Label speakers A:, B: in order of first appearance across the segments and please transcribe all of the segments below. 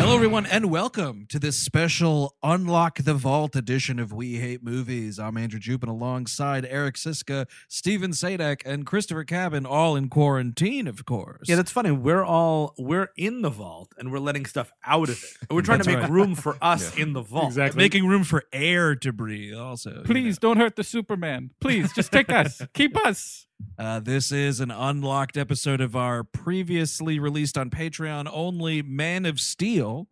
A: Hello, everyone, and welcome to this special Unlock the Vault edition of We Hate Movies. I'm Andrew Jupin alongside Eric Siska, Steven Sadek, and Christopher Cabin, all in quarantine, of course.
B: Yeah, that's funny. We're all we're in the vault and we're letting stuff out of it. And We're trying to
A: That's
B: make
A: right.
B: room for us in the vault.
C: Exactly.
A: Making room for air to breathe, also. you
C: Please don't hurt the Superman. Please just take us. Keep us.
A: Uh, this is an unlocked episode of our previously released on Patreon only Man of Steel.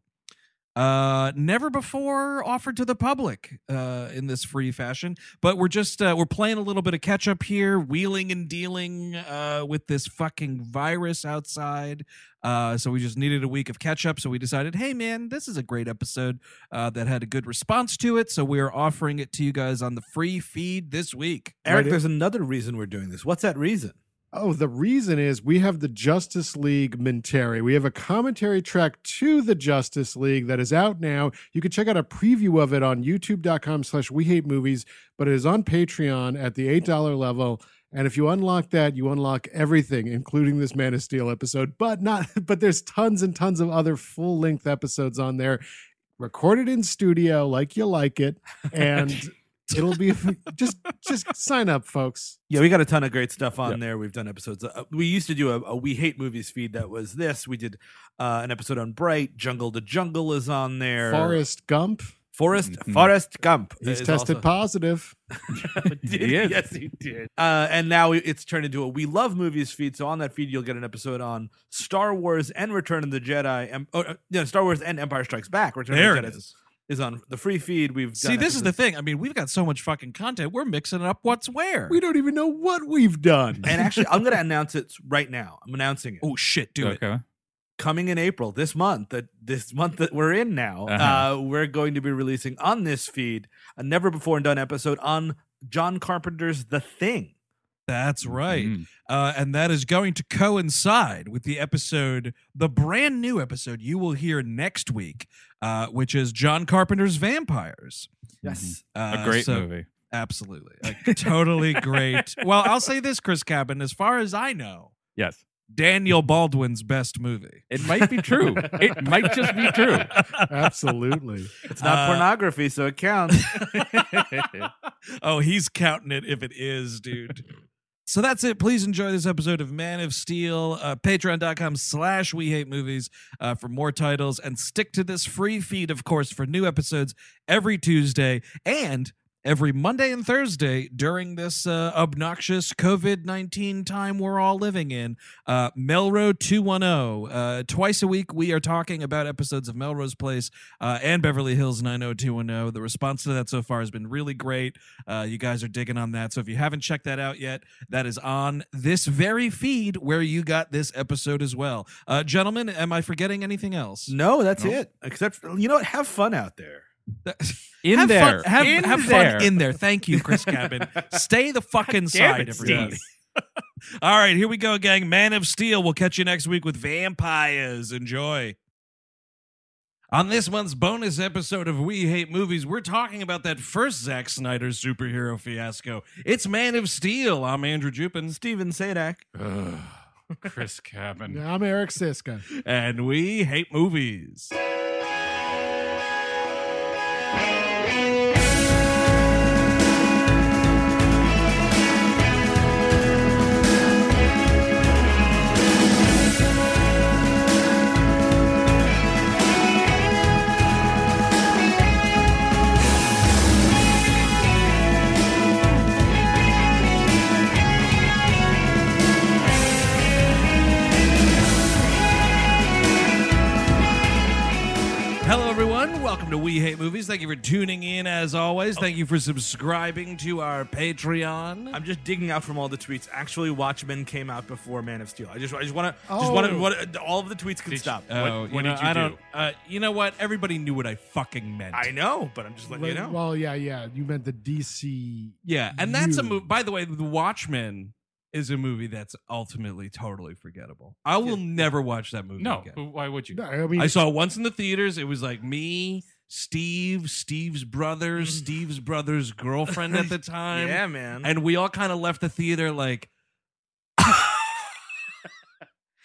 A: Uh, never before offered to the public uh, in this free fashion, but we're just uh, we're playing a little bit of catch up here, wheeling and dealing uh, with this fucking virus outside. Uh, so we just needed a week of catch up, so we decided, hey man, this is a great episode uh, that had a good response to it, so we are offering it to you guys on the free feed this week.
B: Eric,
D: Right.
B: there's another reason we're doing this. What's that reason?
D: Oh, the reason is we have the Justice League Mentary. We have a commentary track to the Justice League that is out now. You can check out a preview of it on youtube.com slash we hate movies, but it is on Patreon at the $8 level. And if you unlock that, you unlock everything, including this Man of Steel episode. But not but there's tons and tons of other full-length episodes on there. Recorded in studio, like you like it. And it'll be just just sign up, folks.
B: Yeah, we got a ton of great stuff on there. We've done episodes. Uh, we used to do a, a We Hate Movies feed that was this. We did uh, an episode on Bright. Jungle to Jungle is on there.
D: Forrest Gump.
B: Forest,
E: Mhm.
B: Forest Gump.
D: He's
B: is
D: tested
B: also-
D: positive.
B: Did
E: He
B: he?
E: is.
B: Yes, he did. Uh, and now it's turned into a We Love Movies feed. So on that feed, you'll get an episode on Star Wars and Return of the Jedi. Um, oh, uh, no, Star Wars and Empire Strikes Back. Return
A: There
B: of
A: it
B: the Jedi
A: is.
B: is on the free feed. We've
A: See,
B: done
A: this is the
B: episodes-
A: thing. I mean, we've got so much fucking content. We're mixing up what's where.
D: We don't even know what we've done.
B: And actually, I'm going to announce it right now. I'm announcing it.
A: oh shit, do it.
C: okay.
B: Coming in April this month, that this month that we're in now, uh
C: Uh-huh.
B: we're going to be releasing on this feed a never before done episode on John Carpenter's The Thing.
A: That's right.
C: Mm.
A: Uh, and that is going to coincide with the episode, the brand new episode you will hear next week, uh, which is John Carpenter's Vampires.
B: Yes.
A: Uh,
C: A great
A: so-
C: movie.
A: Absolutely. Like, totally great. Well, I'll say this, Chris Cabin, as far as I know,
C: Yes.
A: Daniel Baldwin's best movie.
C: It might be true. it might just be true.
D: Absolutely.
B: It's not
A: Uh,
B: pornography, so it counts.
A: oh, he's counting it if it is, dude. So that's it. Please enjoy this episode of Man of Steel. Uh, Patreon.com slash We Hate Movies uh, for more titles. And stick to this free feed, of course, for new episodes every Tuesday and every Monday and Thursday during this uh, obnoxious COVID 19 time we're all living in. Uh, Melrose 210. Uh, twice a week, we are talking about episodes of Melrose Place uh, and Beverly Hills 90210. The response to that so far has been really great. Uh, you guys are digging on that. So if you haven't checked that out yet, that is on this very feed where you got this episode as well. Uh, gentlemen, am I forgetting anything else?
B: No, that's
C: No.
B: it. Except you know what? Have fun out there.
C: In
A: have
C: there.
A: Fun, have
C: in
A: have
C: there.
A: fun in there. Thank you, Chris Cabin. Stay the fuck inside,
C: it,
A: everybody. All right, here we go, gang. Man of Steel. We'll catch you next week with vampires. Enjoy. On this month's bonus episode of We Hate Movies, we're talking about that first Zack Snyder superhero fiasco. It's Man of Steel. I'm Andrew Jupin.
B: Steven Sadak.
C: Ugh, Chris Cabin.
D: I'm Eric Siska.
A: and we hate movies. Hello, everyone. Welcome to We Hate Movies. Thank you for tuning in, as always. Thank you for subscribing to our Patreon.
B: I'm just digging out from all the tweets. Actually, Watchmen came out before Man of Steel. I just, I just want to, just want
D: Oh.
B: to, all of the tweets can
C: Did you-
B: stop.
A: Oh,
C: What-
A: you
C: what
A: know,
C: did you
A: I
C: do?
A: don't. Uh, you know what? Everybody knew what I fucking meant.
B: I know, but I'm just letting you know.
D: Well, yeah, yeah. You meant the DC.
A: yeah, and that's a
D: You.
A: movie. By the way, The Watchmen is a movie that's ultimately totally forgettable. I will never watch that movie
C: No.
A: again.
C: but Why would you?
D: No, I mean,
A: I saw it once in the theaters. It was like me, Steve, Steve's brother,
C: Mm.
A: Steve's brother's girlfriend at the time.
B: yeah, man.
A: And we all kind of left the theater like,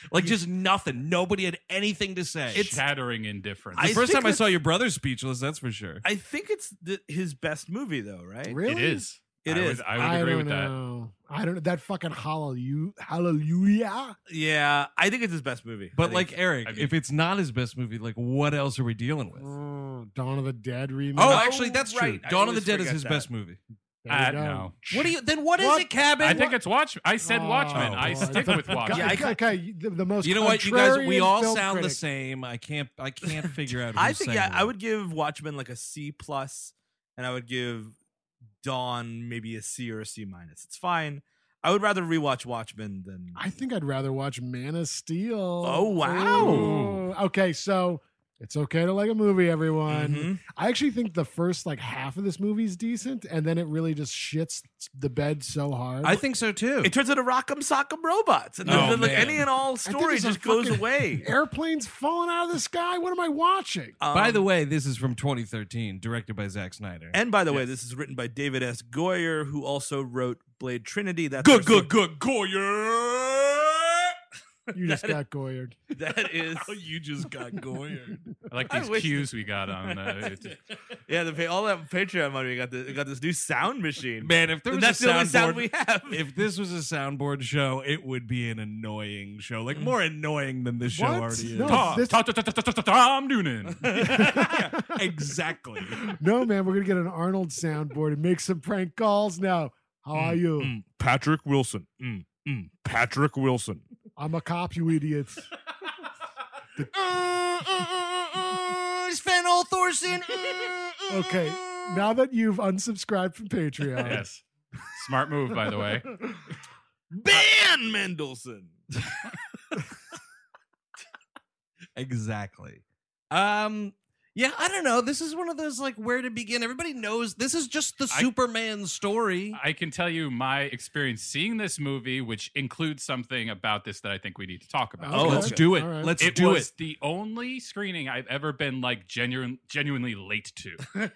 A: Like just nothing. Nobody had anything to say.
C: It's shattering indifference.
A: the
B: I
A: first
B: think
A: time I saw
B: that's-
A: your brother speechless. That's for sure.
B: I think it's the, his best movie, though, right?
D: Really?
C: It is.
B: It
C: I
B: is.
C: Would, I would agree
D: don't
C: with that.
D: know. I don't know. That fucking hallelujah. Hallelujah.
B: Yeah, I think it's his best movie. I
A: But
B: think-
A: like Eric,
C: I mean-
A: if it's not his best movie, like what else are we dealing with?
D: Oh, Dawn of the Dead remake.
A: Oh,
B: No,
A: actually, that's true.
B: right. I
A: Dawn of the
B: always
A: Dead is
B: forget
A: his
B: that.
A: best movie.
D: There you
C: Uh,
D: go.
C: no.
A: What do you? Then what is
D: What?
A: it, Cabin?
C: I think it's Watchmen. I said
D: Oh,
C: Watchmen. I
D: boy.
C: stick with Watchmen.
D: Okay,
B: Yeah, I-
D: okay, the, the most.
A: you know what, you guys. We
D: contrarian
A: all
D: film
A: sound the
D: critic.
A: same. I can't. I can't figure out.
B: I
A: who's
B: think
A: saying
B: yeah, I
A: what.
B: would give Watchmen like a C plus, and I would give Dawn maybe a C or a C minus. It's fine. I would rather rewatch Watchmen than
D: I think I'd rather watch Man of Steel.
B: Oh, wow.
D: Ooh. Okay, so it's okay to like a movie, everyone.
B: Mhm.
D: I actually think the first like half of this movie is decent, and then it really just shits the bed so hard.
A: I think so too.
B: It turns into Rock'em Sock'em Robots, and then,
A: Oh,
B: then, like
A: man.
B: any and all
D: think
B: story
D: it's a
B: just goes
D: fucking-
B: away.
D: airplanes falling out of the sky. What am I watching?
A: By
B: Um,
A: the way, this is from 2013, directed by Zack Snyder.
B: and by the way, this is written by David S. Goyer, who also wrote Blade Trinity. That's
A: good,
B: our-
A: good, good, Goyer.
D: You just got goyered.
B: That is,
A: you just got Goyer.
C: I like
B: I
C: these
B: wish-
C: cues we got on. Uh,
B: yeah. The, pa- all that Patreon money we got. The, we got this new sound machine.
A: Man, if there was
B: that's
A: a
B: the only
A: soundboard,
B: sound we have.
A: if this was a soundboard show, it would be an annoying show, like more annoying than this show
D: What?
A: already is.
D: No.
C: Tom,
D: This-
C: Tom, Tom, Tom, Tom, Tom, Tom Noonan.
A: Yeah, exactly.
D: No, man, we're gonna get an Arnold soundboard and make some prank calls now. How are you?
B: Mm, Patrick Wilson. Mm, Patrick Wilson.
D: I'm a cop, you idiots.
A: Sven Thorson.
D: Okay, now that you've unsubscribed from Patreon,
C: yes. Smart move, by the way.
B: Ban Mendelsohn.
A: Exactly. Um. Yeah, I don't know. This is one of those like where to begin. Everybody knows this is just the
C: I-
A: Superman story.
C: I can tell you my experience seeing this movie, which includes something about this that I think we need to talk about.
D: Oh, Okay. let's
A: do
D: All right.
A: Let's
C: it
A: do
C: was
A: it.
C: the only screening I've ever been like genuine, genuinely late to,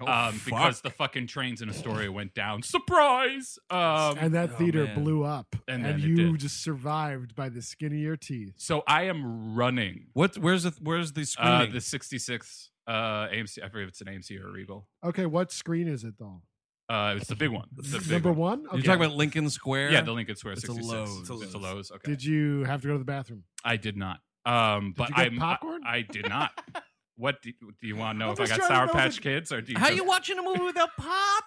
A: Oh,
C: um, because the fucking trains in Astoria went down. Surprise! Um,
D: and that
A: Oh,
D: theater
A: man.
D: blew up,
C: And
D: and,
C: then it
D: you
C: did.
D: just survived by the skin of your teeth.
C: so I am running
A: what? Where's the Where's the
C: uh,
A: screening?
C: the 66th uh, AMC. I forget if it's an AMC or a Regal.
D: Okay, what screen is it though?
C: Uh, it's the big one. It's the big
D: Number
C: one.
D: one. Okay.
A: You're talking about Lincoln Square.
C: Yeah, the Lincoln Square
A: It's a
C: 66.
A: Lowe's.
C: It's a Lowe's.
B: It's a
C: Okay.
D: Did you have to go to the bathroom?
C: I did not. Um, but
D: you get
C: I'm- I
D: popcorn?
C: I, did not. what do, do you want to know
D: I'm
C: if I
D: just
C: got
D: trying
C: Sour
D: to know
C: Patch
D: the-
C: Kids or do you?
A: How
C: just-
A: you watching a movie without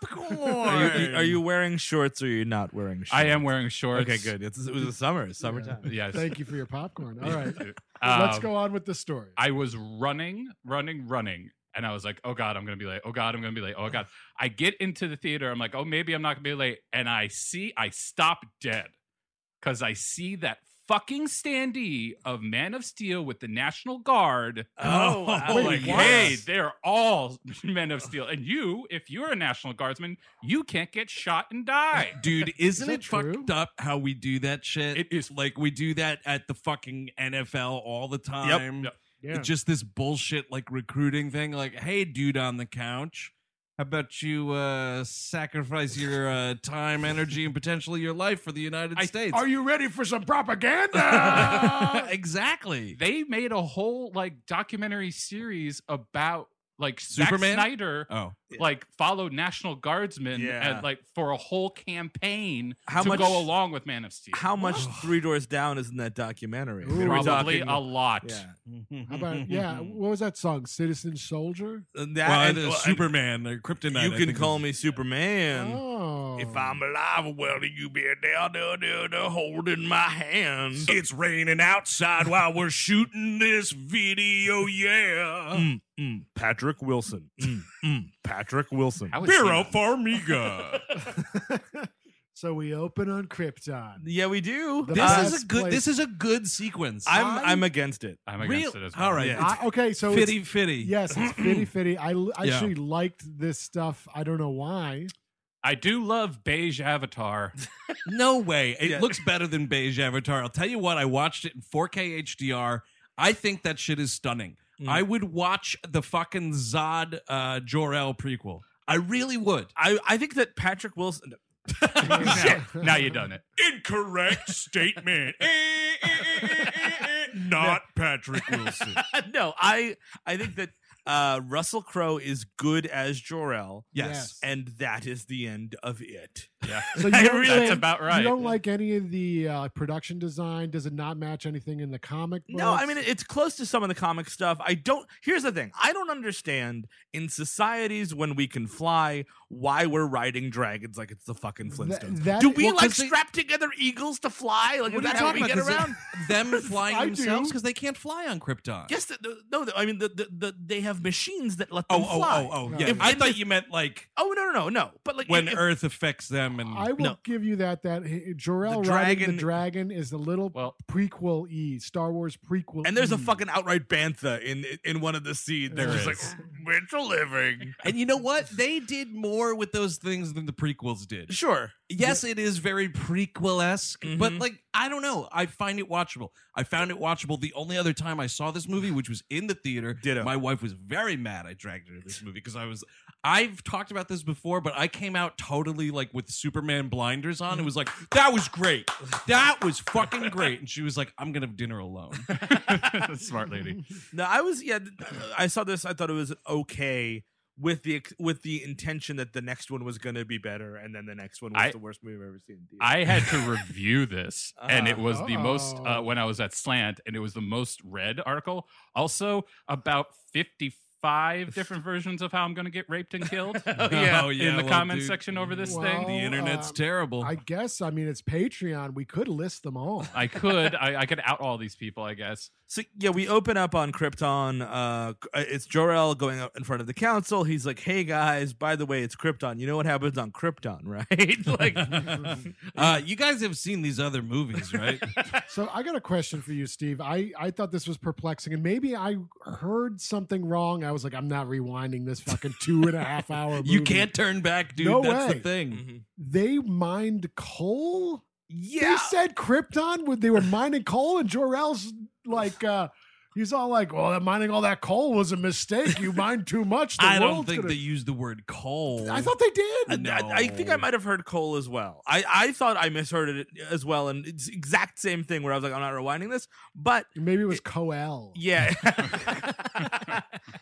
B: Are
A: popcorn?
B: you, are you wearing shorts or are you not wearing shorts?
C: I am wearing shorts.
B: Okay, good. It's, it was the summer. It's summertime.
C: Yes.
D: Thank you for your popcorn. All right,
C: Um,
D: let's go on with the story.
C: I was running, running, running. And I was like, oh God, I'm going to be late. Oh God, I'm going to be late. Oh God. I get into the theater. I'm like, oh, maybe I'm not going to be late. And I see, I stop dead because I see that fucking standee of Man of Steel with the National Guard.
B: Oh, wow.
C: I'm
D: Wait,
C: like,
D: what?
C: hey, they're all Men of Steel. And you, if you're a National Guardsman, you can't get shot and die.
A: Dude, isn't
D: that
A: it
D: true?
A: fucked up how we do that shit?
C: It is.
A: like we do that at the fucking NFL all the time.
C: Yep.
D: yeah.
A: It's just this bullshit like recruiting thing. Like, hey, dude on the couch, how about you uh, sacrifice your uh, time, energy, and potentially your life for the United
C: I-
A: States?
D: Are you ready for some propaganda?
A: exactly.
C: They made a whole like documentary series about like
A: Superman?
C: Zack Snider
A: oh,
C: like followed National Guardsmen
B: Yeah.
C: and like for a whole campaign
B: How
C: to
B: much-
C: go along with Man of Steel.
B: How much Three Doors Down is in that documentary?
D: Ooh.
B: We're
C: Probably
B: talking-
C: a lot.
B: Yeah.
D: How about yeah? What was that song? Citizen Soldier.
B: And
A: Well,
B: that- and-
A: either
B: well, and
A: Superman or Kryptonite.
B: You
A: I
B: can
A: think
B: call
A: is-
B: me Superman.
D: Oh,
B: If I'm alive, well, you be down there, there, there holding my hand.
A: It's raining outside while we're shooting this video. Yeah,
B: Mm, mm, Patrick Wilson. Mm, mm, Patrick Wilson.
C: How is
A: Vero
C: he-
A: Farmiga.
D: so we open on Krypton.
B: Yeah, we do.
D: The
A: this
D: Uh,
A: is a good.
D: place-
A: This is a good sequence.
B: I'm I'm against it.
C: I'm against
A: Real-
C: it as well.
A: All right.
B: Yeah.
D: I- okay, so it's-
A: fitty fitty.
D: yes, it's fitty fitty. I l-
A: Yeah.
D: actually liked this stuff. I don't know why.
C: I do love beige avatar.
A: No way. It
B: Yeah.
A: looks better than beige avatar. I'll tell you what. I watched it in 4K HDR. I think that shit is stunning.
B: Mm.
A: I would watch the fucking Zod uh, Jor El prequel. I really would.
B: I I think that Patrick Wilson.
C: Shit. Now you done it.
F: Eh,
A: Incorrect statement.
F: not Patrick Wilson.
B: no, I I think that uh, Russell Crowe is good as Jor El,
A: Yes.
B: and that is the end of it.
C: Yeah.
D: So you
B: I
D: don't
B: really-
C: That's
D: like-
C: about right.
D: You don't like any of the uh, production design? Does it not match anything in the comic? Books?
B: No, I mean it's close to some of the comic stuff. I don't. Here's the thing: I don't understand in societies when we can fly why we're riding dragons like it's the fucking
D: Th-
B: Flintstones.
D: that-
B: Do we
A: well,
B: like
A: 'cause they-
B: strap together eagles to fly?
A: What
B: Like is
A: are you
B: that how
A: talking
B: we
A: about?
B: get
A: 'Cause it-
B: around?
A: Them flying
D: I do.
A: themselves because they can't fly on Krypton.
B: Yes, the, the- no. the- I mean, the, the, the, they have machines that let them
A: Oh, oh,
B: fly.
A: oh, oh,
D: No.
A: yeah.
B: If
A: I
B: in
A: thought
B: this-
A: you meant like
B: Oh, no, no, no, no. But like
A: when
B: if-
A: Earth affects them and
D: I will
B: No.
D: give you that. That hey, Jor-El
B: The
D: riding
B: dragon-
D: the dragon is the little
C: Well-
D: prequel e Star Wars prequel.
B: and there's a
D: E.
B: fucking outright bantha in in one of the seeds.
D: There
B: They're just
A: is.
B: like it's a living.
A: and you know what? They did more with those things than the prequels did.
B: Sure.
A: Yes, it is very prequel esque, but
B: Mhm.
A: like I don't know. I find it watchable. I found it watchable the only other time I saw this movie, which was in the theater.
B: Ditto.
A: My wife was very mad I dragged her to this movie because I was I've talked about this before, but I came out totally like with Superman blinders on and was like, that was great. That was fucking great. And she was like, I'm gonna have dinner alone.
C: Smart lady.
B: No, I was yeah. th- I saw this. I thought it was okay with the ex- with the intention that the next one was going to be better, and then the next one was
C: I-
B: the worst movie I've ever seen. in theaters.
C: I had to review this, and
A: Uh-huh.
C: it was the most uh,
A: Oh.
D: Uh-oh.
C: when I was at Slant, and it was the most read article. Also, about fifty-five different versions of how I'm going to get raped and killed. uh,
A: yeah. Oh,
C: in
A: yeah,
C: the
A: well,
C: comment
A: dude.
C: section over this
D: Well,
A: the
C: thing.
A: internet's
D: um,
A: terrible.
D: I guess. I mean, it's Patreon. We could list them all.
C: I could, I, I could out all these people, I guess.
B: So yeah, we open up on Krypton. Uh, it's Jor-El going up in front of the council. He's like, "Hey guys, by the way, it's Krypton. You know what happens on Krypton, right? like,
A: uh, you guys have seen these other movies, right?
D: So I got a question for you, Steve. I, I thought this was perplexing, and maybe I heard something wrong. I was like, I'm not rewinding this fucking two and a half hour. Movie.
A: you can't turn back, dude.
D: No
A: That's the
D: way.
A: thing.
C: Mm-hmm.
B: mhm.
D: They mined coal.
B: yeah,
D: They said Krypton when they were mining coal, and Jor-El's like. Uh, He's all like, "Well, that mining all that coal was a mistake. You mined too much." The
A: I don't
D: world's
A: think
D: gonna-
A: they used the word coal.
D: I thought they did.
B: I, I- I think I
A: No.
B: might have heard Cole as well. I, I thought I misheard it as well, and it's exact same thing where I was like, I'm not rewinding this, but
D: Maybe it was Coel.
B: yeah,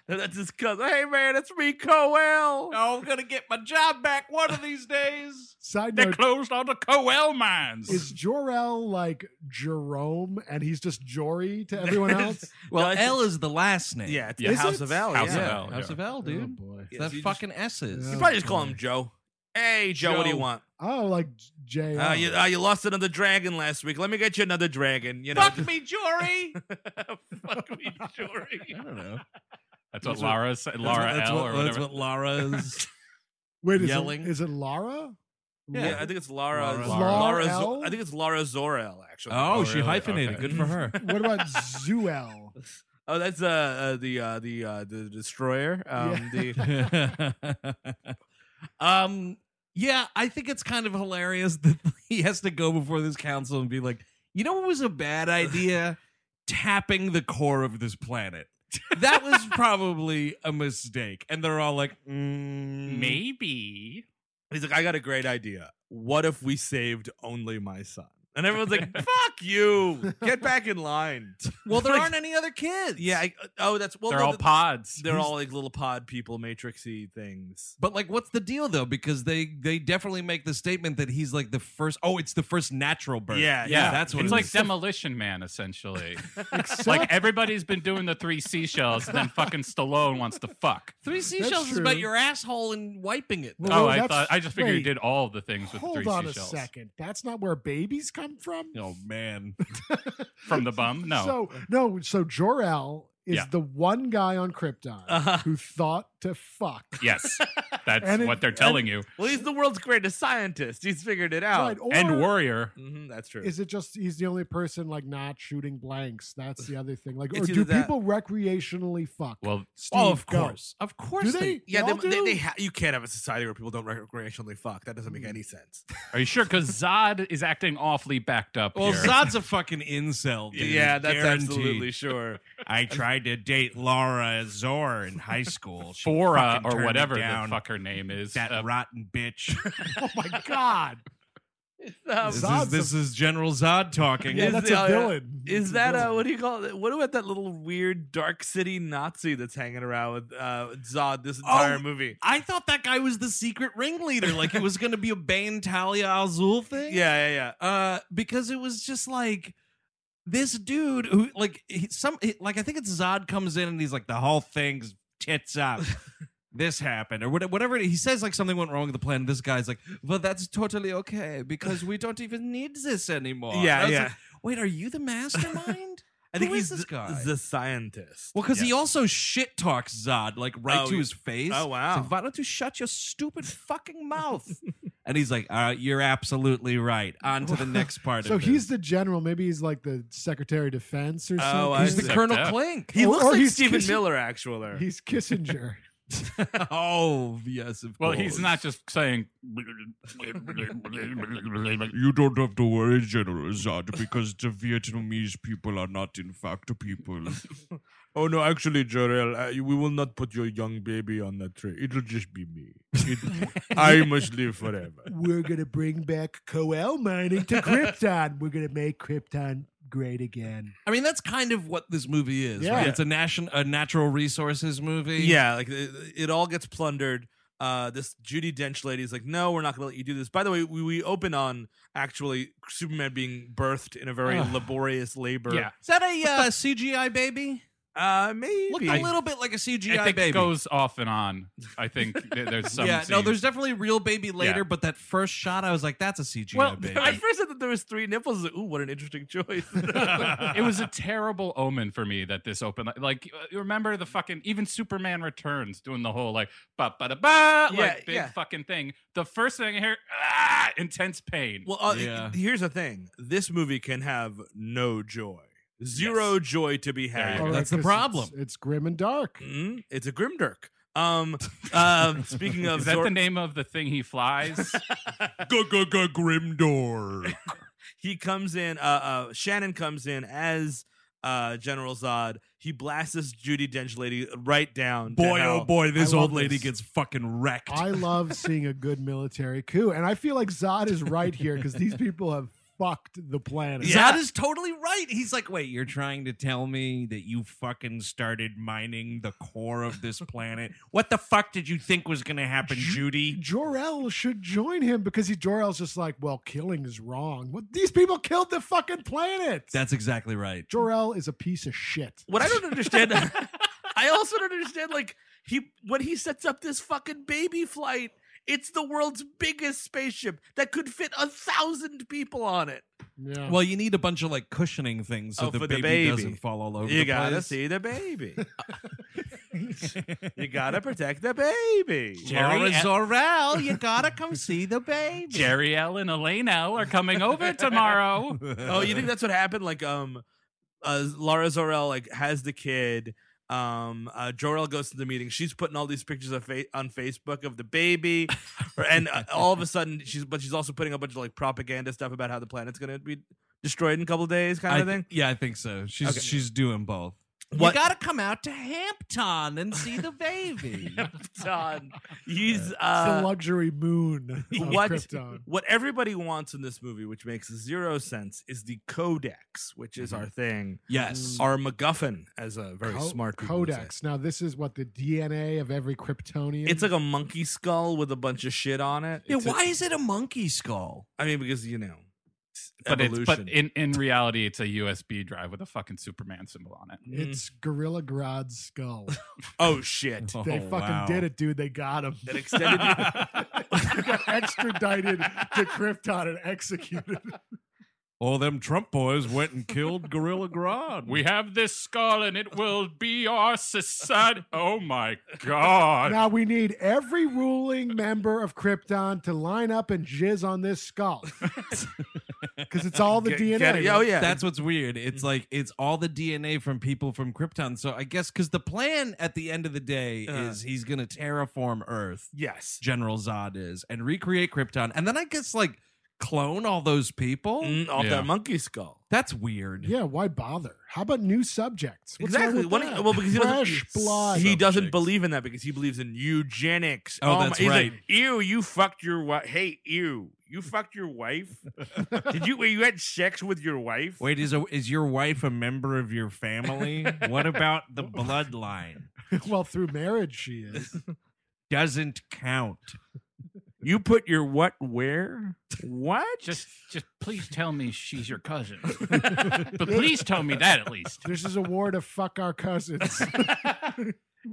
B: that's his cousin. Hey man, it's me, Coel.
A: I'm gonna get my job back one of these days.
D: Side
C: They
D: note:
C: closed all the Coel mines.
D: Is Jor-El like Jerome, and he's just Jory to everyone else?
A: Well,
B: No, it's-
A: L is the last name.
B: yeah, it's the
D: Is
B: House
D: it?
B: of L.
C: House
B: yeah.
C: of L,
A: House
C: yeah.
A: of L,
D: Oh
A: dude.
D: boy.
A: It's
B: Yes,
A: that
B: you just-
A: fucking S's.
B: You
D: Yeah.
B: probably just call him Joe. Hey Joe, what do you
C: Joe.
B: want?
D: Oh, like J.
B: Uh, you, uh, you lost another dragon last week. Let me get you another dragon. You know,
A: Fuck me, Jory.
B: fuck me, Jory.
A: I don't know. That's
C: that's what
A: what-
C: Laura said. Laura
A: that's
C: L
A: what,
C: or
A: That's
C: whatever.
A: what Lara's.
D: Wait, is
A: yelling.
D: It, is it Lara?
B: Yeah,
A: Yeah.
B: I think it's Lara.
A: Laura-
B: Laura.
D: Laura
B: Zo-
D: L?
B: I think it's Laura Zorel. Actually.
A: oh,
C: Oh,
A: she
C: really?
A: hyphenated.
C: Okay.
A: Good for her.
D: what about Zuel?
B: Oh, that's uh, uh the uh the uh the destroyer. Um, the
A: um yeah i think it's kind of hilarious that he has to go before this council and be like you know what was a bad idea tapping the core of this planet that was probably a mistake and they're all like mm,
C: Maybe.
B: he's like, I got a great idea. What if we saved only my son? And everyone's like, "Fuck you! Get back in line."
A: well there
B: Like-
A: aren't any other kids
B: Yeah. I, oh, that's well.
C: They're
B: no,
C: all
B: th-
C: pods.
B: they're all like little pod people, matrixy things.
A: but like what's the deal though because they they definitely make the statement that he's like the first oh it's the first natural birth
B: Yeah,
C: yeah.
A: that's what
C: it's
A: it
C: like
A: is.
C: Demolition Man, essentially.
D: Except,
C: like everybody's been doing the three seashells, and then fucking Stallone wants to fuck.
A: three seashells is
D: true.
A: about your asshole and wiping it
D: Well,
C: Oh,
D: no,
C: I
D: that's-
C: thought I just figured
D: wait,
C: you did all of the things with the
D: hold
C: three
D: on
C: seashells
D: a second. That's not where babies come from.
A: oh man
C: from the bum. No,
D: So no. So Jor El is
C: Yeah.
D: the one guy on Krypton
B: Uh-huh.
D: who thought to fuck.
C: yes, that's
D: And it-
C: what they're
D: and-
C: telling you.
B: Well, he's the world's greatest scientist. He's figured it out.
D: Right, or
C: And warrior.
B: hmm that's true.
D: Is it just he's the only person like not shooting blanks? That's the other thing. Like,
B: It's
D: or
B: either
D: do
B: that-
D: people recreationally fuck?
C: Well,
D: Steve,
A: oh, of
D: go.
A: course of course
D: Do they?
B: yeah,
D: Y'all
B: they, they,
D: do?
B: they ha- you can't have a society where people don't recreationally fuck. That doesn't make any sense.
C: are you sure? Because Zod is acting awfully backed up
A: Well,
C: here.
A: Zod's a fucking incel, dude. Guaranteed.
B: sure.
A: I tried to date Laura Zor in high school. She
C: Fora
A: fucking turned
C: or
A: me
C: whatever the
A: down.
C: fuck her name is.
A: That
C: Uh,
A: rotten bitch.
D: Oh my Oh god!
G: It's, um,
A: This
D: Zod's
A: is, this is General Zod talking.
D: Yeah,
G: Is
D: that's
G: the-
D: a
G: uh,
D: villain. That's
B: Is
D: a
B: that uh,
D: villain.
B: what do you call it? What about that little weird dark city Nazi that's hanging around with uh, Zod this entire movie?
A: I thought that guy was the secret ringleader, like it was going to be a Bane Talia Al Ghul thing.
B: Yeah, yeah, yeah.
A: uh, because it was just like this dude who like he, some he- like I think it's Zod comes in and he's like the whole thing's tits up. this happened or what- whatever it- he says like something went wrong with the plan. This guy's like, well, that's totally okay because we don't even need this anymore. And I
B: Yeah,
A: was
B: yeah.
A: like, Wait, are you the mastermind?
B: I think
A: who
B: he's
A: is this
B: the,
A: guy?
B: the scientist.
A: Well, because he
B: Yes.
A: also shit talks Zod like right
B: Oh,
A: to
B: yeah.
A: his face.
B: Oh, wow.
A: It's like, Why don't you shut your stupid fucking mouth? and he's like, uh, "You're absolutely right." On to the next part.
D: So
A: of
D: he's
A: this.
D: the general. Maybe he's like the Secretary of Defense or
B: Oh,
D: something.
B: I
A: he's the
B: see.
A: Colonel
C: Yeah.
A: Clink.
B: he
D: or-
B: looks
D: or
B: like
D: he's
B: Stephen
D: kissing-
B: Miller, actually.
D: He's Kissinger.
A: oh yes, of
C: Well,
A: course.
C: he's not just saying.
H: You don't have to worry, General Zod, because the Vietnamese people are not, in fact, people.
B: oh no, actually, Jorel, uh, we will not put your young baby on that tray. It'll just be me. I must live forever.
D: We're gonna bring back Coel mining to Krypton. We're gonna make Krypton great again.
A: I mean, that's kind of what this movie is.
D: Yeah.
A: right? it's a national, a natural resources movie.
B: Yeah, like it, it all gets plundered. Uh, this Judy Dench lady's like, no, we're not going to let you do this. By the way, we, we open on actually Superman being birthed in a very
A: Ugh.
B: laborious labor.
C: Yeah,
A: is that a uh, CGI baby?
B: uh, maybe.
A: Looked a little bit like a CGI
C: I think
A: baby.
C: it goes off and on. I think th- there's some.
A: yeah, no,
C: scenes-
A: there's definitely a real baby later,
C: Yeah.
A: but that first shot, I was like, "That's a CGI
B: well,
A: baby."
B: I first said that there was three nipples. Ooh, what an interesting choice.
C: it was a terrible omen for me that this open like uh, you remember the fucking even Superman Returns doing the whole like ba ba da ba
B: Yeah,
C: like big
B: yeah.
C: fucking thing. The first thing I hear, ah, intense pain.
B: well, uh,
A: Yeah.
B: here's the thing. This movie can have no joy. Zero joy to be
C: There you
B: had.
C: go.
D: All
A: that's the
D: 'cause
A: problem.
D: It's, it's grim and dark.
B: Mhm. It's a grimdirk. Um, um, speaking of
C: Is that
B: Zor-
C: the name of the thing he flies?
H: Grimdor.
B: he comes in uh, uh shannon comes in as uh general zod he blasts this judy dench lady right down to
A: boy,
B: hell.
A: oh boy, this
D: I love
A: old lady
D: this.
A: gets fucking wrecked.
D: I love seeing a good military coup, and I feel like Zod is right here because these people have fucked the planet.
B: Yeah.
A: Zod is totally right. He's like, wait, you're trying to tell me that you fucking started mining the core of this planet? What the fuck did you think was going to happen, Judy?
D: Jor-El should join him because he Jor-El's just like, well, killing is wrong. What these people killed the fucking planet.
A: That's exactly right.
D: Jor-El is a piece of shit.
B: what i don't understand i also don't understand like he when he sets up this fucking baby flight it's the world's biggest spaceship that could fit a thousand people on it
D: Yeah.
A: Well, you need a bunch of like cushioning things so
B: Oh,
A: the,
B: for the
A: baby
B: baby.
A: doesn't fall all over
B: you
A: the
B: gotta
A: place.
B: see the baby you gotta protect the baby
A: Laura Zorel, you gotta come see the baby.
C: Jerry L and Elaine L are coming over tomorrow.
B: oh, you think that's what happened? Like, um, uh, Lara Zorel like has the kid. Um, uh, Jorel goes to the meeting. She's putting all these pictures of fa- on Facebook of the baby, and uh, all of a sudden she's but she's also putting a bunch of like propaganda stuff about how the planet's gonna be destroyed in a couple days, kind
A: I
B: of
A: think,
B: thing.
A: yeah, I think so. She's
B: Okay.
A: she's doing both.
B: What-
A: You gotta come out to Hampton and see the baby.
B: Done. He's
D: it's the
B: uh,
D: luxury moon of
B: what-
D: Krypton.
B: what everybody wants in this movie, which makes zero sense, is the codex, which is our thing,
A: Yes.
B: our MacGuffin, as a very
D: Co-
B: smart people would say.
D: codex. Now this is what the DNA of every Kryptonian.
B: It's like a monkey skull with a bunch of shit on it.
A: Yeah,
B: It's a-
A: why is it a monkey skull?
B: I mean, because you know,
C: But it's, but
B: evolution.
C: in, in reality, it's a USB drive with a fucking Superman symbol on it.
B: Mm.
D: it's Gorilla Grodd's skull.
B: oh shit,
A: Oh,
D: They fucking
A: wow.
D: did it, dude. They got him.
B: that extended.
D: he got extradited to Krypton and executed.
A: All them Trump boys went and killed Gorilla Grodd.
C: We have this skull, and it will be our society. Oh my god!
D: Now we need every ruling member of Krypton to line up and jizz on this skull because it's all the
B: Get-
D: DNA.
B: get it- oh yeah,
A: That's what's weird. It's
D: Mm.
A: like it's all the DNA from people from Krypton. So I guess because the plan at the end of the day
B: Uh.
A: is he's gonna terraform Earth,
B: yes.
A: General Zod is, and recreate Krypton, and then I guess like clone all those
D: Oh.
A: people.
B: Mm, off
C: Yeah.
B: that monkey skull.
A: That's weird.
D: Yeah, why bother? How about new subjects? What's wrong
B: exactly.
D: with
B: What do
D: that?
B: you- well, because he doesn't-
D: fresh blood.
B: He doesn't
C: Subjects.
B: believe in that because he believes in eugenics.
A: Oh, that's
B: he's
A: right.
B: Like, ew, you fucked your wife. Hey, ew, You fucked your wife? Did you? Wait, you had sex with your wife?
I: Wait, is a, is your wife a member of your family? what about the bloodline?
D: well, through marriage, she is.
I: Doesn't count.
B: You put your what where? What?
C: Just, just please tell me she's your cousin. but please tell me that at least.
D: This is a war to fuck our cousins.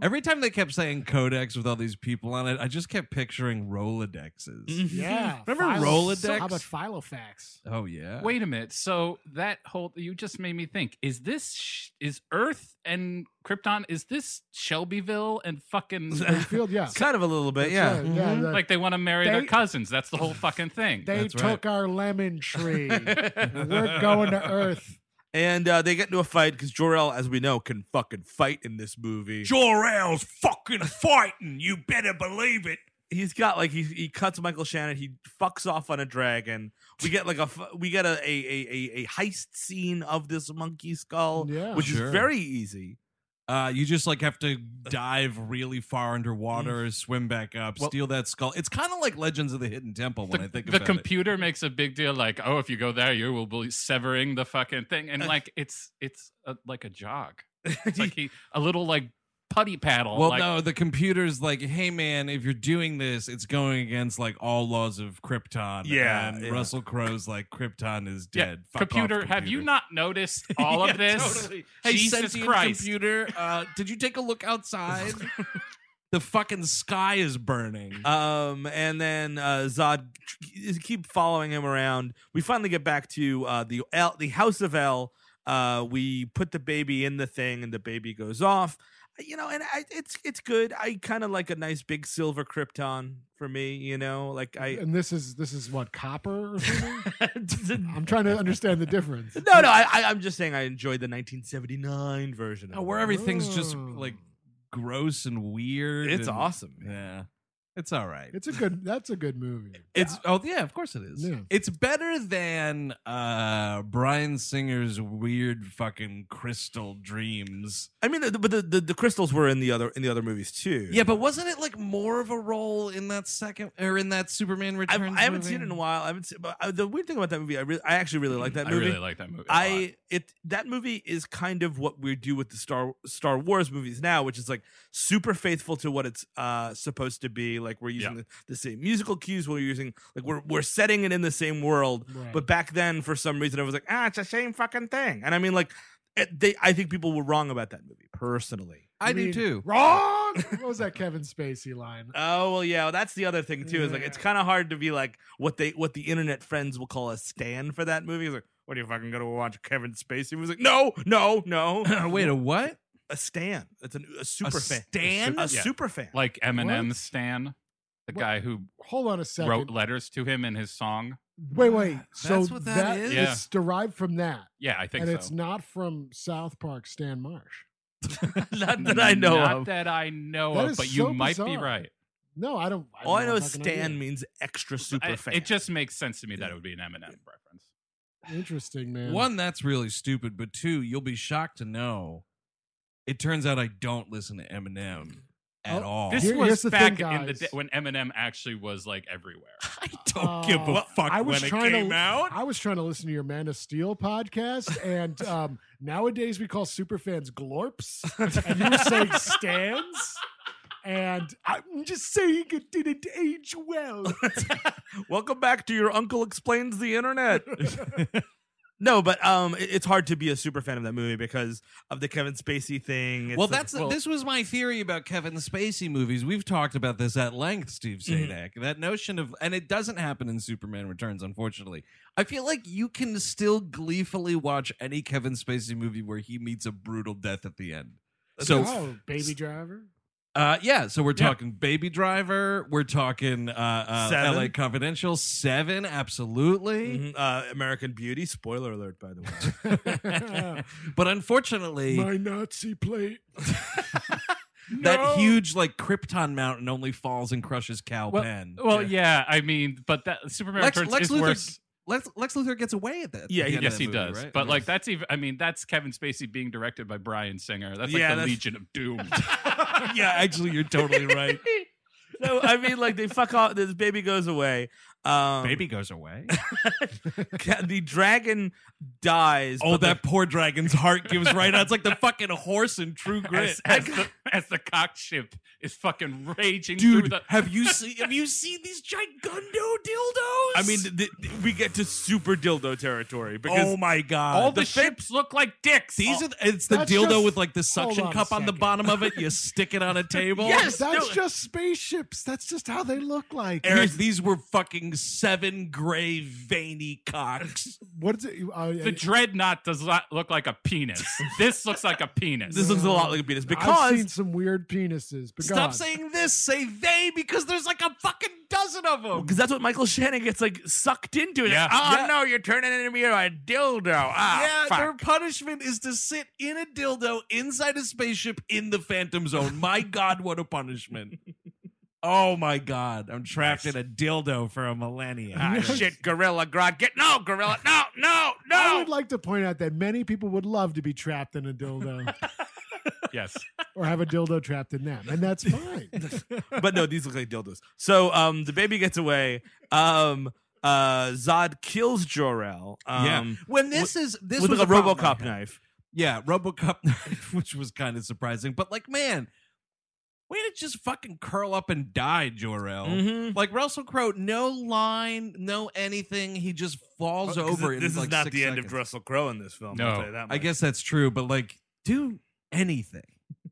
A: Every time they kept saying Codex with all these people on it, I just kept picturing
C: Mm.
A: Rolodexes.
D: yeah.
A: Remember
D: Philo-
A: Rolodex?
D: How about Philofax?
A: oh yeah.
C: Wait a minute. So that whole you just made me think. Is this sh- is Earth and Krypton? Is this Shelbyville and fucking
D: Field, yeah.
B: kind of a little bit, yeah. Mm-hmm.
D: Yeah, yeah, the-
C: like they want to marry their
D: They-
C: cousins? That's the whole fucking thing.
D: they
A: That's
D: took
A: right.
D: our lemon tree. We're going to Earth.
B: And uh, they get into a fight because Jor-El, as we know, can fucking fight in this movie.
I: Jor-El's fucking fighting. You better believe it.
B: he's got like he he cuts Michael Shannon. He fucks off on a dragon. We get like a f- we get a a a, a, a heist scene of this monkey skull,
D: Yeah.
B: which
A: Sure.
B: is very easy.
A: Uh, you just like have to dive really far underwater,
C: Mm.
A: swim back up, steal that skull. It's kind of like Legends of the Hidden Temple when I
C: the,
A: think
C: the
A: about it.
C: computer makes a big deal like oh if you go there you will be severing the fucking thing and like it's it's a, like a jog it's like he a little like putty paddle
A: Well,
C: like,
A: no, the computer's like, hey man, if you're doing this, it's going against like all laws of Krypton.
B: Yeah,
A: and
B: yeah.
A: Russell Crowe's like, Krypton is
C: yeah,
A: dead. Fuck off,
C: computer, have you not noticed all of
A: Yeah,
C: this
A: totally. Hey,
C: jesus
A: sentient
C: christ
A: computer, uh, did you take a look outside? the fucking sky is burning.
B: Um, and then uh, Zod k- keep following him around. We finally get back to uh, the L, the House of L. Uh, we put the baby in the thing, and the baby goes off. You know, and I, it's it's good. I kind of like a nice big silver Krypton for me. You know, like I
D: and this is this is what copper or something? I'm trying to understand the difference.
B: No, no, I, I, I'm just saying I enjoyed the 1979 version. Of
A: Oh,
B: it.
A: where everything's just
D: Oh.
A: like gross and weird.
B: it's
A: and-
B: awesome. man.
A: Yeah, it's all right.
D: It's a good that's a good movie.
A: It's oh yeah, of course it is.
D: Yeah.
A: It's better than uh Brian Singer's weird fucking crystal dreams.
B: I mean, the- but the, the the crystals were in the other in the other movies too.
A: Yeah, but wasn't it like more of a role in that second or in that Superman
B: I've,
A: Returns?
B: I haven't
A: movie?
B: seen it in a while. I haven't seen, but uh, the weird thing about that movie, I really, I actually really like that
C: i
B: movie.
C: really like that movie a lot.
B: I it that movie is kind of what we do with the Star Star Wars movies now, which is like super faithful to what it's uh supposed to be. Like we're using the, the same musical cues, we're using like we're we're setting it in the same world.
D: Right.
B: But back then, for some reason, I was like, ah, it's the same fucking thing. And I mean, like, it, they I think people were wrong about that movie personally.
A: I
D: mean,
A: do too.
D: Wrong. what was that Kevin Spacey line?
B: Oh well, yeah. Well, that's the other thing too. Is like it's
D: Yeah.
B: kind of hard to be like what they what the internet friends will call a stand for that movie. It's like, what are you fucking gonna watch Kevin Spacey? was like, no, no, no.
A: Wait, a what?
B: a stan. It's an, a super fan.
A: stan?
B: A
C: Yeah.
B: super fan.
C: like eminem
D: What?
C: stan the
D: What?
C: guy who
D: Hold on a second.
C: wrote letters to him in his song
D: wait, wait. So
A: That's what that is?
C: Yeah.
D: It's derived from that.
C: yeah i think
D: and
C: so
D: it's not from South Park Stan Marsh.
B: not that I know
C: Not
B: of.
C: that i know
D: That
C: of
D: is
C: but
D: so
C: you might be
D: bizarre.
C: right
D: No, I don't. I
B: All I
D: don't
B: know is
D: fucking
B: stan
D: idea.
B: means extra super
C: I-
B: fan.
C: it just makes sense to me that it would be an eminem reference
D: Interesting, man.
A: One, that's really stupid, but two, you'll be shocked to know it turns out I don't listen to Eminem at
D: Oh,
A: all.
C: This
D: Here- here's
C: was
D: the
C: back
D: thing,
C: in the
D: guys.
C: day when Eminem actually was like everywhere.
A: I
D: Uh, well, I was trying to, I was trying to listen to your Man of Steel podcast, and um, nowadays we call superfans glorps, and you were saying stands. And I'm just saying it didn't age well.
B: Welcome back to your uncle explains the internet. no, but um, it- it's hard to be a super fan of that movie because of the Kevin Spacey thing. It's
A: Well,
B: a-
A: that's this was my theory about Kevin Spacey movies. We've talked about this at length, Steve
B: Mhm.
A: Zadak. That notion of and it doesn't happen in Superman Returns, unfortunately. I feel like you can still gleefully watch any Kevin Spacey movie where he meets a brutal death at the end. So,
D: oh, Baby Driver.
A: uh, yeah, so we're
C: Yeah.
A: talking Baby Driver, we're talking uh, uh,
B: Seven.
A: L.A. Confidential, Seven, absolutely.
B: Mhm, uh, American Beauty. Spoiler alert, by the way.
D: Mm-hmm.
A: but unfortunately,
D: My Nazi plate.
A: that huge like Krypton mountain only falls and crushes Cal Penn.
C: Well, yeah, I mean, but that Superman
A: Lex-
C: Returns
A: Lex
C: is
A: Luthor-
C: worse.
A: Lex, Lex Luthor gets away at that.
B: Yeah,
A: at the end
B: he-
A: of
C: Yes,
A: that
C: he
A: movie,
C: does.
A: right?
C: But like, that's even. I mean, that's Kevin Spacey being directed by Brian Singer. That's like
B: Yeah,
C: the
B: that's-
C: Legion of Doom.
A: yeah, actually, you're totally right.
B: So I mean, like they fuck off. This baby goes away, Um,
J: Baby goes away.
B: ca- the dragon dies.
A: Oh,
B: but the-
A: that poor dragon's heart gives right out. It's like the fucking horse in True Grit.
C: As, as the, as the cock ship is fucking raging through
A: Dude,
C: the.
A: have you seen have you seen these gigundo dildos?
B: I mean, th- th- we get to super dildo territory because
A: oh my god.
C: All the,
A: fa-
C: ships look like dicks.
A: these are the, it's the
D: That's
A: dildo
D: just-
A: with like the
D: hold
A: suction
D: on a
A: cup on the
D: second.
A: bottom of it. You stick it on a table.
B: Yes,
D: That's
B: no.
D: just spaceships. That's just how they look like.
A: Eric, these were fucking seven gray veiny cocks.
D: What is it? Uh,
C: the dreadnought does not look like a penis. this looks like a penis.
B: this looks a lot like a penis
D: I've seen
B: because
D: some weird penises. But
A: Stop saying this, say they, because there's like a fucking dozen of them.
B: because that's what Michael Shannon gets like sucked into.
C: Yeah.
B: Oh
A: Yeah.
B: no, you're turning into me a dildo. Ah,
A: yeah,
B: fuck.
A: their punishment is to sit in a dildo inside a spaceship in the Phantom Zone. My God, what a punishment! oh my God, I'm trapped in a dildo for a millennia.
B: Ah, shit, Gorilla Grodd. Get no, Gorilla. No, no,
D: I
B: no.
D: would like to point out that many people would love to be trapped in a dildo
C: yes.
D: or have a dildo trapped in them, and that's fine.
B: but no, these look like dildos. So um, the baby gets away. Um, uh, Zod kills Jor-El. Um,
A: when this is this
B: with
A: was
B: like a
A: the problem I
B: RoboCop
A: had.
B: knife.
A: Yeah, RoboCop knife, which was kind of surprising. But like, man, way to just fucking curl up and die, Jor El.
B: Mm-hmm.
A: Like Russell Crowe, no line, no anything. He just falls
B: Well, 'cause
A: over. in,
B: th- Oh, This is
A: like,
B: not
A: six
B: the end of
A: seconds.
B: Russell Crowe in this film. I'll
C: No.
B: tell you that
A: I
B: much.
A: guess that's true, but like, do anything.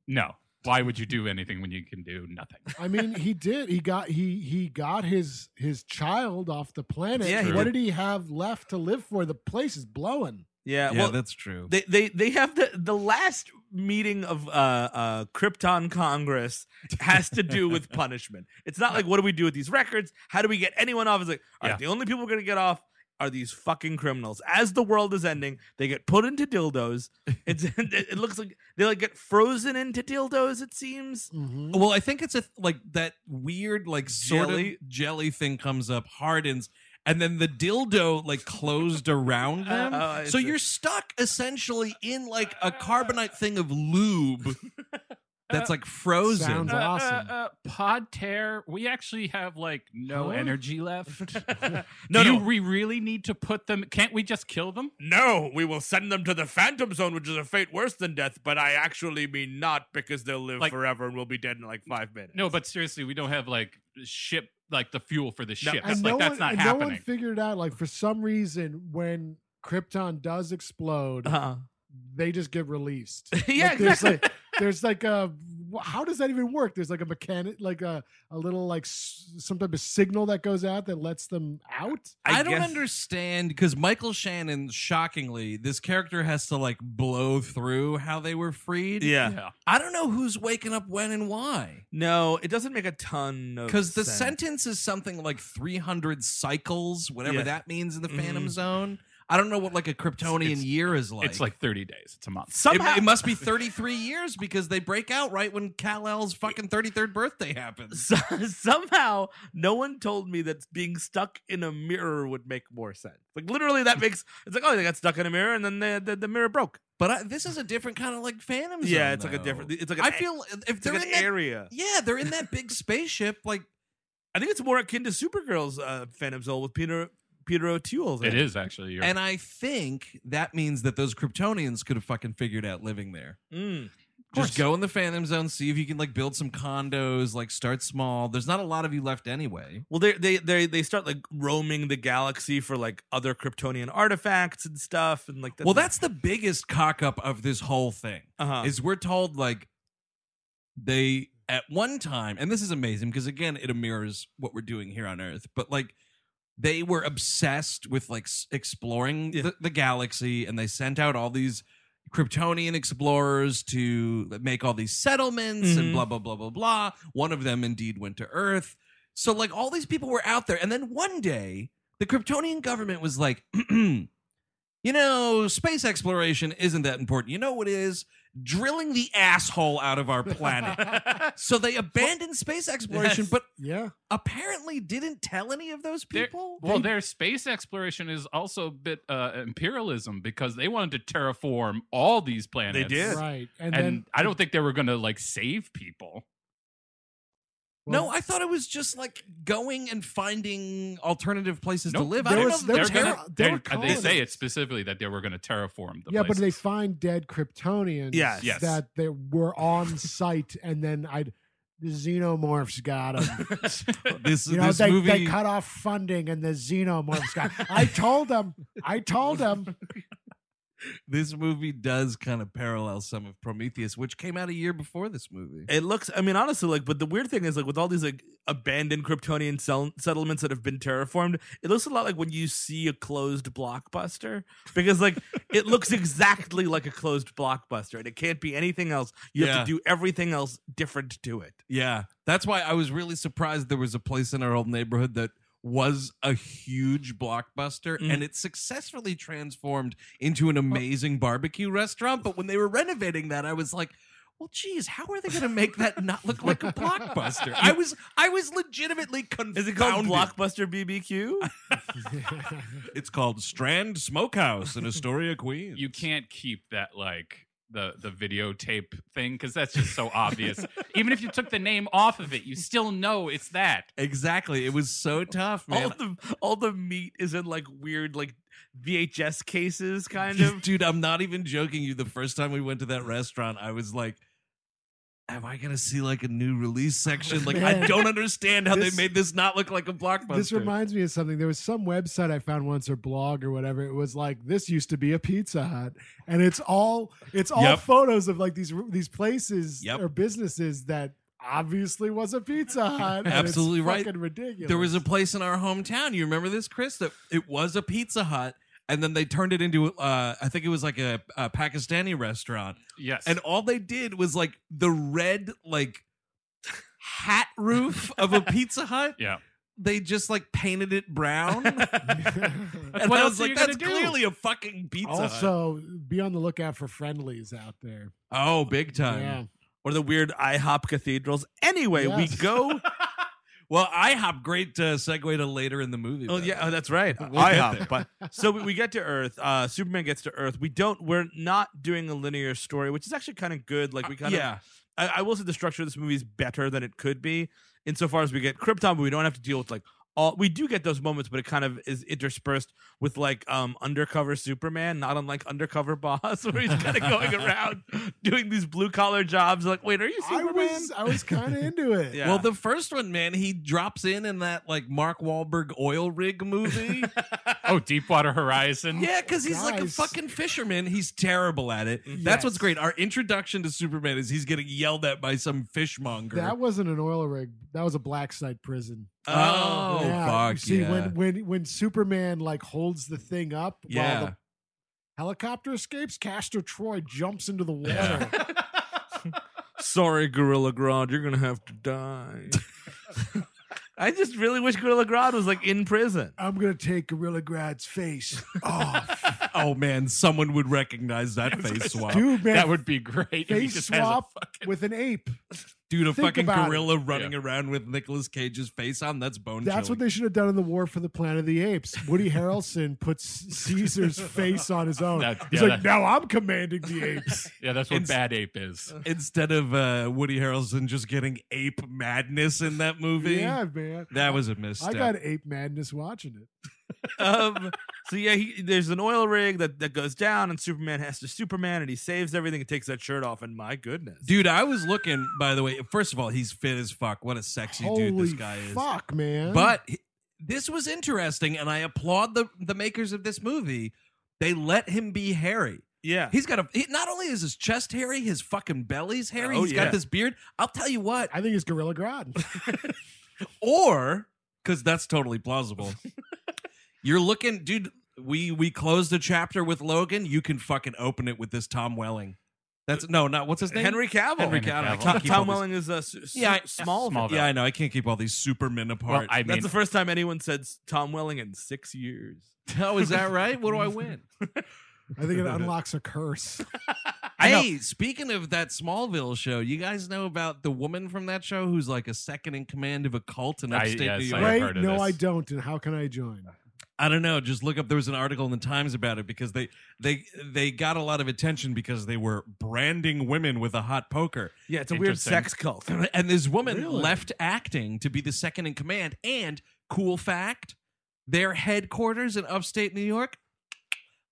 C: No. Why would you do anything when you can do nothing?
D: I mean, he did. He got he he got his his child off the planet.
B: Yeah, he
D: what
B: did.
D: did he have left to live for? The place is blowing.
B: Yeah.
A: yeah,
B: Well,
A: that's true.
B: they they they have the the last meeting of uh uh Krypton Congress has to do with punishment. It's not like what do we do with these records? How do we get anyone off? It's like all right,
C: Yeah.
B: the only people we're gonna get off are these fucking criminals. As the world is ending, they get put into dildos. It's it looks like they like get frozen into dildos. It seems.
C: Oh,
D: Mhm.
A: well, I think it's a th- like that weird like sort
B: Jelly?
A: of jelly thing comes up, hardens, and then the dildo like closed around them.
B: Oh, I
A: so
B: see.
A: you're stuck essentially in like a carbonite thing of lube that's like frozen.
D: Sounds
C: Uh, uh,
D: awesome.
C: uh, pod tear. We actually have like no
D: Huh?
C: energy left.
B: No,
C: do
B: no.
C: you- we really need to put them? Can't we just kill them?
B: No, we will send them to the Phantom Zone, which is a fate worse than death. But I actually mean not because they'll live
C: Like-
B: forever and we'll be dead in like five minutes.
C: No, but seriously, we don't have like ship, like the fuel for the
B: No.
C: ship.
D: and
C: Like
D: no
C: that's
D: one,
C: not
D: and
C: happening.
D: no one figured out. Like for some reason, when Krypton does explode,
B: Uh-huh.
D: they just get released.
B: yeah,
D: Like, there's like there's like a wh- how does that even work? There's like a mechanic, like a a little like s- some type of signal that goes out that lets them out.
A: I, don't
B: guess-
A: understand because Michael Shannon, shockingly, this character has to like blow through how they were freed.
B: Yeah.
C: yeah.
A: I don't know who's waking up when and why.
B: No, it doesn't make a ton of
A: Because the
B: sense.
A: sentence is something like 300 cycles, whatever
B: Yeah.
A: that means in the Phantom
B: Mhm.
A: Zone. I don't know what like a Kryptonian
C: it's-
A: year is like.
C: It's like 30 days. It's a month.
A: It-
B: somehow
A: it, must be 33 years because they break out right when Kal El's fucking 33rd birthday happens.
B: so- somehow no one told me that being stuck in a mirror would make more sense. Like literally, that makes it's like oh they got stuck in a mirror and then the the, the mirror broke.
A: But I, this is a different kind of like Phantom Zone.
B: Yeah, it's like a
A: though.
B: different. It's like an,
A: I
B: a-
A: feel if
B: it's like
A: they're
B: an
A: in that,
B: area.
A: yeah, they're in that big spaceship. Like
B: I think it's more akin to Supergirl's uh, Phantom Zone with Peter Peter O'Toole's. in
C: It is actually. You're,
A: And I think that means that those Kryptonians could have fucking figured out living there.
B: Mm.
A: Just go in the Phantom Zone, see if you can like build some condos, like start small. There's not a lot of you left anyway.
B: Well, they they they they start like roaming the galaxy for like other Kryptonian artifacts and stuff, and like
A: well, that's the biggest cock up of this whole thing.
B: uh
A: Is we're told like they at one time, and this is amazing because again, it mirrors what we're doing here on Earth, but like they were obsessed with like s- exploring
B: Yeah.
A: the, the galaxy and they sent out all these Kryptonian explorers to make all these settlements and
B: Mhm.
A: blah, blah, blah, blah, blah. One of them indeed went to Earth. So, like, all these people were out there. And then one day, the Kryptonian government was like, you know, space exploration isn't that important. You know what is? Drilling the asshole out of our planet. so they abandoned space exploration,
B: Yes.
A: but
D: Yeah,
A: apparently didn't tell any of those
C: They're-
A: people.
C: well, their space exploration is also a bit uh, imperialism because they wanted to terraform all these planets.
B: did. Yeah.
D: right. And,
C: And,
D: then
C: I don't think they were going to like save people.
A: no, I thought it was just like going and finding alternative places to
C: Nope.
A: live. I
D: There
A: don't
D: was-
A: know.
D: there
C: They're
D: was
A: terra-
C: gonna-
D: terra- they
C: they
D: were
C: they say it
D: colonists.
C: specifically that they were going to terraform the
D: yeah, but they
C: places.
D: find dead Kryptonians
B: Yes.
C: Yes.
D: that they were on site, and then I'd the xenomorphs got them.
A: this
D: You know,
A: this
D: they,
A: movie.
D: they cut off funding, and the xenomorphs got. I told them. I told them.
A: this movie does kind of parallel some of Prometheus, which came out a year before this movie.
B: It looks. I mean, honestly, like, but the weird thing is, like, with all these like abandoned Kryptonian sell- settlements that have been terraformed, it looks a lot like when you see a closed blockbuster because, like, it looks exactly like a closed blockbuster, and it can't be anything else. You
A: Yeah.
B: have to do everything else different to it.
A: Yeah, that's why I was really surprised there was a place in our old neighborhood that was a huge blockbuster
B: Mm.
A: and it successfully transformed into an amazing barbecue restaurant. But when they were renovating that, I was like, well, geez, how are they going to make that not look like a blockbuster? I was, I was legitimately confused.
B: Is it called Blockbuster BBQ?
K: It's called Strand Smokehouse in Astoria, Queens.
C: you can't keep that like the the videotape thing because that's just so obvious. Even if you took the name off of it, you still know it's that.
A: Exactly. It was so tough,
K: Oh,
B: all
A: man.
B: the all the meat is in like weird like VHS cases, kind of.
A: Dude, I'm not even joking you. The first time we went to that restaurant, I was like, Am I gonna see like a new release section? Like, I
D: Man.
A: don't understand how
D: This-
A: they made this not look like a blockbuster.
D: This reminds me of something. There was some website I found once or blog or whatever. It was like this used to be a Pizza Hut, and it's all it's all
K: Yep.
D: photos of like these these places
A: Yep.
D: or businesses that obviously was a Pizza Hut. and it's
A: Absolutely right.
D: Fucking ridiculous.
A: there was a place in our hometown. You remember this, Chris? That it was a Pizza Hut, and then they turned it into uh, I think it was like a, a Pakistani restaurant,
C: Yes.
A: and all they did was like the red like hat roof of a Pizza Hut.
C: Yeah.
A: they just like painted it brown. And
C: What
A: I
C: else
A: was
C: are
A: like,
C: you gonna
A: that's
C: do?"
A: clearly a fucking pizza. Hut.
D: also be on the lookout for friendlies out there.
A: oh, big time.
D: Yeah.
B: or the weird IHOP cathedrals. Anyway, we
D: Yes.
B: go.
A: Well, IHOP, great uh, segue to later in the movie.
B: Oh
A: by
B: yeah,
A: the
B: oh,
A: way.
B: that's right.
A: get
B: IHOP. But so we, we get to Earth. Uh, Superman gets to Earth. We don't. We're not doing a linear story, which is actually kind of good. Like we kind of.
A: yeah.
B: I, I will say the structure of this movie is better than it could be, insofar as we get Krypton, but we don't have to deal with like all. We do get those moments, but it kind of is interspersed with like um undercover Superman, not unlike undercover boss, where he's kind of going around doing these blue collar jobs. Like, wait, are you
D: I
B: Superman?
D: was I was kind of into it.
B: Yeah.
A: Well, the first one, man, he drops in in that like Mark Wahlberg oil rig movie.
C: oh, Deepwater Horizon.
A: yeah, because he's like a
D: Guys.
A: fucking fisherman. He's terrible at it. That's what's
D: Yes.
A: great. Our introduction to Superman is he's getting yelled at by some fishmonger.
D: That wasn't an oil rig. That was a black site prison.
A: oh,
D: Yeah, you
A: fuck.
D: See
A: yeah.
D: when when when Superman like holds the thing up while
A: Yeah.
D: the helicopter escapes, Castor Troy jumps into the water.
B: Sorry, Gorilla Grodd, you're gonna have to die. I just really wish Gorilla Grodd was like in prison.
D: I'm gonna take Gorilla Grad's face off.
A: oh, man, someone would recognize that face swap. Dude,
D: Dude, man,
C: That would be great. if he
D: face
C: just has a
D: swap
C: fucking-
D: with an ape.
A: a
D: think
A: fucking
D: about it.
A: gorilla running around with Nicolas Cage's face on. That's bone
D: That's
A: chilling.
D: what they should have done in the War for the Planet of the Apes. Woody Harrelson puts Caesar's face on his own.
C: That-
D: He's
C: yeah,
D: like,
C: that-
D: now I'm commanding the apes.
C: yeah, that's what
A: It's-
C: Bad Ape is.
A: Instead of uh, Woody Harrelson just getting ape madness in that movie.
D: yeah, man.
A: That was a misstep.
D: I got ape madness watching it.
B: um, so yeah, he, there's an oil rig that, that goes down, and Superman has to Superman, and he saves everything. and takes that shirt off, and my goodness,
A: Dude, I was looking, by the way, first of all, he's fit as fuck. What a sexy
D: Holy
A: dude this guy is.
D: fuck, man!
A: But he- this was interesting, and I applaud the, the makers of this movie. They let him be hairy.
B: yeah,
A: He's got a. He, not only is his chest hairy, his fucking belly's hairy.
B: Oh,
A: He's
B: yeah.
A: got this beard. I'll tell you what.
D: I think it's Gorilla Grodd.
A: Or because that's totally plausible. You're looking, dude. We we closed a chapter with Logan. You can fucking open it with this Tom Welling. That's no, not what's his name.
B: Henry Cavill.
A: Henry
C: Henry
A: Cavill. I
C: Cavill.
A: can't
B: Tom,
A: keep all
B: Tom
A: these-
B: Welling is a s- s-
A: Yeah, I-
B: small.
C: Small-
A: Yeah, I know. I can't keep all these supermen
C: Well,
A: apart.
C: I mean,
B: That's the first time anyone said Tom Welling in six years.
A: oh, is that right? What do I win?
D: I think it unlocks a curse.
A: hey, speaking of that Smallville show, you guys know about the woman from that show who's like a second in command of a cult in
C: I-
A: upstate
C: yes,
A: New
C: I
A: York?
C: have
D: Wait,
C: heard of
D: no,
C: this.
D: I don't. And how can I join?
A: I don't know. Just look up. There was an article in the Times about it because they they they got a lot of attention because they were branding women with a hot poker.
B: Yeah, it's a weird
C: Interesting.
B: sex cult.
A: And this woman
D: Really?
A: left acting to be the second in command. And cool fact, their headquarters in upstate New York,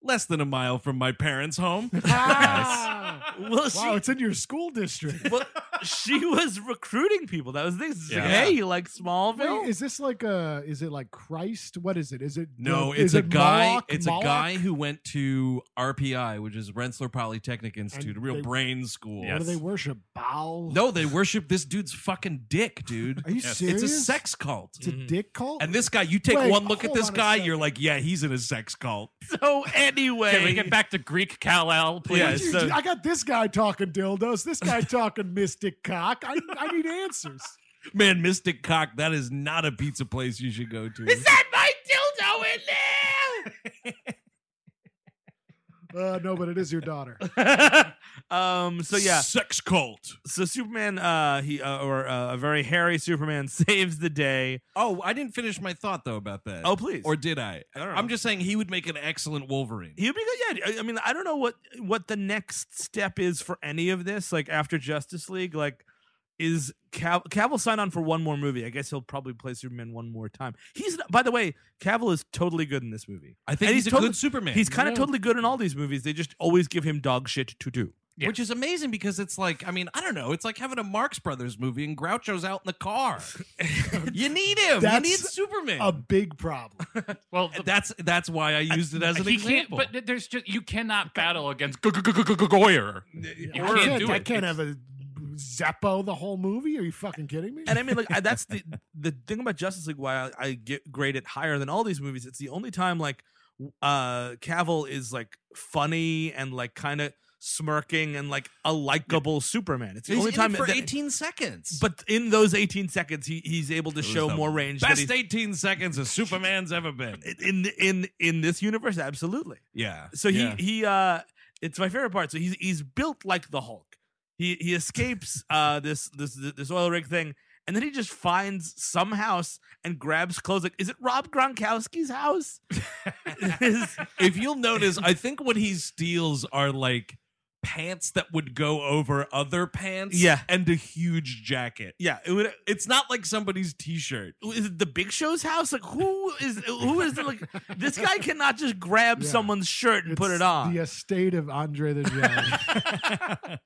A: less than a mile from my parents' home.
D: Ah.
B: Well, she,
D: Wow, it's in your school district.
B: well, she was recruiting people. That was the thing. She's like,
C: Yeah.
B: hey, you like Smallville?
D: Wait, is this like a? Is it like Christ? What is it? Is it
A: No, it's
D: is
A: a
D: it
A: guy.
D: Moloch?
A: it's
D: Moloch?
A: a guy who went to RPI, which is Rensselaer Polytechnic Institute, a real
D: they-
A: brain school.
D: What do they worship? Baal?
A: No, they worship this dude's fucking dick, dude.
D: Are you
C: Yes.
D: serious?
A: It's a sex cult. Mm.
D: It's a dick cult.
A: And this guy, you take
D: Wait,
A: one look at
D: hold
A: this
D: on a
A: guy,
D: second.
A: you're like, yeah, he's in a sex cult.
B: so anyway,
C: Can we get back to Greek Kal-El, please?
D: What you
B: so-
D: do? I got this guy talking dildos. This guy talking mystic cock. I, I need answers.
A: Man, Mystic Cock, that is not a pizza place you should go to.
D: Uh, no, but it is your daughter.
B: um, so yeah,
A: sex cult.
B: so Superman, uh, he uh, or uh, a very hairy Superman saves the day.
A: Oh, I didn't finish my thought though about that.
B: Oh, please,
A: or did I?
B: I don't know.
A: I'm just saying he would make an excellent Wolverine.
B: He'd be good. Yeah, I- I mean, I don't know what what the next step is for any of this. Like after Justice League, like is Cav- Cavill sign on for one more movie? I guess he'll probably play Superman one more time. He's not- by the way, Cavill is totally good in this movie.
A: I think
B: And
A: he's,
B: he's
A: a
B: totally-
A: good Superman.
B: He's kind of totally good in all these movies. They just always give him dog shit to do.
C: Yeah.
A: Which is amazing because it's like, I mean, I don't know. It's like having a Marx Brothers movie and Groucho's out in the car. you need him.
D: That's
A: you need Superman.
D: A big problem.
C: Well, the-
A: that's that's why I used it as an
C: he
A: example.
C: can't. But there's just you cannot battle against Go- Go- Go- Go- Go- Go- Goyer. You
D: I
C: can't
D: can't,
C: do
D: I
C: it.
D: can't
C: It's-
D: have a Zeppo the whole movie. Are you fucking kidding me?
B: And I mean, like I- that's the the thing about Justice League. Why I, I get grade it higher than all these movies. It's the only time like w- uh Cavill is like funny and like kind of smirking and like a likable Superman. It's the
A: he's
B: only
A: in
B: time
A: it for
B: that-
A: 18 seconds.
B: But in those 18 seconds, he, he's able to
A: It was
B: show
A: the
B: more range. than
A: best
B: he's-
A: 18 seconds a Superman's ever been.
B: in in in this universe, absolutely.
A: Yeah.
B: So
A: Yeah.
B: he he uh it's my favorite part. So he's he's built like the Hulk. He he escapes uh this this this oil rig thing and then he just finds some house and grabs clothes like is it Rob Gronkowski's house? Is-
A: if you'll notice, I think what he steals are like pants that would go over other pants.
B: Yeah.
A: And a huge jacket.
B: yeah, it would
A: It's not like somebody's t-shirt.
B: is it the Big Show's house? Like who is who is like this guy cannot just grab
D: Yeah.
B: someone's shirt and put
D: It's
B: it on.
D: The uh, estate of Andre the Giant.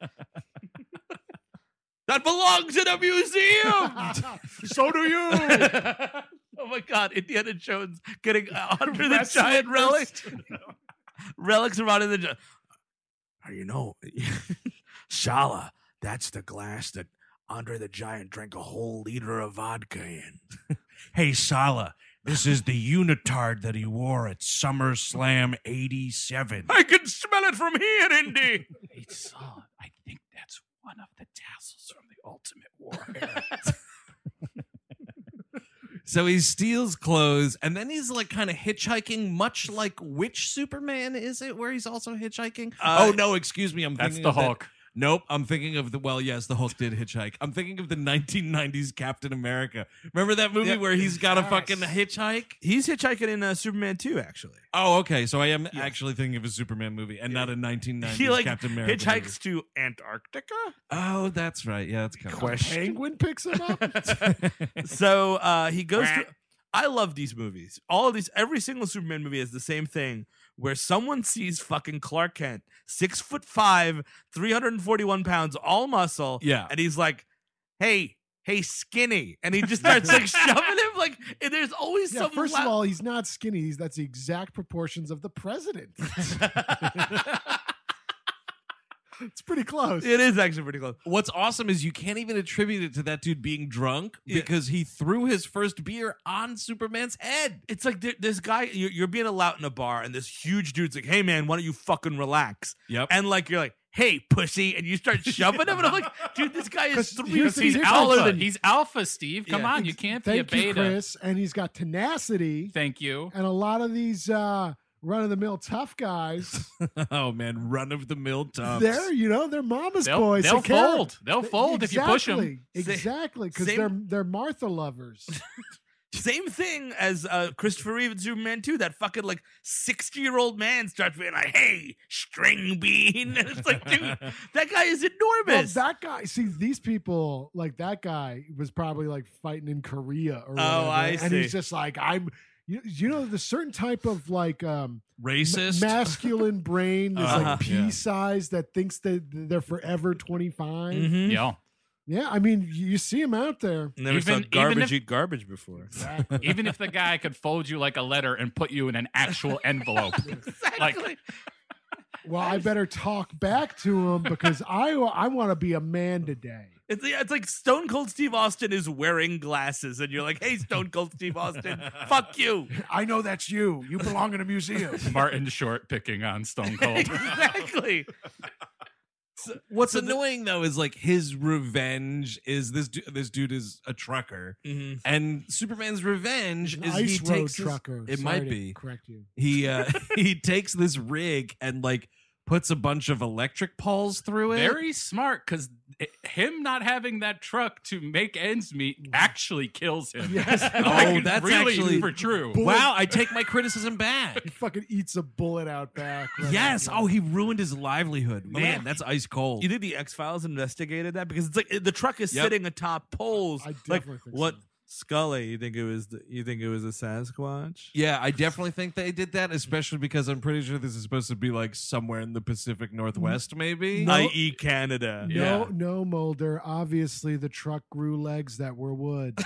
B: That belongs in a museum.
D: so do you.
B: oh my God, Indiana Jones getting uh, under the giant relic. Relics are out in the. Gi- How do you know? Shala, that's the glass that Andre the Giant drank a whole liter of vodka in.
H: Hey, Sala, this is the unitard that he wore at SummerSlam 87.
B: I can smell it from here, Indy.
C: Hey, Saul, I think that's one of the tassels from the Ultimate Warrior.
A: So he steals clothes and then he's like kind of hitchhiking, much like which Superman is it where he's also hitchhiking?
B: Uh,
A: oh, no, excuse me. I'm
C: that's
A: thinking
C: the
A: of that-
C: Hulk.
A: Nope, I'm thinking of the well, yes, the Hulk did hitchhike. I'm thinking of the 1990s Captain America. Remember that movie
B: Yeah.
A: where he's got a fucking hitchhike?
B: He's hitchhiking in uh, Superman 2, actually.
A: Oh, okay. So I am
B: Yes.
A: actually thinking of a Superman movie and not a 1990s
B: He like
A: Captain America.
B: hitchhikes to Antarctica.
A: movie. Oh, that's right. Yeah, that's kind of
B: Question.
D: Penguin picks him up.
B: so uh, he goes to. I love these movies. All of these, every single Superman movie has the same thing where someone sees fucking Clark Kent, six foot five, 341 pounds, all muscle.
A: Yeah.
B: And he's like, hey, hey, skinny. And he just starts like shoving him. Like, and there's always
D: Yeah,
B: some.
D: first of
B: la-
D: all, he's not skinny. He's, that's the exact proportions of the president. it's pretty close.
B: it is actually pretty close.
A: What's awesome is you can't even attribute it to that dude being drunk
B: Yeah.
A: because he threw his first beer on Superman's head.
B: It's like there, this guy, you're, you're being allowed in a bar, and this huge dude's like, hey, man, why don't you fucking relax?
A: Yep.
B: And like, you're like, hey, pussy. And you start shoving him. And I'm like, dude, this guy is
D: 'Cause here's
B: three
D: the-
C: He's
D: here's
C: alpha.
D: the-
C: He's alpha, Steve. Come
B: Yeah.
C: on, you can't be a
D: Thank you,
C: beta.
D: Chris. And he's got tenacity.
C: Thank you.
D: and a lot of these uh, run of the mill tough guys,
A: oh man, run of the mill
B: uh,
A: tubs.
D: they're you know they're mama's
C: They'll,
D: boys.
C: they'll
D: They care.
C: fold. They'll
D: They-
C: fold if you push them.
D: exactly, Exactly, because
B: same-
D: they're they're Martha lovers.
B: Same thing as uh, Christopher Reeve in Superman 2. That fucking like 60 year old man starts being like, hey, string bean. And it's like, dude, that guy is
D: Well,
B: enormous.
D: that guy, see, these people, like that guy was probably like fighting in Korea or whatever.
B: I
D: And
B: see.
D: he's just like, I'm, you, you know, the certain type of like um,
A: Racist.
D: ma- masculine brain, this
B: Uh-huh.
D: like pea size that thinks that they're forever 25.
B: Mhm.
C: Yeah.
D: Yeah. I mean, you you see him out there.
B: Never
C: Even-
B: saw
C: even
B: garbage
C: if-
B: eat garbage before.
C: Even if the guy could fold you like a letter and put you in an actual envelope. Like,
D: Well, I better talk back to him because I, I want to be a man today.
B: It's, yeah, it's like Stone Cold Steve Austin is wearing glasses, and you're like, hey, Stone Cold Steve Austin, fuck you.
D: I know that's you. You belong in a museum.
C: Martin Short picking on Stone Cold.
B: exactly. So-
A: What's
B: so the-
A: annoying though is like his revenge is this. Du- this dude is a trucker,
B: Mhm.
A: and Superman's revenge is he
D: Ice road
A: takes his-
D: trucker.
A: it
D: Sorry
A: might
D: to
A: be.
D: correct you.
A: he uh, he takes this rig and like puts a bunch of electric poles through it.
C: Very smart because him not having that truck to make ends meet actually kills him.
D: Yes.
C: Like,
A: Oh, that's
C: really
A: actually-
C: for true.
A: wow, I take my criticism back.
D: He fucking eats a bullet out back. right
A: yes.
D: after.
A: Oh, he ruined his livelihood. Man,
B: Man.
A: that's ice cold.
B: You think the X Files investigated that because it's like the truck is
A: Yep.
B: sitting atop poles.
D: I
B: like
D: definitely think
B: what
D: so.
B: Scully? You think it was? The, you think it was a Sasquatch?
A: Yeah, I definitely think they did that, especially because I'm pretty sure this is supposed to be like somewhere in the Pacific Northwest, maybe.
B: I.e. E Canada.
D: No, no, Mulder. Obviously, the truck grew legs that were wood.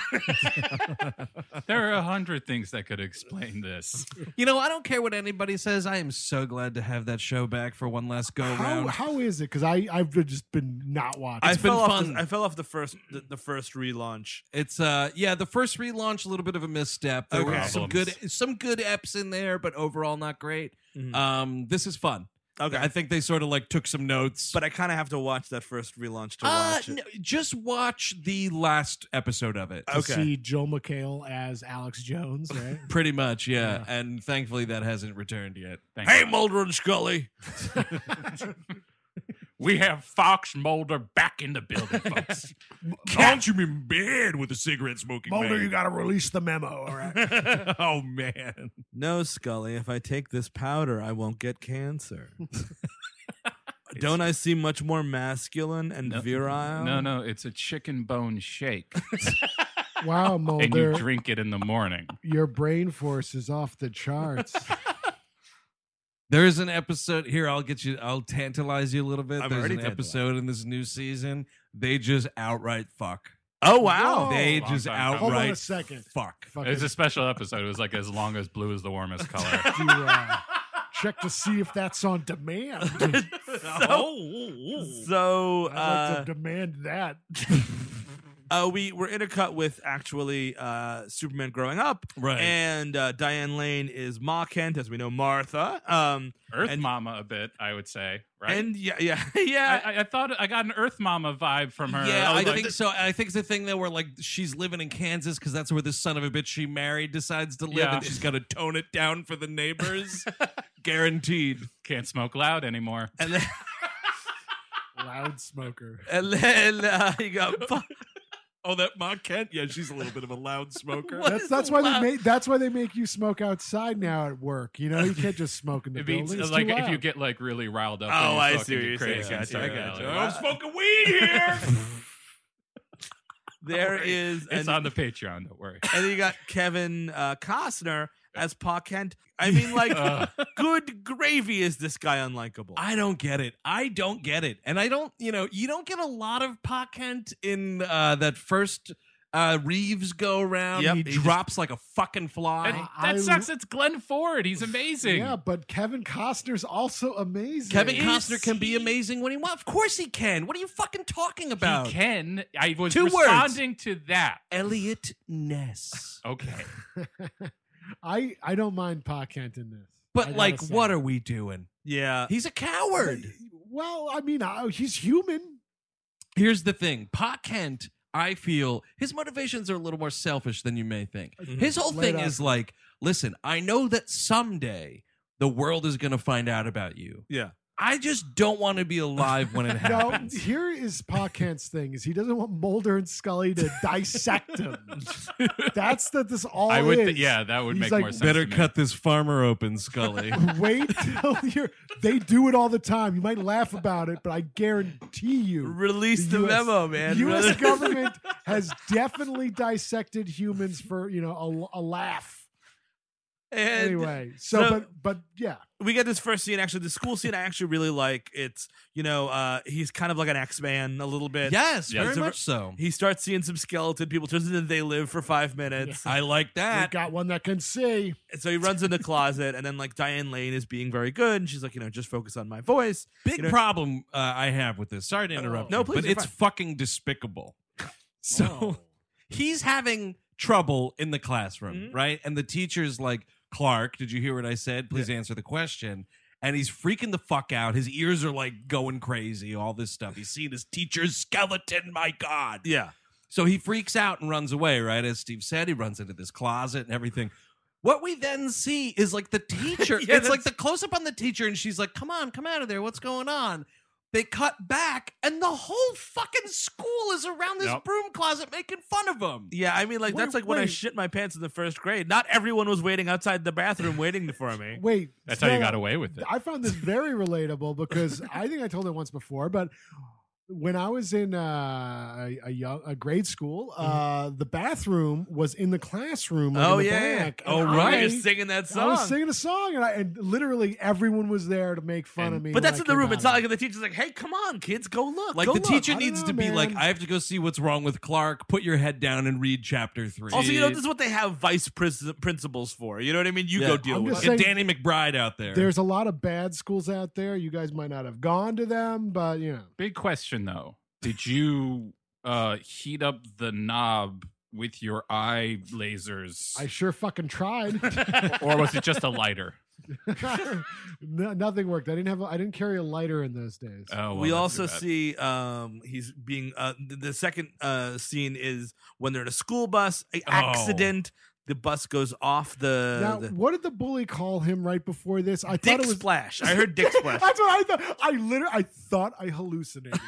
C: There are a hundred things that could explain this.
A: You know, I don't care what anybody says. I am so glad to have that show back for one last go
D: how,
A: round.
D: how is it? Because I I've just been not watching.
B: I
A: It's been
B: fell off.
A: fun.
B: The, I fell off the first the, the first relaunch.
A: It's uh yeah, the first relaunch a little bit of a misstep. There were
B: Okay.
A: some good
C: Problems.
A: some good eps in there, but overall not great.
B: Mhm.
A: Um this is fun.
B: Okay,
A: I think they sort of like took some notes.
B: but I kind of have to watch that first relaunch to
A: uh,
B: watch it.
A: no, just watch the last episode of it.
D: to
B: okay.
D: see Joe McHale as Alex Jones, right?
A: Pretty much, yeah. And thankfully that hasn't returned yet.
C: Thank
B: Hey,
C: God.
B: Mulder and Scully.
C: we have Fox Mulder back in the building, folks.
H: Can't you be in bed with a cigarette smoking man?
D: got to release the memo, all right?
H: oh man,
B: No, Scully. If I take this powder, I won't get cancer. Don't I see much more masculine and
C: No.
B: virile?
C: No, no, it's a chicken bone shake,
D: wow,
C: and you
D: Mulder,
C: drink it in the morning.
D: your brain force is off the charts.
A: There is an episode here. I'll get you. I'll tantalize you a little bit.
B: I'm
A: There's
B: already
A: an episode in this new season. They just outright fuck.
B: Oh wow.
D: Whoa.
A: They
C: Long
A: just
C: time coming.
A: outright
D: Hold on a second.
A: fuck.
D: Fucking,
C: It's a special episode. It was like as long as blue is the warmest color.
D: do, uh, check to see if that's on demand. I'd
B: so, so uh,
D: like to demand that.
B: uh, we were intercut with actually uh, Superman growing up,
A: Right.
B: and uh, Diane Lane is Ma Kent, as we know Martha. Um,
C: Earth
B: And-
C: Mama, a bit, I would say, right?
B: And yeah, yeah, yeah.
C: I, I- I thought I got an Earth Mama vibe from her.
A: yeah, I
C: was like,
A: think so. I think it's the thing that where like she's living in Kansas because that's where this son of a bitch she married decides to live,
C: Yeah.
A: and she's got to tone it down for the neighbors. Guaranteed.
C: can't smoke loud anymore.
B: and then,
D: Loud smoker.
B: and then uh, you got Ma-
A: Oh, that Ma Kent. Yeah, she's a little bit of a loud smoker.
B: What
D: That's
B: is
D: that's why
B: loud?
D: they make that's why they make you smoke outside now at work. You know, you can't just smoke in the
C: It
D: building.
C: means
D: It's
C: like
D: too
C: if you
D: loud.
C: get like really riled up.
B: Oh,
C: and you
B: I
C: fucking
B: see what
C: get
B: you're saying.
C: crazy and
B: Gotcha,
C: start
B: I gotcha.
C: yelling.
B: I'm
C: smoking weed here.
B: there is,
C: it's
B: and,
C: on the Patreon. Don't worry.
B: and then you got Kevin uh, Costner as Pa Kent. I mean, like,
C: Uh,
B: good gravy, is this guy unlikable?
A: I don't get it. I don't get it. And I don't, you know, you don't get a lot of Pa Kent in uh, that first uh, Reeves go round.
B: Yep,
A: he,
B: he just-
A: drops like a fucking fly.
C: and
D: I-
C: that
D: I-
C: sucks. It's Glenn Ford. He's amazing.
D: Yeah, but Kevin Costner's also amazing.
A: Kevin
C: Is
A: Costner can
C: he-
A: be amazing when he wants. Of course he can. What are you fucking talking about?
C: He can. I was
A: Two words.
C: responding to that.
A: Elliot Ness.
C: Okay.
D: I I don't mind Pa Kent in this. I
A: But
D: gotta
A: like,
D: say.
A: what are we doing?
B: yeah.
A: He's a coward.
D: Well, I mean, I, he's human.
A: Here's the thing, Pa Kent. I feel his motivations are a little more selfish than you may think.
B: Mhm.
A: His whole
D: Lay it
A: thing
D: out.
A: is like, listen, I know that someday the world is going to find out about you.
B: Yeah.
A: I just don't want to be alive when it
D: No,
A: happens.
D: here is Pawkent's thing: is he doesn't want Mulder and Scully to dissect him. That's that this all
C: I would,
D: is.
C: th- yeah, that would
D: He's
C: make
D: like,
C: more sense.
A: Better
C: to me.
A: cut this farmer open, Scully.
D: Wait till you're. They do it all the time. You might laugh about it, but I guarantee you,
B: Release the,
D: US
B: memo, man.
D: U.S.
B: Release-
D: government has definitely dissected humans for you know a, a laugh.
B: And
D: anyway, so,
B: so-
D: but but yeah,
B: we get this first scene. Actually, the school scene I actually really like. It's you know uh, he's kind of like an X Man a little bit.
A: yes,
C: Yeah,
A: very
B: it's a-
A: much so.
B: He starts seeing some skeleton people. Turns into they live for five minutes.
A: I like
D: we
A: that.
D: got one that can see.
B: And so he runs in the closet, and then like Diane Lane is being very good, and she's like, you know, just focus on my voice.
A: Big
B: you know- Oh,
A: problem uh, I have with this. Sorry to interrupt.
B: No,
A: you,
B: please,
A: But
B: you're
A: it's
B: fine. Oh.
A: fucking despicable. So he's having trouble in the classroom,
B: Mhm.
A: right? And the teacher's like, Clark, did you hear what I said? Please answer the question. And he's freaking the fuck out. His ears are like going crazy, all this stuff. He's seen his teacher's skeleton, my God.
B: Yeah,
A: So he freaks out and runs away, right? As Steve said, he runs into this closet and everything. What we then see is like the teacher.
B: Yeah,
A: it's like the close up on the teacher, and she's like, come on, come out of there. What's going on? They cut back, and the whole fucking school is around this
C: Yep.
A: broom closet making fun of him.
B: yeah. I mean, like that's
D: Wait,
B: like when I
D: wait.
B: shit my pants in the first grade. Not everyone was waiting outside the bathroom waiting for me.
D: Wait,
C: That's how you
D: Stella,
C: got away with it.
D: I found this very relatable because I think I told it once before, but when I was in uh, a, a young a grade school, uh, the bathroom was in the classroom. like, in
B: Mm-hmm. Oh
D: the
B: yeah.
D: back,
B: oh
D: and
B: right.
D: I,
B: You're singing that
D: I
B: song.
D: was singing a song, and, I, and literally everyone was there to make fun of me.
B: but
D: when
B: that's in
D: I
B: the
D: came
B: room.
D: out
B: It's
D: of
B: not
D: it.
B: like the teacher's like, "Hey, come on, kids, go look."
A: Like
B: go
A: the
B: look."
A: teacher
D: I don't
A: needs
D: know,
A: to be like,
D: man.
A: I have to go see what's wrong with Clark. Put your head down and read chapter three.
B: Also, you know, this is what they have vice pris- principals for. You know what I mean? You
A: Yeah.
B: go deal
D: I'm
B: with
D: just
B: it.
A: Get
D: saying-
A: Danny McBride out there.
D: There's a lot of bad schools out there. You guys might not have gone to them, but you know.
C: Big question though. Did you uh, heat up the knob with your eye lasers,
D: I sure fucking tried.
C: or was it just a lighter?
D: no, nothing worked. I didn't have. A, I didn't carry a lighter in those days.
C: Oh, well,
B: we
C: that's
B: also
C: too bad.
B: see um, he's being uh, th- the second uh, scene is when they're in a school bus a accident. The bus goes off the,
D: now,
B: the-
D: what did the bully call him right before this? I
B: dick
D: thought it was.
B: splash. I heard dick splash.
D: That's what I thought. I literally, I thought I hallucinated.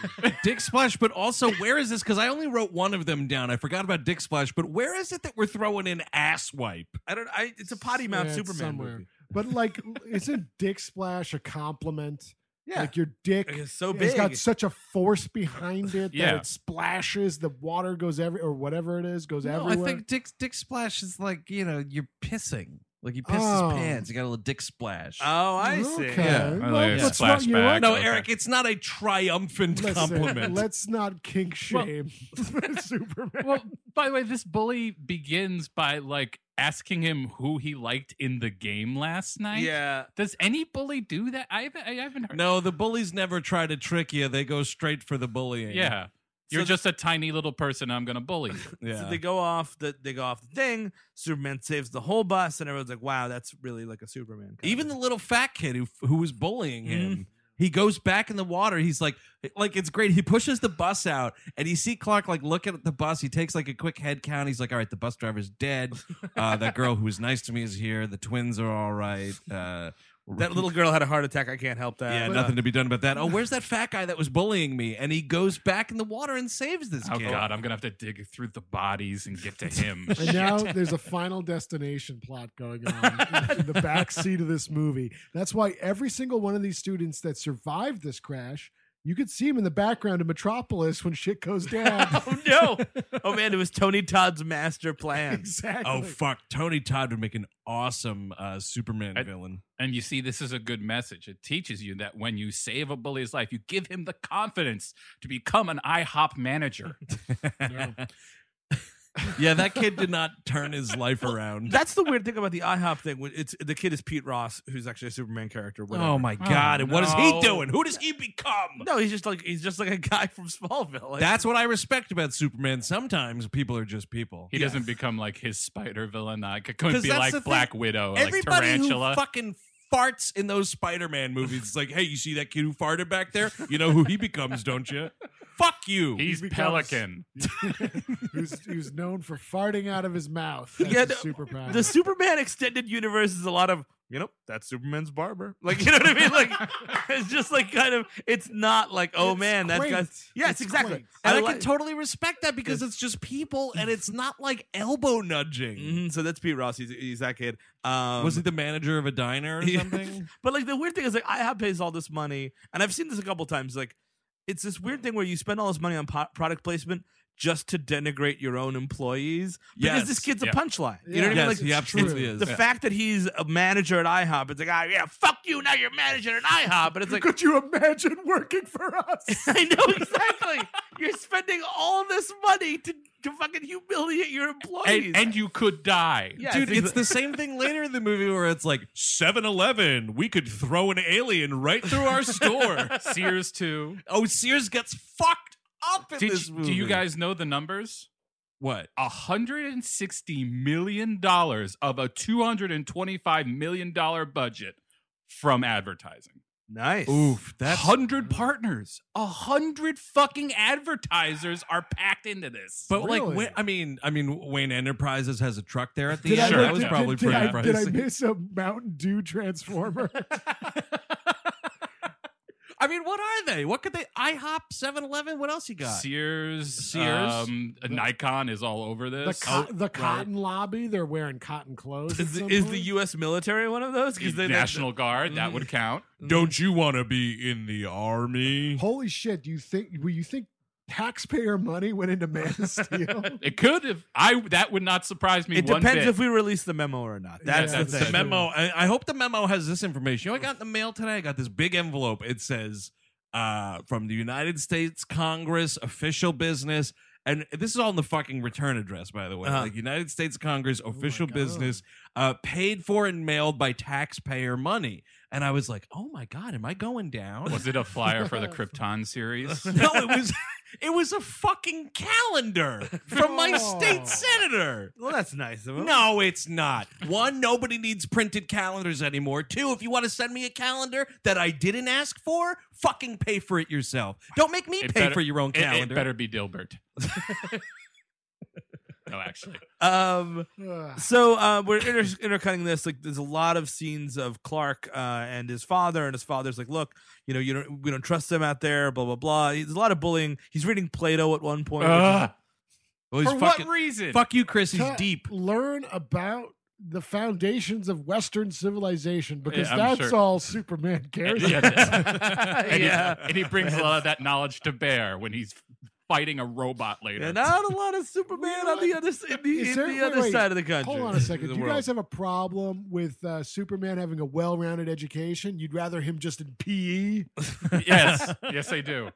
A: Dick Splash, but also where is this? Because I only wrote one of them down. I forgot about Dick Splash, but where is it that we're throwing in ass wipe?
B: I don't. I, it's a potty mouth
D: Yeah, it's
B: Superman
D: somewhere.
B: movie.
D: but like, isn't dick splash a compliment?
B: Yeah,
D: Like your dick
B: Like, it's so
D: has
B: big.
D: got such a force behind it
C: Yeah.
D: that it splashes. The water goes every or whatever it is goes everywhere.
A: Dick Dick Splash is like you know you're pissing, like you
D: pissed his Oh. pants.
A: You got a little Dick Splash.
B: oh, I see.
D: Okay.
A: Yeah.
C: I
D: Well,
C: like a
D: let's not, you know
C: splashback.
D: what?
A: no,
C: Okay.
A: Eric, it's not a triumphant
D: Listen,
A: compliment.
D: Let's not kink shame Superman.
C: Well, by the way, this bully begins by like asking him who he liked in the game last night.
B: Yeah.
C: Does any bully do that? I haven't. I haven't heard.
A: no, the bullies never try to trick you. They go straight for the bullying.
C: Yeah. You're just a tiny little person. I'm gonna bully. you.
A: yeah.
B: So they go off the they go off the thing. Superman saves the whole bus, and everyone's like, "Wow, that's really like a Superman." kind
A: Even
B: of-
A: the little fat kid who who was bullying
B: Mm-hmm.
A: him. He goes back in the water. He's like, like it's great. He pushes the bus out, and you see Clark like looking at the bus. He takes like a quick head count. He's like, "All right, the bus driver's dead. Uh, that girl who was nice to me is here. The twins are all right. Uh,
B: that little girl had a heart attack. I can't help that.
A: yeah,
B: But-
A: nothing to be done about that. Oh, where's that fat guy that was bullying me? And he goes back in the water and saves this
C: Oh
A: kid.
C: God, I'm gonna have to dig through the bodies and get to him.
D: And now there's a final destination plot going on in the back seat of this movie. That's why every single one of these students that survived this crash, you could see him in the background of Metropolis when shit goes down.
B: oh no! Oh man, it was Tony Todd's master plan.
D: exactly.
A: Oh fuck! Tony Todd would make an awesome uh, Superman
C: I-
A: villain.
C: And you see, this is a good message. It teaches you that when you save a bully's life, you give him the confidence to become an IHOP manager.
A: yeah, that kid did not turn his life around.
B: That's the weird thing about the IHOP thing. when It's the kid is Pete Ross, who's actually a Superman character. Whatever.
A: Oh my god! and what is
C: no.
A: he doing? Who does he become?
B: No, he's just like he's just like a guy from Smallville. Like,
A: That's what I respect about Superman. Sometimes people are just people.
C: He doesn't become like his spider villain. I could
A: 'Cause
C: couldn't be
A: that's
C: like
A: the thing.
C: Black Widow, or like
A: Everybody
C: Tarantula.
A: who fucking farts in those Spider-Man movies, it's like, hey, you see that kid who farted back there? You know who he becomes, don't you? Fuck you.
C: He's
D: He becomes-
C: Pelican.
D: who's, who's known for farting out of his mouth. That's
B: Yeah,
D: his
B: no,
D: superpower.
B: the Superman extended universe is a lot of you know, that's Superman's barber. Like, you know what I mean? Like, it's just like kind of, it's not like, oh man, that guy's. Yes, exactly.
A: And I,
B: like-
A: can totally respect that because it's just people and it's not like elbow nudging.
B: Mhm, so that's Pete Ross. He's, he's that kid. Um,
A: Was he the manager of a diner or
B: Yeah.
A: something?
B: But like the weird thing is like IHOP pays all this money, and I've seen this a couple times. Like it's this weird thing where you spend all this money on po- product placement just to denigrate your own employees because
A: Yes.
B: this kid's
C: Yeah.
B: a punchline. You know what I
A: yes,
B: mean? Like
A: he absolutely
D: true.
A: is.
B: the fact that he's a manager at IHOP, it's like, ah, yeah, fuck you. Now you're manager at IHOP, and it's like.
D: Could you imagine working for us?
B: I know exactly. You're spending all this money to, to fucking humiliate your employees.
C: and, and you could die.
B: yeah,
A: Dude, it's the same thing later in the movie where it's like 7 Eleven, we could throw an alien right through our store.
C: Sears too.
A: oh, Sears gets fucked up in
C: Did
A: this
C: you-
A: movie.
C: do you guys know the numbers?
A: What?
C: hundred and sixty million dollars of a two hundred and twenty-five million dollar budget from advertising.
B: nice.
A: Oof,
C: A
A: that's.
C: hundred partners, a hundred fucking advertisers are packed into this.
A: But
D: Really?
A: like, Wa- I mean, I mean, Wayne Enterprises has a truck there at the
D: Did I
A: end.
D: look-
A: that was
D: did-
A: probably
D: did, did
A: pretty
D: I-
A: impressive.
D: Did I miss a Mountain Dew transformer?
A: I mean, what are they? What could they? IHOP, 7-Eleven. What else you got?
C: Sears,
A: Sears?
C: um, Nikon is all over
D: the,
C: this. Oh,
D: co- the cotton lobby. They're wearing cotton clothes. at
B: Is, the-
D: some
B: is
D: point?
B: the U.S. military one of those?
C: The
B: they- they-
C: National Guard, that would count.
H: Don't you want to be in the army?
D: Holy shit! Do you think? Will you think taxpayer money went into Man of Steel?
C: It could have. I that would not surprise me.
B: It
C: one
B: depends
C: bit.
B: if we release the memo or not.
D: Yeah,
B: That's
C: that's
B: the
C: the
B: thing.
D: memo.
A: memo. I, I hope the memo has this information. You know, I got in the mail today. I got this big envelope. It says uh, from the United States Congress official business. And this is all in the fucking return address, by the way.
B: Uh-huh.
A: Like United States Congress official
D: Oh God.
A: business, uh, paid for and mailed by taxpayer money. And I was like, oh my god, am I going down?
C: was it a flyer for the Krypton series?
A: no, it was, it was a fucking calendar from my
D: Oh.
A: state senator.
B: Well, that's nice. of him.
A: No, it's not. One, nobody needs printed calendars anymore. Two, if you want to send me a calendar that I didn't ask for, fucking pay for it yourself. Don't make me
C: It
A: pay
C: better-
A: for your own
C: It- It,
A: calendar.
C: better be Dilbert. no, actually,
B: Um.
D: Ugh.
B: So uh, we're inter- intercutting this. Like, there's a lot of scenes of Clark uh, and his father, and his father's like, "Look, you know, you don't, we don't trust them out there." Blah blah blah. There's a lot of bullying. He's reading Plato at one point. which is-
C: Ugh.
A: Well, he's
C: for
A: fucking-
C: what reason?
A: Fuck you, Chris. He's
D: Ta-
A: deep.
D: Learn about the foundations of Western civilization because
C: Yeah, I'm
D: that's
C: sure.
D: all Superman cares
C: Yeah,
D: about. Ah.
C: that's- and,
B: Yeah.
C: he, and he brings a lot of that knowledge to bear when he's fighting a robot later.
B: and not a lot of Superman on the other s- in the,
D: Is
B: in
D: there-
B: the
D: wait,
B: other
D: wait.
B: side of the country.
D: Hold on a second.
B: the
D: Do you
B: world.
D: guys have a problem with uh, Superman having a well-rounded education? You'd rather him just in E? PE?
B: Oh.
C: yes, yes, they do.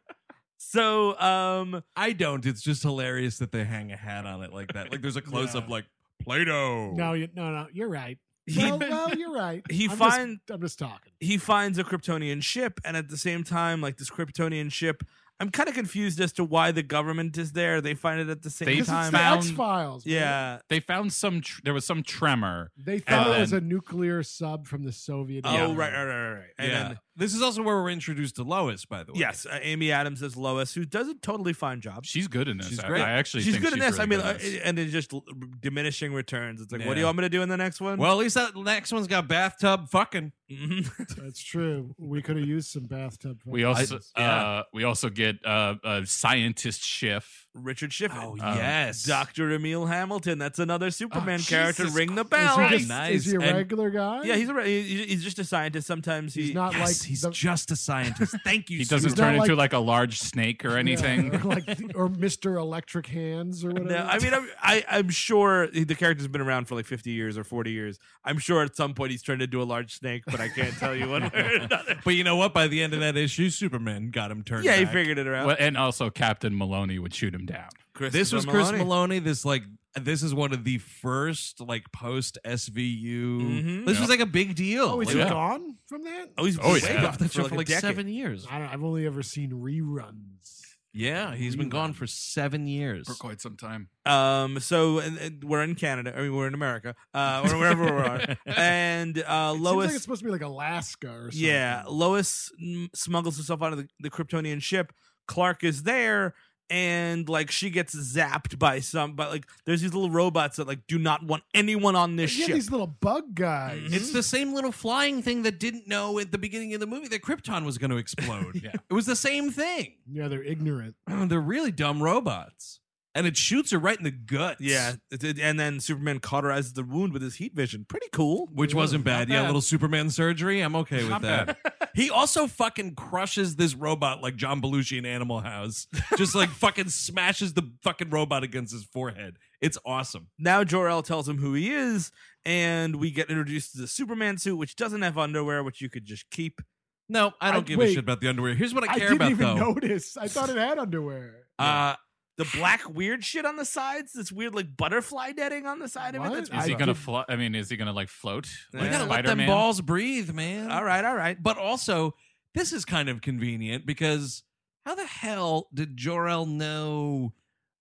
B: so, um,
A: I don't. It's just hilarious that they hang a hat on it like that. Like there's a close up,
D: Yeah.
A: like Plato.
D: No, you, no, no. You're right.
B: He-
D: well, well, you're right.
B: he
D: I'm
B: find-
D: Just, I'm just talking.
B: he finds a Kryptonian ship, and at the same time, like this Kryptonian ship, I'm kind of confused as to why the government is there. They find it at the same
C: They
D: Because it's
B: time.
D: the
C: found-
D: X Files.
B: yeah,
C: They found some. Tr- there was some tremor.
D: They thought it was a
C: then-
D: nuclear sub from the Soviet.
B: Oh,
D: Union.
B: right, right, right, right. And
A: yeah.
B: then,
A: this is also where we're introduced to Lois, by the way.
B: yes, uh, Amy Adams as Lois, who does a totally fine job.
C: She's good in this.
A: She's
C: I-
A: great.
C: I, actually
B: she's
C: think
B: good in this. I
C: really
B: mean,
C: good in
B: uh,
C: this.
B: and it's just l- diminishing returns. It's like, what do you
A: Yeah.
B: want me to do in the next one?
A: Well, at least that next one's got bathtub fucking.
B: Mhm.
D: That's true. We could have used some bathtub.
C: we also uh, we also get uh, a scientist Schiff.
B: Richard Schiffman.
C: Um,
A: Oh, yes.
B: Dr. Emil Hamilton. That's another Superman
C: Jesus
B: character. Ring the
D: is
B: bell.
D: he, just,
A: Nice.
D: is he a
A: And-
D: regular guy?
B: yeah, he's a, re- he- he's just a scientist. Sometimes he,
D: he's not
A: Yes,
D: like
A: he's
D: the-
A: just a scientist. Thank you.
C: He doesn't
D: He's not
C: turn into like
D: like-
C: a large snake or
D: yeah,
C: anything.
D: or like or Mr. Electric Hands or whatever.
B: No, I mean, I'm, I, I'm sure the character's been around for like 50 years or 40 years. I'm sure at some point he's turned into a large snake, but I can't tell you one way or another.
A: But you know what? By the end of that issue, Superman got him turned.
B: Yeah, he
A: back.
B: figured it out.
C: Well, and also Captain Maloney would shoot him down.
A: this was Chris Maloney. This like this is one of the first like post SVU.
B: Mhm.
A: This was like a big deal.
D: oh, is
A: Like,
D: he
C: Yeah.
D: gone from that?
B: Oh, he's
C: Oh,
B: way
C: yeah.
B: gone
A: off that show
B: for like,
A: for like
B: a decade.
A: seven years.
D: I don't. I've only ever seen reruns.
A: Yeah, he's been gone for seven years.
C: quite some time.
B: Um, so and, and we're in Canada. I mean, we're in America, uh, or wherever we are. And uh,
D: It seems
B: Lois,
D: like it's supposed to be like Alaska or something.
B: yeah, Lois mm, smuggles herself onto the, the Kryptonian ship. Clark is there, and like she gets zapped by some but like there's these little robots that like do not want anyone on this
D: Yeah,
B: ship
D: these little bug guys.
B: Mhm.
A: Mm-hmm. It's the same little flying thing that didn't know at the beginning of the movie that Krypton was going to explode.
C: Yeah.
A: It was the same thing.
D: Yeah, they're ignorant.
A: They're really dumb robots. And it shoots her right in the guts.
B: yeah it- it- and then superman cauterizes the wound with his heat vision pretty cool
A: Which wasn't bad. Yeah, little Superman surgery. I'm okay with that. He also fucking crushes this robot like John Belushi in Animal House. Just like fucking smashes the fucking robot against his forehead. It's awesome.
B: now jor-el tells him who he is and we get introduced to the superman suit which doesn't have underwear which you could just keep
A: No, I don't
D: I-
A: give a
D: wait.
A: shit about the underwear. Here's what I
D: I
A: care
D: didn't
A: about
D: even
A: though.
D: notice. I thought it had underwear.
A: Uh,
B: the black weird shit on the sides this weird like butterfly netting on the side of
D: What?
B: it that's
D: I
C: Is he
D: did-
C: gonna float? I mean, is he gonna like float?
A: you
C: like
A: gotta let them
C: Spider-Man?
A: balls breathe, man.
B: all right all right
A: But also, this is kind of convenient because how the hell did Jor-El know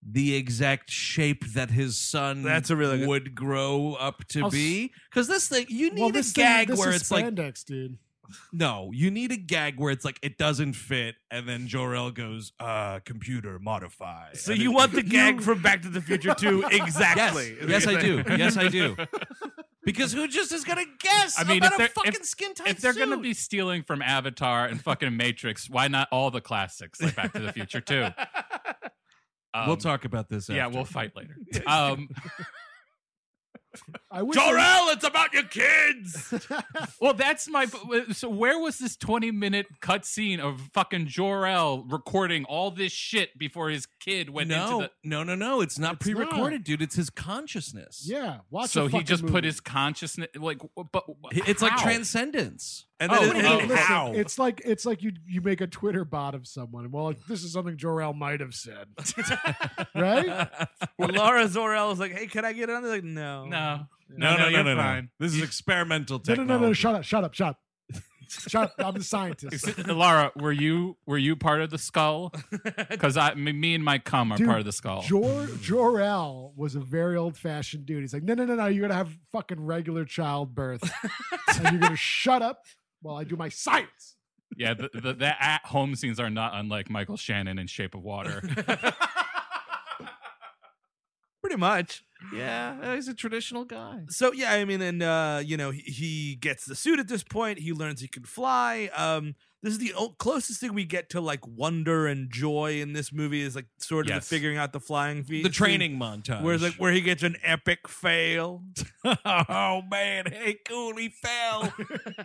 A: the exact shape that his son
B: that's a really good
A: would grow up to be? Because this thing, you need
D: well,
A: a
D: this thing-
A: gag
D: this
A: where
D: is
A: it's like,
D: spandex, dude.
A: no, you need a gag where it's like it doesn't fit, and then Jor-El goes, uh, computer modify.
B: So you want the gag from Back to the Future 2 exactly.
A: Yes, I do. Yes, I do. Because who just is gonna guess
C: I mean, if
A: about a
C: they're-
A: fucking
C: if-
A: skin tight
C: If they're gonna
A: suit?
C: be stealing from Avatar and fucking Matrix, why not all the classics like Back to the Future too? Um,
A: we'll talk about this.
C: Yeah,
A: after.
C: we'll fight later. Um,
D: I wish they-
B: Jor-El, it's about your kids.
C: well, that's my. So where was this twenty-minute cutscene of fucking Jor El recording all this shit before his kid went
A: no,
C: into
A: no, no, no. It's not
D: It's
A: pre-recorded, dude. It's his consciousness.
D: Yeah,
C: the?
D: watch.
C: So
D: a
C: he
D: fucking
C: just put
D: movie.
C: his consciousness like, but
A: It's like
C: how?
A: transcendence.
B: And
C: Oh,
B: then
C: what
B: it-
C: do you
B: it-
C: mean?
B: how?
D: It's like it's like you you make a Twitter bot of someone. Well, this is something Jor El might have said, right?
B: Laura Zorel is like, hey, can I get on? They're like, no.
C: No,
A: No, no, no,
C: you're
A: no, no.
C: fine.
A: This is experimental
D: no, no,
A: technology.
D: no, no. Shut up! Shut up! Shut up! Shut up! I'm the scientist.
C: Ex- Lara, were you were you part of the skull? Because I, me, me and my cum are
D: Dude,
C: part of the skull.
D: Jor Jor El was a very old fashioned dude. He's like, no, no, no, no. You're gonna have fucking regular childbirth, and you're gonna shut up while I do my science.
C: yeah, the, the, the at home scenes are not unlike Michael Shannon in Shape of Water.
B: Pretty much.
A: Yeah, he's a traditional guy.
B: So, yeah, I mean, and, uh, you know, he, he gets the suit at this point. He learns he can fly. Um, this is the o- closest thing we get to like wonder and joy in this movie is like sort of the
C: Yes.
B: figuring out the flying feet.
A: The training montage.
B: Where, like, where he gets an epic fail.
A: oh man, hey cool, he fell.
B: Oh,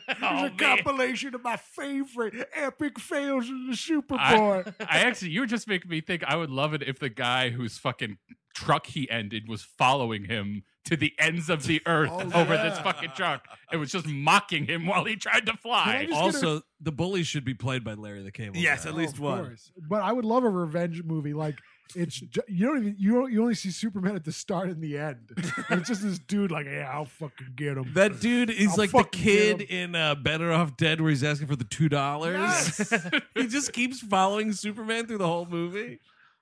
D: It's a compilation of my favorite epic fails in the Superboy.
C: I, I actually, you were just making me think. I would love it if the guy whose fucking truck he ended was following him to the ends of the earth
D: Oh,
C: over this
D: yeah.
C: fucking truck. It was just mocking him while he tried to
D: Can
C: fly.
D: I just-
A: also, the bully should be played by Larry the Cable.
B: Yes,
A: Guy.
B: at least
D: Of
B: one.
D: course. But I would love a revenge movie. Like it's ju- you don't even you don't, you only see Superman at the start and the end. And it's just this dude like, yeah, I'll fucking get him.
A: That dude is
D: I'll
A: like the
D: fucking get
A: kid in uh, Better Off Dead where he's asking for the two dollars.
D: Yes.
A: he just keeps following Superman through the whole movie.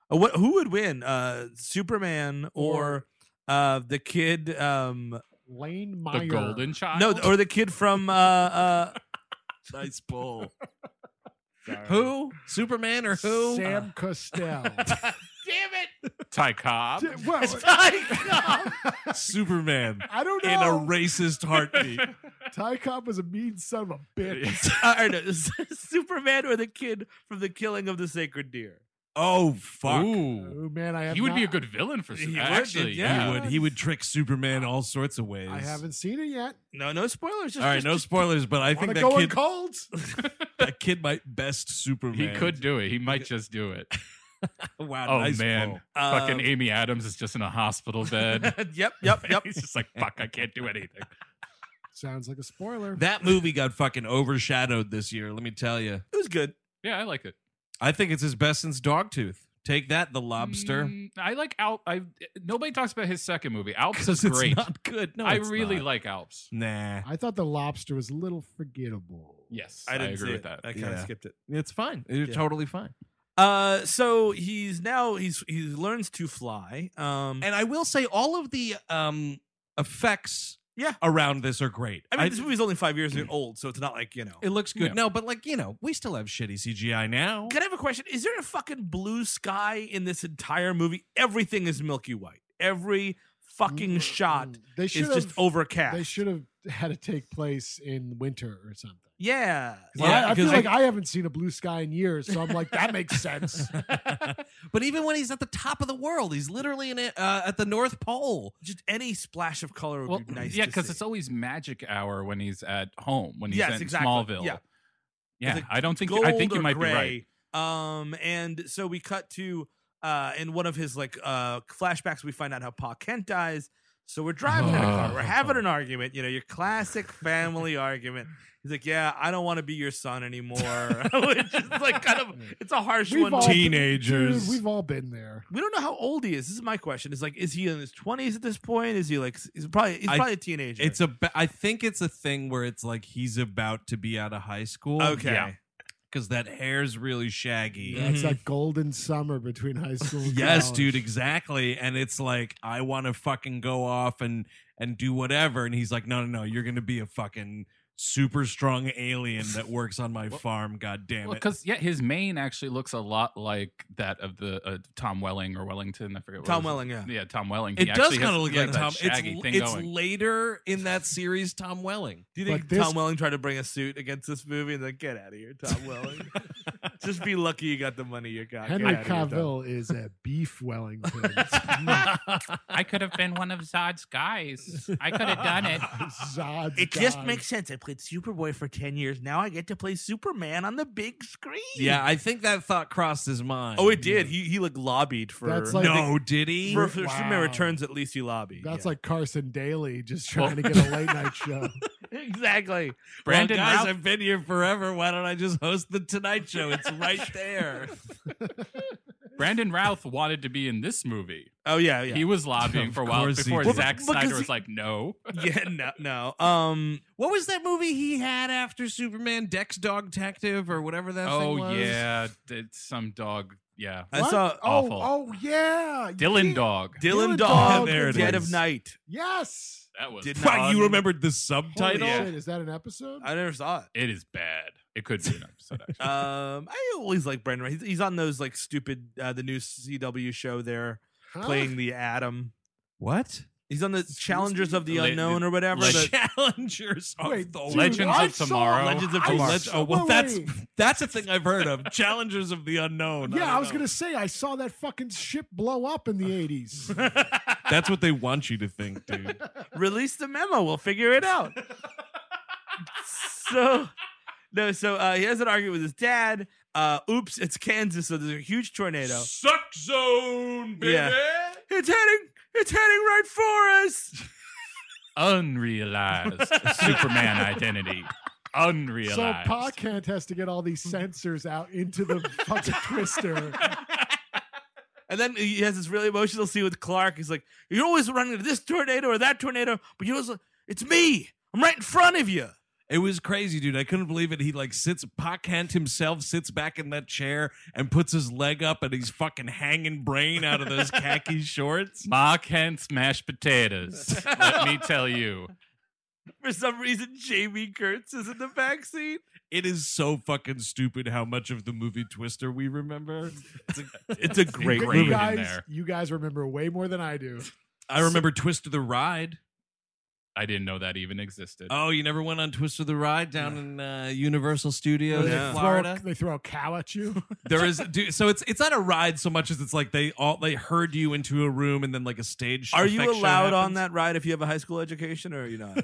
B: Uh, What? Who would win? Uh, Superman or uh, the kid? Um,
D: Lane Meyer.
C: The golden child.
B: no,
D: Oh,
B: or the kid from? Uh, uh,
A: Nice pull. who? Superman or who?
D: Sam
C: Uh.
D: Costell.
C: Ty Cobb.
D: D- well,
A: Superman
D: I don't
A: in a
D: know.
A: racist heartbeat.
D: Ty Cobb was a mean son of a bitch.
B: uh, or no, Superman or the kid from the killing of the sacred deer?
A: oh fuck.
C: Ooh,
D: Oh man, I have
C: he would be a
D: not-
C: good villain for
B: He
C: Superman.
B: would,
C: Actually,
A: He
C: yeah.
A: would he would trick Superman all sorts of ways.
D: I haven't seen it yet.
B: No, no spoilers. Just,
A: All right,
B: just-
A: no
B: just-
A: spoilers, but I
D: I
A: think
D: think
A: that
D: going
A: kid,
D: cold.
A: that kid might best Superman.
C: He could do it. He might just do it.
A: Wow,
C: Oh
A: nice
C: man,
A: pull.
C: fucking
B: um,
C: Amy Adams is just in a hospital bed.
A: Uh,
B: yep, yep, yep.
C: He's just like, fuck, I can't do anything.
D: Sounds like a spoiler.
A: That movie got fucking overshadowed this year. Let me tell you.
B: It was good.
C: Yeah, I like it.
A: I think it's his best since Dogtooth. Take that, the lobster.
C: Mm, I like Alp. I nobody talks about his second movie. Alps is
A: Because it's
C: great.
A: not good. No,
C: I
A: it's
C: really
A: not.
C: like Alps.
A: Nah,
D: I thought the lobster was a little forgettable.
C: Yes,
B: I
C: I,
B: didn't
C: agree
B: see
C: with
B: it.
C: that.
B: I kind of
A: Yeah.
B: skipped it.
A: it's fine. It's
B: Yeah.
A: totally fine.
B: Uh, so he's now he's he learns to fly. Um,
A: And I will say, all of the um, effects
B: Yeah.
A: around this are great.
B: I mean, this movie's only five years
C: Mm.
B: old, so it's not like you know.
A: it looks good.
C: Yeah.
A: No, but like you know, we still have shitty CGI now.
B: Can I have a question? Is there a fucking blue sky in this entire movie? Everything is milky white. Every fucking shot
L: Mm, They
B: is
L: should
B: just
L: have.
B: overcast.
L: They should have had it take place in winter or something.
B: Yeah.
L: Well,
A: Yeah,
L: I, I feel
A: because I-
L: like I haven't seen a blue sky in years, so I'm like, that makes sense.
A: but even when he's at the top of the world, he's literally in it uh, at the North Pole.
B: Just any splash of color would
C: Well,
B: be nice.
C: yeah,
B: to
C: because
B: see.
C: it's always magic hour when he's at home when he's
B: Yes,
C: in
B: exactly.
C: Smallville.
B: Yeah.
C: Yeah,
B: It's like
C: I don't think
B: gold
C: I think you
B: or
C: might
B: gray.
C: be right.
B: Um, and so we cut to uh, in one of his like uh flashbacks, we find out how Pa Kent dies. So we're driving in a car, we're having an argument, you know, your classic family argument. He's like, "Yeah, I don't want to be your son anymore," which is like kind of it's a harsh
L: We've
B: one.
L: all-
B: to-
L: Oh, Dude,
M: Teenagers.
L: we've all been there.
B: we don't know how old he is. This is my question. Is like, is he in his twenties at this point? Is he like, he's probably he's
A: I-
B: probably a teenager.
A: It's a. I think it's a thing where it's like he's about to be out of high school.
B: okay.
C: yeah.
A: because that hair's really shaggy.
L: Yeah, it's that golden summer between high school. And
A: Yes,
L: college.
A: dude, exactly. And it's like I want to fucking go off and and do whatever, and he's like, no, no, no, you're gonna be a fucking super strong alien that works on my farm. God damn it.
C: Because yeah, his mane actually looks a lot like that of the uh, Tom Welling or Wellington. I forget. What
B: Tom
C: was it.
B: Welling, yeah.
C: Yeah, Tom Welling.
A: It
C: He
A: does
C: actually
A: kind of
C: has,
A: look like
C: that
A: Tom.
C: shaggy
A: It's,
C: thing
A: it's
C: going.
A: later in that series, Tom Welling.
B: Do you
L: But
B: think
L: this-
B: Tom Welling tried to bring a suit against this movie and like, get out of here, Tom Welling? Just be lucky you got the money you got. Get
L: Henry
B: outta here, Tom.
L: Cavill is a beef Wellington.
C: I could have been one of Zod's guys. I could have done it.
L: Zod's
B: It just
L: guy.
B: makes sense. I played Superboy for 10 years. Now I get to play Superman on the big screen.
A: Yeah, I think that thought crossed his mind.
B: Oh, it did. He he like lobbied for
L: That's like-
A: No, did he?
B: for, for Superman
L: Wow.
B: Returns. At least he lobbied.
L: That's
B: Yeah.
L: like Carson Daly just trying to get a late night show.
B: exactly.
C: Brandon
A: well, guys,
C: Routh-
A: I've been here forever. Why don't I just host the Tonight Show? It's right there.
C: Brandon Routh wanted to be in this movie.
B: Oh yeah, yeah.
C: He was lobbying
A: Of
C: for a while
A: course he
C: before
A: did.
C: Zack
B: Well, because
C: Snyder
B: he-
C: was like, "No,
B: yeah, no, no. Um,
A: What was that movie he had after Superman? Dex Dog Detective or whatever that thing
C: oh
A: was?
C: yeah, it's some dog. Yeah,
B: I
L: What?
B: saw
L: oh,
C: awful.
L: oh yeah,
C: Dylan
L: yeah.
C: Dog.
B: Dylan,
L: Dylan
B: Dog,
L: Dog, there it
B: Dead of
A: is.
B: Night.
L: Yes,
C: That was.
B: Did
A: Wow,
B: not-
A: you remembered the
L: Holy
A: subtitle?
B: Yeah.
L: shit, is that an episode?
B: I never saw it.
C: It is bad. It could be an episode. actually.
B: Um, I always like Brandon. Routh. He's, he's on those like stupid uh, the new CW show there
L: Huh?
B: playing the Atom.
A: What?
B: He's on the Challengers of the
C: Le-
B: Unknown or whatever.
C: Le-
B: the-
A: Challengers of
L: Wait,
A: the
L: dude,
C: Legends
L: I
C: of
L: saw-
C: Tomorrow.
B: Legends of
L: I
B: Tomorrow.
L: saw-
A: Oh, well,
L: wait,
A: that's
L: wait.
A: that's a thing I've heard of. Challengers of the unknown.
L: yeah. I was
A: don't know.
L: gonna say I saw that fucking ship blow up in the eighties.
A: That's what they want you to think, dude.
B: Release the memo. We'll figure it out. so no, so uh, he has an argument with his dad. Uh, oops, it's Kansas, so there's a huge tornado.
C: Suck zone, baby.
B: Yeah. It's heading, it's heading right for us.
C: Unrealized Superman identity.
L: so
C: Unrealized.
L: Pa Kent has to get all these sensors out into the fucking twister.
B: And then he has this really emotional scene with Clark. He's like, "You're always running into this tornado or that tornado, but you always, it's me. I'm right in front of you."
A: It was crazy, dude. I couldn't believe it. He like sits, Pac Hand himself sits back in that chair and puts his leg up and he's fucking hanging brain out of those khaki shorts.
C: Ma Kent's mashed potatoes. Let me tell you.
B: For some reason, Jamie Kurtz is in the backseat.
A: It is so fucking stupid how much of the movie Twister we remember. It's a,
C: It's a great
L: you
C: movie. in
L: guys,
C: there.
L: you guys remember way more than I do.
A: I remember Twister the Ride.
C: I didn't know that even existed.
A: Oh, you never went on Twister the Ride down in uh, Universal Studios
B: Yeah.
A: in
L: Throw-
A: Florida?
L: they throw a cow at you.
A: There is dude, so it's it's not a ride so much as it's like they all they herd you into a room and then like a stage.
B: Are you
A: effect show
B: allowed on
A: happens.
B: that ride if you have a high school education, or are you not?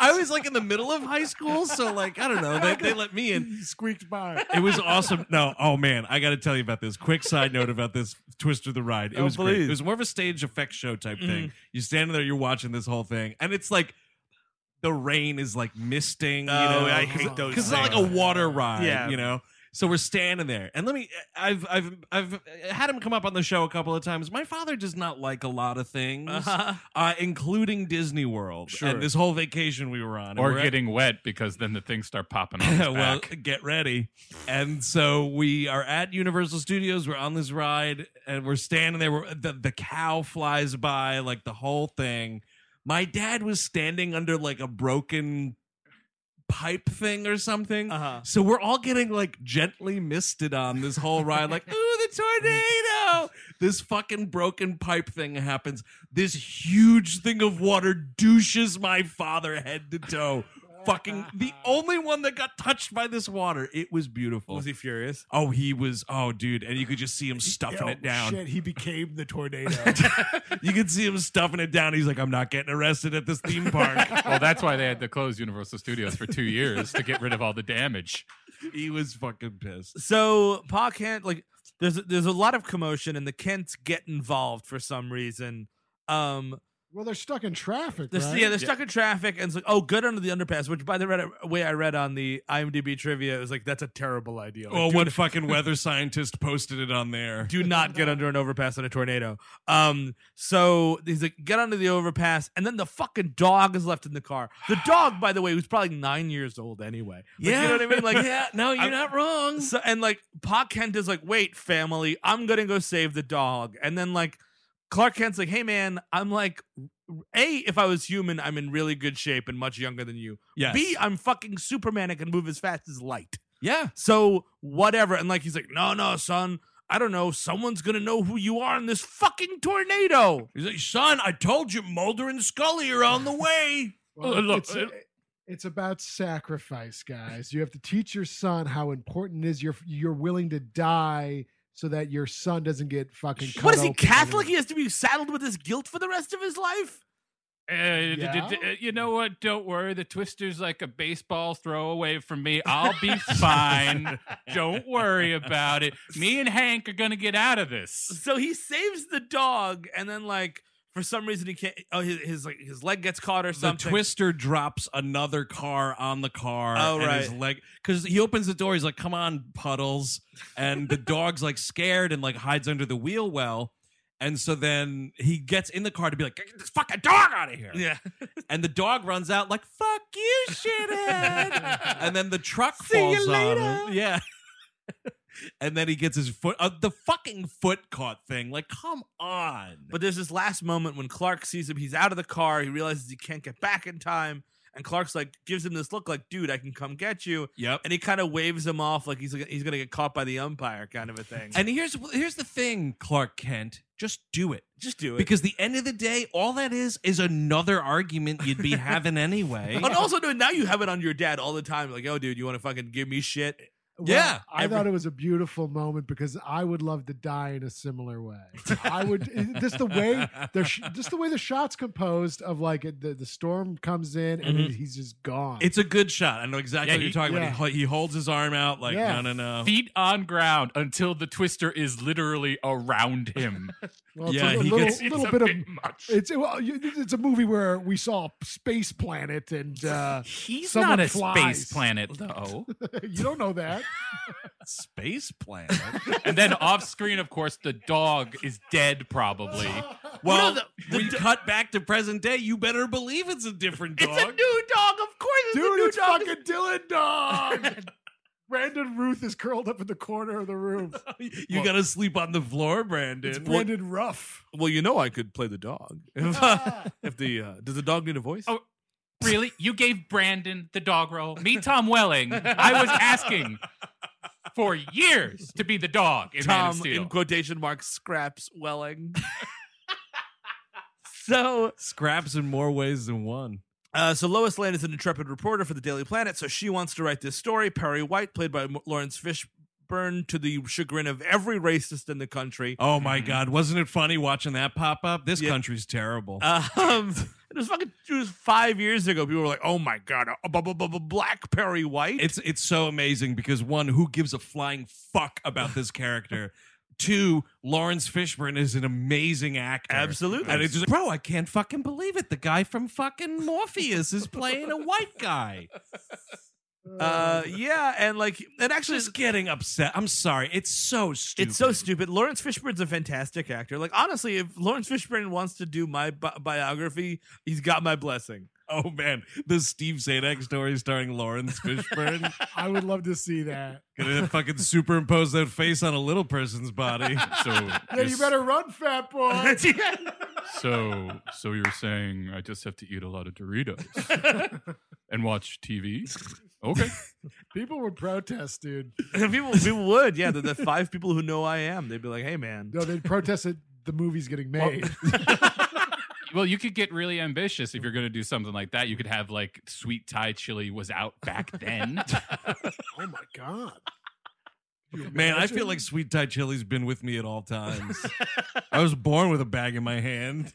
A: I was like in the middle of high school, so like I don't know. They, they let me in.
L: Squeaked by.
A: It was awesome. No, oh man, I got to tell you about this. Quick side note about this Twister the Ride. It
B: Oh,
A: was great.
B: please. Mm-hmm.
A: It was more of a stage effect show type thing. You stand there, you're watching this whole thing, and it's like the rain is like misting. You know,
B: Oh, I
A: like,
B: hate those
A: because it's not like a
B: things.
A: water ride.
B: Yeah.
A: you know. So we're standing there, and let me. I've I've I've had him come up on the show a couple of times. My father does not like a lot of things, uh including Disney World
B: Uh-huh. Sure.
A: and this whole vacation we were on. And
C: or
A: we're at-
C: getting wet because then the things start popping off. his
A: well,
C: back.
A: get ready. And so we are at Universal Studios. We're on this ride, and we're standing there. We're, the the cow flies by, like the whole thing. My dad was standing under like a broken pipe thing or something.
B: Uh-huh.
A: So we're all getting like gently misted on this whole ride. Like, ooh, the tornado! This fucking broken pipe thing happens. This huge thing of water douches my father head to toe. Fucking the only one that got touched by this water. It was beautiful.
B: Was he furious?
A: oh, he was. Oh, dude, and you could just see him stuffing
L: Oh,
A: it down.
L: Shit, he became the tornado.
A: you could see him stuffing it down. He's like, I'm not getting arrested at this theme park.
C: well, that's why they had to close Universal Studios for two years to get rid of all the damage.
A: he was fucking pissed.
B: So Pa Kent, like, there's there's a lot of commotion, and the Kents get involved for some reason. Um,
L: well, they're stuck in traffic.
B: they're,
L: right?
B: yeah, they're stuck in traffic, and it's like, oh, good under the underpass. Which, by the red- way, I read on the IMDb trivia, it was like that's a terrible idea. Like,
A: Well,
B: do,
A: Oh, one fucking weather scientist posted it on there.
B: do not get under an overpass in a tornado. Um, so he's like, get under the overpass, and then the fucking dog is left in the car. The dog, by the way, who's probably nine years old anyway. Like, you know what I mean? Like,
A: yeah, no, you're
B: I'm-
A: not wrong.
B: So and like Pa Kent is like, wait, family, I'm gonna go save the dog. And then like Clark Kent's like, hey man, I'm like A, if I was human, I'm in really good shape and much younger than you.
A: Yes.
B: B, I'm fucking Superman and can move as fast as light.
A: Yeah.
B: So whatever. And like he's like, no, no, son. I don't know. Someone's gonna know who you are in this fucking tornado.
A: He's like, son, I told you Mulder and Scully are on the way.
L: Well,
C: Uh, look,
L: it's, eh,
C: uh,
L: it's about sacrifice, guys. You have to teach your son how important it is you're you're willing to die so that your son doesn't get fucking. Cut
B: What is he
L: open.
B: Catholic? He has to be saddled with this guilt for the rest of his life.
C: Uh, d- d- d- uh, you know what? Don't worry. The twister's like a baseball throw away from me. I'll be fine. Don't worry about it. Me and Hank are gonna get out of this.
B: so he saves the dog and then like for some reason he can't oh his, his like his leg gets caught or
A: The
B: something
A: twister drops another car on the car.
B: Oh,
A: and His
B: right.
A: leg, because he opens the door. He's like, come on, puddles. And the dog's like scared and like hides under the wheel well. And so then he gets in the car to be like, get this fucking dog out of here.
B: yeah
A: And the dog runs out like, fuck you, shithead. and then the truck
B: See you
A: falls on
B: later.
A: him. Yeah. and then he gets his foot, uh, the fucking foot caught thing. Like, come on.
B: but there's this last moment when clark sees him he's out of the car he realizes he can't get back in time and clark's like gives him this look like dude i can come get you
A: yep.
B: and he kind of waves him off like he's he's gonna get caught by the umpire kind of a thing
A: And here's here's the thing, Clark Kent. Just do it.
B: just do it
A: Because the end of the day, all that is is another argument you'd be having anyway.
B: and also dude, now you have it on your dad all the time like oh dude you want to fucking give me shit
L: Well,
A: Yeah,
L: I thought it was a beautiful moment because I would love to die in a similar way. I would it- just the way the sh- just the way the shot's composed of like it- the the storm comes in and then he's just gone.
A: It's a good shot. I know exactly
C: Yeah,
A: what
C: he-
A: you're talking
L: yeah.
A: about. He, ho- he holds his arm out like,
L: Yeah.
A: no, no, no.
C: Feet on ground until the twister is literally around him.
L: well,
A: yeah,
L: a li-
A: he
L: little,
A: gets-
L: little
C: a
L: bit of
C: much.
L: it's well, you- it's a movie where we saw a space planet and uh,
C: He's
L: someone
C: not a
L: flies.
C: space planet though.
L: you don't know that.
A: Space planet.
C: and then off screen, of course, the dog is dead probably.
A: Well, we cut back to present day. You better believe it's a different dog.
B: new dog of course it's
L: Dude, it's fucking Dylan Dog. Brandon Ruth is curled up in the corner of the room.
A: you gotta sleep on the floor, Brandon.
L: Brandon Ruff.
B: well you know i could play the dog if, uh, if the uh, does the dog need a voice
C: Oh, Really? You gave Brandon the dog role? Me, Tom Welling. I was asking for years to be the dog in Man
B: Tom
C: of Steel.
B: in quotation marks scraps Welling. so,
A: Scraps in more ways than one.
B: uh, so Lois Lane is an intrepid reporter for the Daily Planet, so she wants to write this story. Perry White, played by M- Lawrence Fishburne, to the chagrin of every racist in the country.
A: Oh my God! Wasn't it funny watching that pop up? This
B: Mm-hmm. Yeah.
A: country's terrible.
B: Um, it was fucking it was five years ago. People were like, "Oh my god, a bu- bu- bu- bu- black Perry White."
A: it's it's so amazing because one, who gives a flying fuck about this character? Two, Lawrence Fishburne is an amazing actor.
B: Absolutely.
A: And it's just like, bro, I can't fucking believe it. The guy from fucking Morpheus is playing a white guy.
B: uh, yeah, and like, and actually,
A: Just getting upset. I'm sorry. It's so stupid.
B: It's so stupid. Lawrence Fishburne's a fantastic actor. Like honestly, if Lawrence Fishburne wants to do my bi- biography, he's got my blessing.
A: Oh man, the Steve Zadek story starring Lawrence Fishburne.
L: I would love to see that.
A: Gonna fucking superimpose that face on a little person's body.
C: so
L: Then you better run, fat boy.
C: So, so you're saying I just have to eat a lot of Doritos and watch TV? Okay.
D: People would protest, dude.
B: people, people would, yeah. The, the five people who know I am, they'd be like, "Hey, man,
D: No, they'd protest that the movie's getting made.
C: Well, you could get really ambitious if you're going to do something like that. You could have like sweet Thai chili was out back then.
D: oh my god. Could you
A: Man, I feel
D: imagine?
A: like sweet Thai chili's been with me at all times. I was born with a bag in my hand.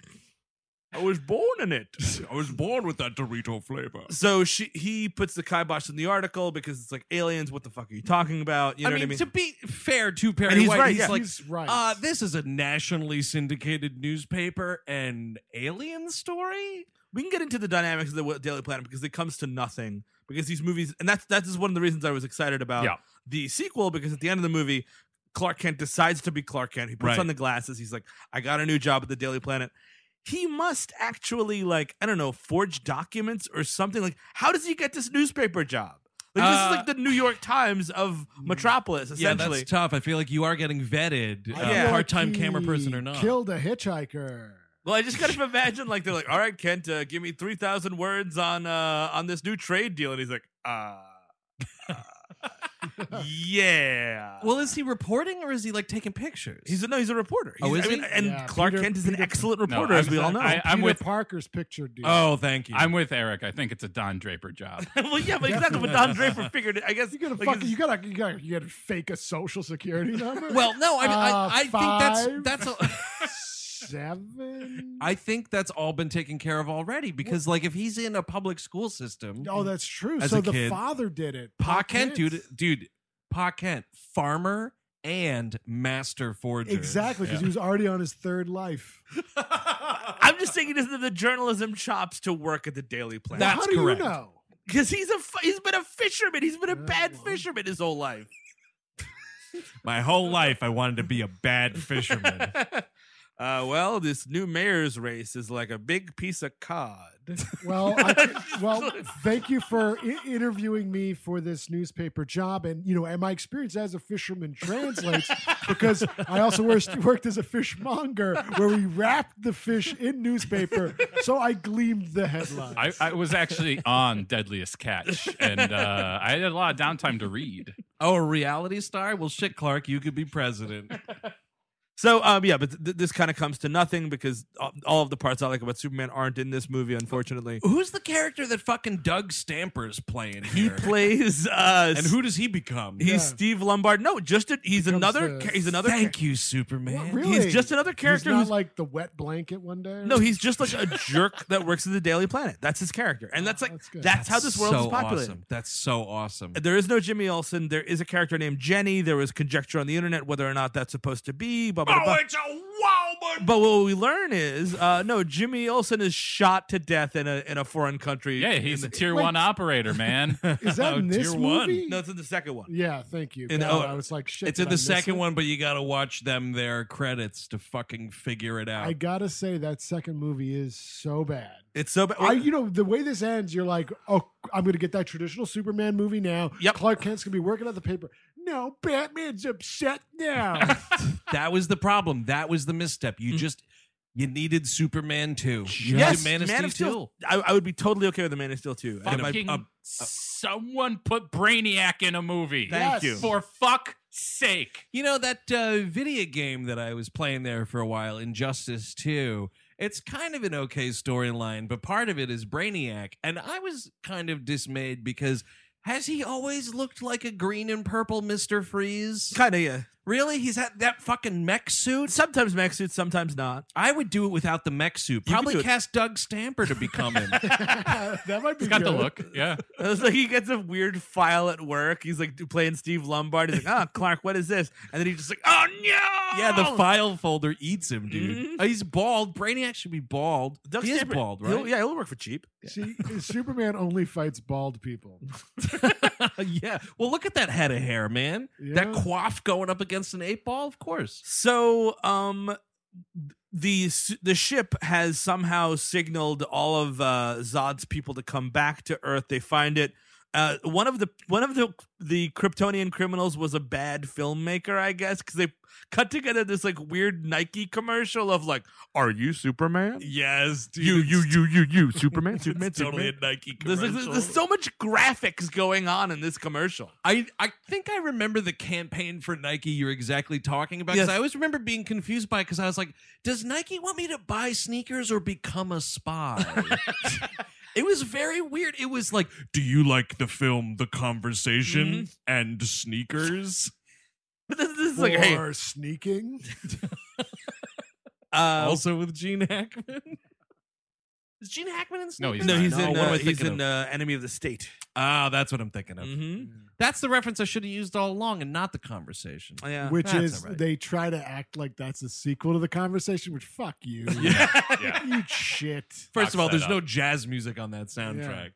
B: I was born in it."
A: I was born with that Dorito flavor.
B: So she, he puts the kibosh in the article because it's like aliens. What the fuck are you talking about? You know
A: I mean,
B: what I mean?
A: to be fair to
B: And
A: Perry
B: he's
A: White,
B: right,
A: he's
B: yeah.
A: like,
D: he's right.
A: uh, this is a nationally syndicated newspaper and alien story.
B: we can get into the dynamics of the Daily Planet because it comes to nothing. Because these movies, and that's that is one of the reasons I was excited about
C: Yeah.
B: the sequel. Because at the end of the movie, Clark Kent decides to be Clark Kent. He puts
A: Right.
B: on the glasses. He's like, "I got a new job at the Daily Planet." He must actually like I don't know forge documents or something. Like, how does he get this newspaper job? Like this
A: Uh, mm.
B: is like the New York Times of Metropolis,
A: Yeah,
B: essentially.
A: that's tough. I feel like you are getting vetted,
D: I
A: uh,
D: feel like
A: part-time
D: he
A: camera person or not.
D: Killed a hitchhiker.
B: Well, I just kind of imagine like they're like, "All right, Kent, uh, give me three thousand words on uh, on this new trade deal," and he's like, "Uh, uh, yeah."
A: Well, is he reporting or is he like taking pictures?
B: he's a, no, he's a reporter.
A: Oh,
B: He's-
A: is
B: I mean,
A: he?
B: And
D: Yeah,
B: Clark
D: Peter-
B: Kent is an
D: Peter-
B: excellent
C: No,
B: reporter, as
C: I'm
B: we all
C: not-
B: know.
C: I- I'm
D: Peter
C: with-
D: Parker's picture, dude.
A: oh, thank you.
C: I'm with Eric. I think it's a Don Draper job.
B: well, yeah, but exactly what Don Draper figured. It, I guess
D: you gotta
B: like,
D: fuck,
B: it's-
D: you gotta you gotta you gotta fake a social security number.
A: well, no, I mean,
D: Uh,
A: I, I think that's that's. A,
D: seven.
A: I think that's all been taken care of already because, like, if he's in a public school system,
D: oh, that's true.
A: As
D: So
A: a
D: the
A: kid.
D: father did it.
A: Pa Kent, dude, dude, Pa Kent, farmer and master forger.
D: Exactly, because he was already on his third life.
B: I'm just saying he doesn't have the journalism chops to work at the Daily
D: Well,
B: Planet
A: That-
D: how
A: That's
D: do
A: correct.
D: you know?
B: because he's a f- he's been a fisherman. He's been a
D: Yeah,
B: bad
D: well.
B: fisherman his whole life.
H: My whole life, I wanted to be a bad fisherman.
B: Uh, well, this new mayor's race is like a big piece of cod.
D: Well, I, well, thank you for I- interviewing me for this newspaper job, and you know, and my experience as a fisherman translates because I also wor- worked as a fishmonger, where we wrapped the fish in newspaper, so I gleamed the headlines.
C: I, I was actually on Deadliest Catch, and uh, I had a lot of downtime to read.
A: Oh, a reality star? Well, shit, Clark, you could be president.
B: So, um, yeah, but th- th- this kind of comes to nothing because all- all of the parts I like about Superman aren't in this movie, unfortunately.
A: Who's the character that fucking Doug Stamper's playing
B: He
A: here?
B: plays uh,
A: and who does he become?
B: he's
D: Yeah.
B: Steve Lombard. No, just a, he's
D: Becomes
B: another
D: the-
B: ca- he's another
A: Thank
B: ca-
A: you, Superman.
D: What, really?
B: he's just another
D: He's
B: character.
D: not
B: who's-
D: like the wet blanket one day. or
B: no, he's just like a jerk that works at the Daily Planet. That's his character, and that's like
D: That's
B: that's,
D: good.
B: how this world
A: so
B: is populated.
A: Awesome. That's so awesome.
B: There is no Jimmy Olsen. There is a character named Jenny. There was conjecture on the internet whether or not that's supposed to be. Blah, blah, blah.
H: Oh, it's a woman.
B: But what we learn is, uh, no, Jimmy Olsen is shot to death in a in a foreign country.
C: Yeah,
B: in
C: he's
B: the-
C: a tier one operator, man.
D: Is that in this
C: tier one.
D: movie?
B: no, it's in the second one.
D: Yeah, thank you.
B: In-
D: God,
B: oh,
D: I was like, shit.
A: it's in
D: did I
A: the
D: miss
A: second
D: it?
A: one, but you got to watch them their credits to fucking figure it out.
D: I gotta say that second movie is so bad.
B: It's so bad.
D: I, you know, the way this ends, you're like, oh, I'm going to get that traditional Superman movie now.
B: Yep.
D: Clark Kent's going to be working at the paper. No, Batman's upset now.
A: that was the problem. That was the misstep. You
B: Mm.
A: just you needed Superman too. You
B: yes,
A: needed Man of Steel, too.
B: I, I would be totally okay with the Man of Steel too. And if I-
C: Fucking
A: uh,
C: someone put Brainiac in a movie.
B: Thank
D: Yes. you.
C: For fuck sake.
A: You know that uh, video game that I was playing there for a while, Injustice 2. It's kind of an okay storyline, but part of it is Brainiac, and I was kind of dismayed because has he always looked like a green and purple Mister Freeze?
B: Kinda, yeah.
A: Really, he's had that fucking mech suit.
B: Sometimes mech suits, sometimes not.
A: I would do it without the mech suit.
B: could do
A: Probably
B: it.
A: cast Doug Stamper to become him.
D: that might be
C: He's got the
D: good.
C: look. Yeah.
B: It's like he gets a weird file at work. He's like playing Steve Lombard. He's like, "Ah, Clark, what is this?" And then he's just like, "Oh no!"
A: yeah, the file folder eats him, dude.
B: Mhm.
A: Uh, He's bald. Brainiac should be bald.
B: Doug
A: he
B: Stamper,
A: is bald, right?
B: he'll- yeah, he'll work for cheap.
D: See, Superman only fights bald people.
A: yeah. Well, look at that head of hair, man. That
D: Yeah.
A: quaff going up against an eight ball, of course.
B: So, um, the s- the ship has somehow signaled all of uh, Zod's people to come back to Earth. They find it. Uh, one of the one of the the Kryptonian criminals was a bad filmmaker, I guess, because they cut together this like weird Nike commercial of like, "Are you Superman?
N: Yes, dude.
B: You you you you you Superman, Superman,
N: It's totally
B: Superman."
N: a Nike
B: There's,
N: commercial.
B: like- there's so much graphics going on in this commercial.
A: I, I think I remember the campaign for Nike you're exactly talking about. 'cause
B: Yes.
A: I always remember being confused by it because I was like, does Nike want me to buy sneakers or become a spy? it was very weird. It was like,
H: Do you like the film The Conversation
A: Mm-hmm.
H: and Sneakers?
B: But this, this is
L: Or
B: like, hey,
L: sneaking.
B: uh,
H: also with Gene Hackman?
A: Um, is Gene Hackman in sneakers?
C: No, he's
B: no,
C: not.
B: he's
A: No,
B: in
A: what am
B: uh,
A: I
B: he's
A: thinking
B: in uh, Enemy of the State.
A: Oh, that's what I'm thinking of.
B: hmm
A: That's the reference I should have used all along and not the conversation.
B: Yeah.
L: which
A: That's
L: is
A: all right.
L: they try to act like that's a sequel to the conversation. Which fuck you,
C: yeah.
L: you shit.
A: First of all,
C: Box that
A: there's no jazz music on that soundtrack.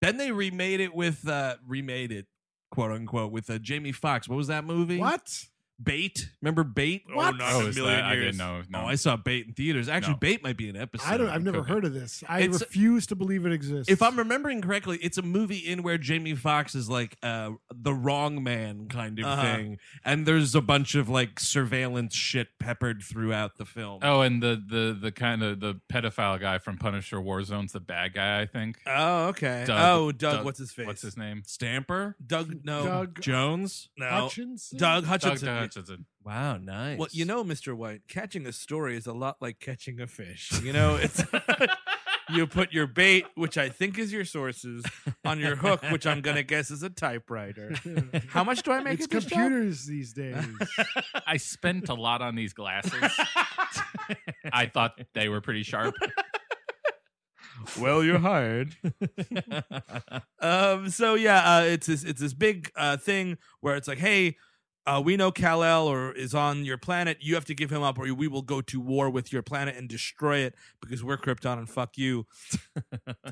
A: Then they remade it with uh remade it, quote unquote, with uh, Jamie Foxx. What was that movie?
L: What?
A: Bait. Remember Bait?
L: What?
B: not
C: Oh,
B: in a
C: is
B: million
C: that? I
B: years.
C: didn't know. No.
A: Oh, I saw Bait in theaters. Actually,
C: No.
A: Bait might be an episode.
L: I don't. I've never
A: Could be.
L: heard of this. I
A: It's-
L: refuse to believe it exists.
A: If I'm remembering correctly, it's a movie in where Jamie Foxx is like uh, the wrong man kind of
B: Uh-huh.
A: thing, and there's a bunch of like surveillance shit peppered throughout the film.
C: Oh, and the the the kind of the pedophile guy from Punisher Warzone's the bad guy, I think.
B: Oh, okay.
C: Doug-
B: oh, Doug,
C: Doug-
B: what's his face?
C: What's his name?
A: Stamper,
B: Doug? No,
L: Doug
A: Jones.
B: no,
L: Hutchinson,
B: Doug uh,
C: Doug
B: Hutchinson.
C: Hutchinson.
A: Wow, nice.
B: Well, you know, Mr. White, catching a story is a lot like catching a fish. You know, it's you put your bait, which I think is your sources, on your hook, which I'm gonna guess is a typewriter. How much do I make
L: it's
B: at this job?
L: computers these days.
C: I spent a lot on these glasses. I thought they were pretty sharp.
B: Well, you're hired. um. So yeah, uh, it's this it's this big uh, thing where it's like, hey, uh, we know Kal El or is on your planet. You have to give him up, or we will go to war with your planet and destroy it because we're Krypton and fuck you.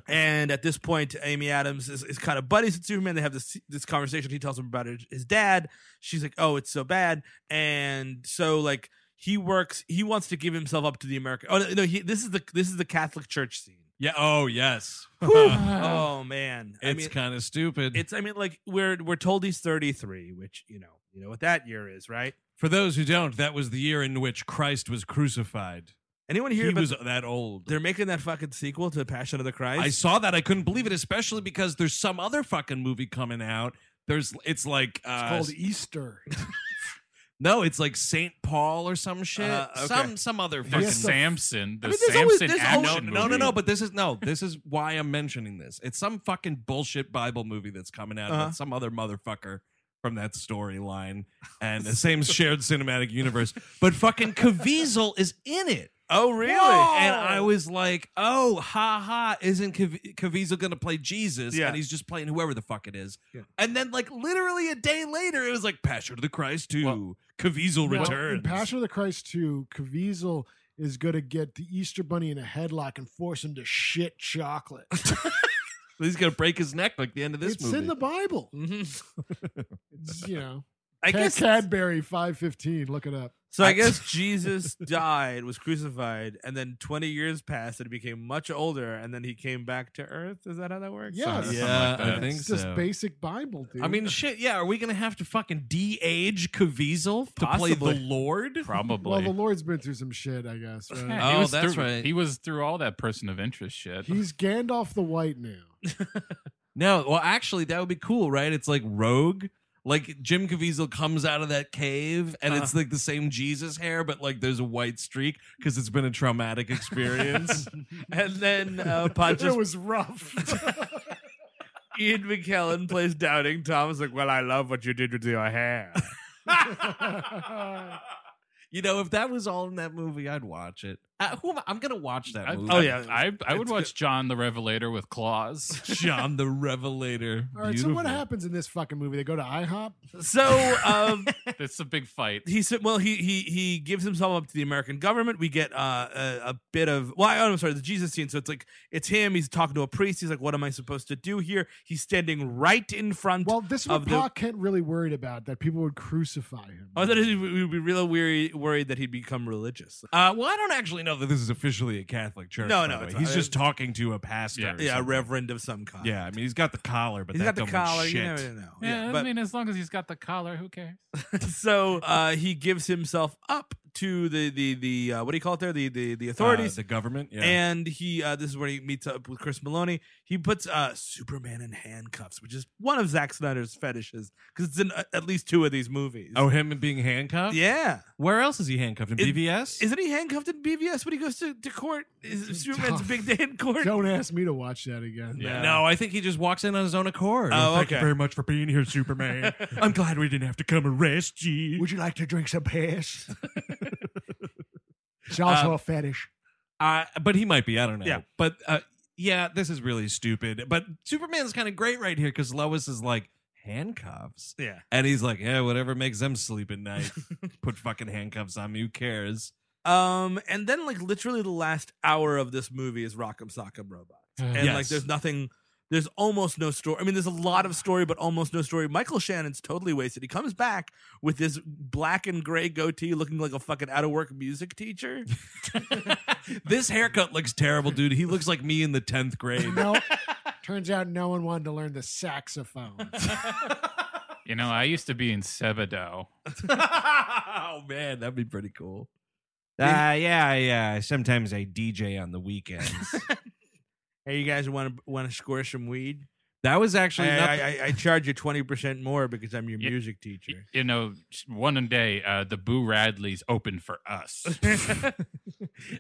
B: and at this point, Amy Adams is, is kind of buddies with Superman. They have this this conversation. He tells him about her, his dad. She's like, oh, it's so bad, and so like. He works. He wants to give himself up to the American. Oh no! no, He, this is the this is the Catholic Church scene.
A: yeah. Oh, yes.
B: Oh man, I
A: it's
B: mean,
A: kind of stupid.
B: it's I mean, like we're we're told he's thirty three, which you know, you know what that year is, right?
A: For those who don't, that was the year in which Christ was crucified.
B: Anyone hear
A: He
B: about?
A: was that old.
B: they're making that fucking sequel to Passion of the Christ.
A: I saw that. I couldn't believe it, especially because there's some other fucking movie coming out. There's, it's like,
L: It's
A: uh,
L: called Easter.
A: no, it's like Saint Paul or some shit,
B: Uh, okay.
A: some some other
C: Fucking
A: fucking.
L: Yes, the-
C: Samson. The
B: mean, there's
C: Samson
B: always- there's
C: action
B: always-
C: movie.
A: no, no, no. But this is no. This is why I'm mentioning this. It's some fucking bullshit Bible movie that's coming out
B: Uh-huh.
A: about some other motherfucker from that storyline and the same shared cinematic universe. But fucking Caviezel is in it.
B: oh really?
A: And I was like, oh, ha ha, isn't Cav- Caviezel going to play Jesus?
B: Yeah.
A: And he's just playing whoever the fuck it is.
B: Yeah.
A: And then, like, literally a day later, it was like Passion of the Christ 2, Caviezel
L: Well,
A: returns.
L: In Passion of the Christ 2, Caviezel is going to get the Easter Bunny in a headlock and force him to shit chocolate.
A: he's going to break his neck like the end of this
L: it's
A: movie. Mm-hmm.
L: in the Bible.
B: Mhm.
L: It's, you know,
B: I
L: Ca-
B: guess
L: Cadbury 515. Look it up.
B: so. I guess Jesus died, was crucified, and then twenty years passed, and he became much older, and then he came back to Earth. Is that how that works?
L: Yes.
A: yeah,
C: Something like
A: I
C: that.
A: think
L: It's
A: so.
L: just basic Bible, dude.
A: I mean, shit, yeah. Are we going to have to fucking de age Caviezel to play
B: Possibly.
A: the Lord?
C: Probably.
L: well, the Lord's been through some shit, I guess. Right?
B: Mm.
C: Yeah, he
A: Oh,
C: was
A: that's
C: through-
A: right.
C: He was through all that person of interest shit.
L: He's Gandalf the White now.
A: No, well, actually, that would be cool, right? It's like Rogue. Like Jim Caviezel comes out of that cave, and it's like the same Jesus hair, but like there's a white streak because it's been a traumatic experience.
B: And then uh, Pontius
L: it was rough.
B: Ian McKellen plays Doubting Thomas. Like, well, I love what you did with your hair.
A: you know, if that was all in that movie, I'd watch it. Uh, who am I? I'm gonna watch
C: I-
A: that movie.
B: oh, yeah.
C: I, I would
B: It's
C: watch John the Revelator with claws.
A: John the Revelator.
L: All right, so what happens in this fucking movie? They go to IHOP.
B: So, um,
C: It's a big fight.
B: he said well he he he gives himself up to the american government we get uh, a, a bit of well I, i'm sorry the jesus scene so it's like it's him he's talking to a priest he's like what am i supposed to do here he's standing right in front
L: Well, this is what
B: Of the- Oh,
L: Pa Kent really worried about that people would crucify him.
B: I thought he would be really weary, worried that he'd become religious.
A: Uh, well, I don't actually know that this is officially a Catholic church.
B: No,
A: by
B: no,
A: the way.
B: it's
A: he's
B: not.
A: just talking to a pastor.
C: Yeah.
A: or
B: yeah, a
A: something.
B: reverend of some kind.
A: Yeah, I mean, he's got the collar, but
B: he's
A: that
B: got the
A: don't mean
B: collar. You
A: shit. Uh,
B: never know.
C: Yeah,
B: but
C: I mean, as long as he's got the collar, who cares?
B: so uh, he gives himself up to the the the uh, what do you call it there? The the the authorities.
A: Uh, the government. Yeah.
B: And he, uh, this is where he meets up with Chris Maloney. He puts uh, Superman in handcuffs, which is one of Zack Snyder's fetishes because it's in uh, at least two of these movies.
A: oh, him and being handcuffed.
B: yeah.
A: Where else is he handcuffed? In
B: It-
A: BVS.
B: Isn't he handcuffed in BVS when he goes to, to court? Is Superman's big day in court?
L: Don't ask me to watch that again.
C: Yeah.
A: no, I think he just walks in on his own accord.
B: Oh,
A: Thank
B: okay.
A: you very much for being here, Superman. I'm glad we didn't have to come arrest you.
L: Would you like to drink some piss? it's
B: Um,
L: also a fetish.
A: Uh, but he might be. I don't know.
B: Yeah.
A: But uh, yeah, this is really stupid. But Superman's kind of great right here because Lois is like handcuffs,
B: Yeah.
A: and he's like, yeah, whatever makes them sleep at night. Put fucking handcuffs on me. Who cares?
B: Um, and then like literally the last hour of this movie is Rock'em Sock'em Robots, and like
A: Yes.
B: there's nothing. There's almost no story. I mean, there's a lot of story, but almost no story. Michael Shannon's totally wasted. He comes back with this black and gray goatee, looking like a fucking out of work music teacher.
A: this haircut looks terrible, dude. He looks like me in the tenth grade.
L: No, turns out no one wanted to learn the saxophone.
C: You know, I used to be in Sevedo.
A: oh man, that'd be pretty cool. Uh, yeah, yeah. Sometimes I DJ on the weekends.
B: Hey, you guys want to want to score some weed?
A: that was actually
B: I,
A: not-
B: I, I, I charge you twenty percent more because I'm your
C: Yeah.
B: music teacher.
C: You know, one day uh, the Boo Radleys open for us.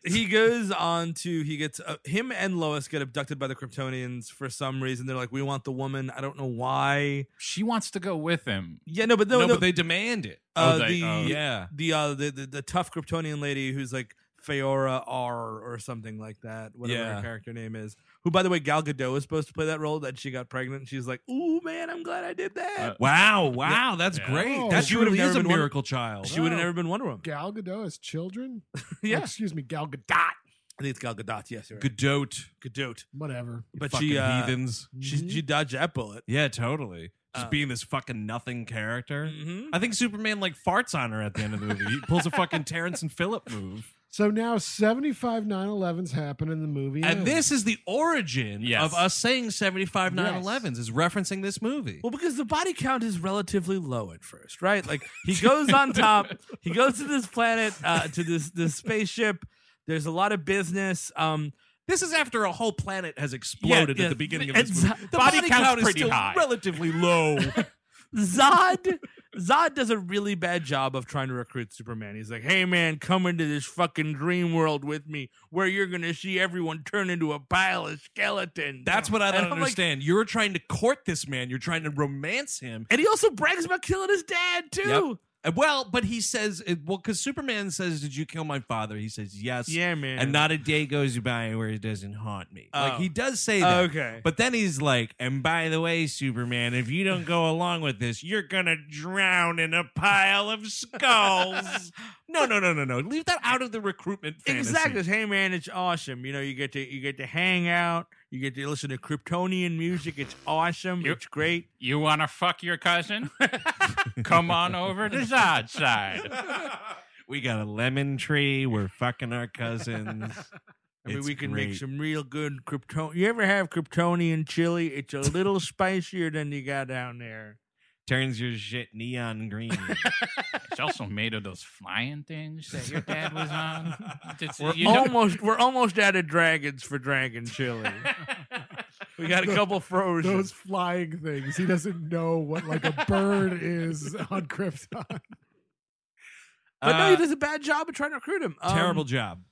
B: he goes on to he gets uh, him and Lois get abducted by the Kryptonians for some reason. They're like, we want the woman. I don't know why.
C: she wants to go with him.
B: Yeah, no, but no,
A: no,
B: no.
A: but they demand it.
B: uh,
C: Oh, they-
B: the
C: oh.
A: Yeah.
B: the uh the, the the tough Kryptonian lady who's like Feora R or something like that, whatever
A: Yeah.
B: her character name is. Who, by the way, Gal Gadot was supposed to play that role. That she got pregnant. And she's like, "Ooh, man, I'm glad I did that."
C: Uh,
A: Wow, wow, that's
C: Yeah.
A: great.
L: Oh.
A: that
B: She would've
A: truly
B: never
A: is a
B: been one-
A: miracle child.
B: she would have never been Wonder Woman.
L: Gal Gadot has children?
B: Yeah.
L: Excuse me, Gal Gadot.
B: I think it's Gal Gadot. Yes, you're right.
A: Godot.
B: Gadot.
L: Whatever.
B: But
A: fucking
B: she, uh,
A: heathens.
B: she she dodged that bullet.
A: Yeah, totally. Just
B: Uh,
A: being this fucking nothing character.
B: Mhm.
A: I think Superman like farts on her at the end of the movie. He pulls a fucking Terrence and Phillip move.
L: So now 75 911s happen in the movie. Oh,
A: And this is the origin
C: Yes.
A: of us saying 75 911s is referencing this movie.
B: Well, because the body count is relatively low at first, right? Like he goes on top, he goes to this planet, uh, to this this spaceship. There's a lot of business. Um,
A: This is after a whole planet has exploded
B: Yeah, yeah.
A: at the beginning of
B: And
A: this movie.
B: zo-
A: The
C: body
A: body,
C: count's
A: count is
C: pretty
A: still
C: high.
A: relatively low.
B: Zod Zod does a really bad job of trying to recruit Superman. He's like, "Hey man, come into this fucking dream world with me, where you're gonna see everyone turn into a pile of skeletons."
A: That's what I
B: And
A: don't
B: I'm like-
A: understand. You're trying to court this man. You're trying to romance him.
B: and he also brags about killing his dad too.
A: Uh, Well, but he says, it- well, because Superman says, "Did you kill my father?" He says, "Yes."
B: Yeah, man.
A: And not a day goes by where it doesn't haunt me.
B: Oh.
A: Like he does say that.
B: okay.
A: But then he's like, "And by the way, Superman, if you don't go along with this, you're gonna drown in a pile of skulls." no, no, no, no, no. Leave that out of the recruitment. Fantasy.
B: Exactly. Hey man, it's awesome. You know, you get to you get to hang out. You get to listen to Kryptonian music. It's awesome.
C: Yep.
B: It's great.
C: You want to fuck your cousin? Come on over to Zod's side.
A: We got a lemon tree. We're fucking our cousins.
B: I mean,
A: It's
B: we can make
A: great.
B: some real good Krypton. You ever have Kryptonian chili? It's a little spicier than you got down there.
A: Turns your shit neon green.
C: It's also made of those flying things that your dad was on. It's- you know-
B: almost, we're almost out of dragons for dragon chili. we got a couple frozen.
L: Those flying things. He doesn't know what like a bird is on Krypton.
B: but no, he
A: Uh,
B: does a bad job of trying to recruit him. Um,
A: terrible job.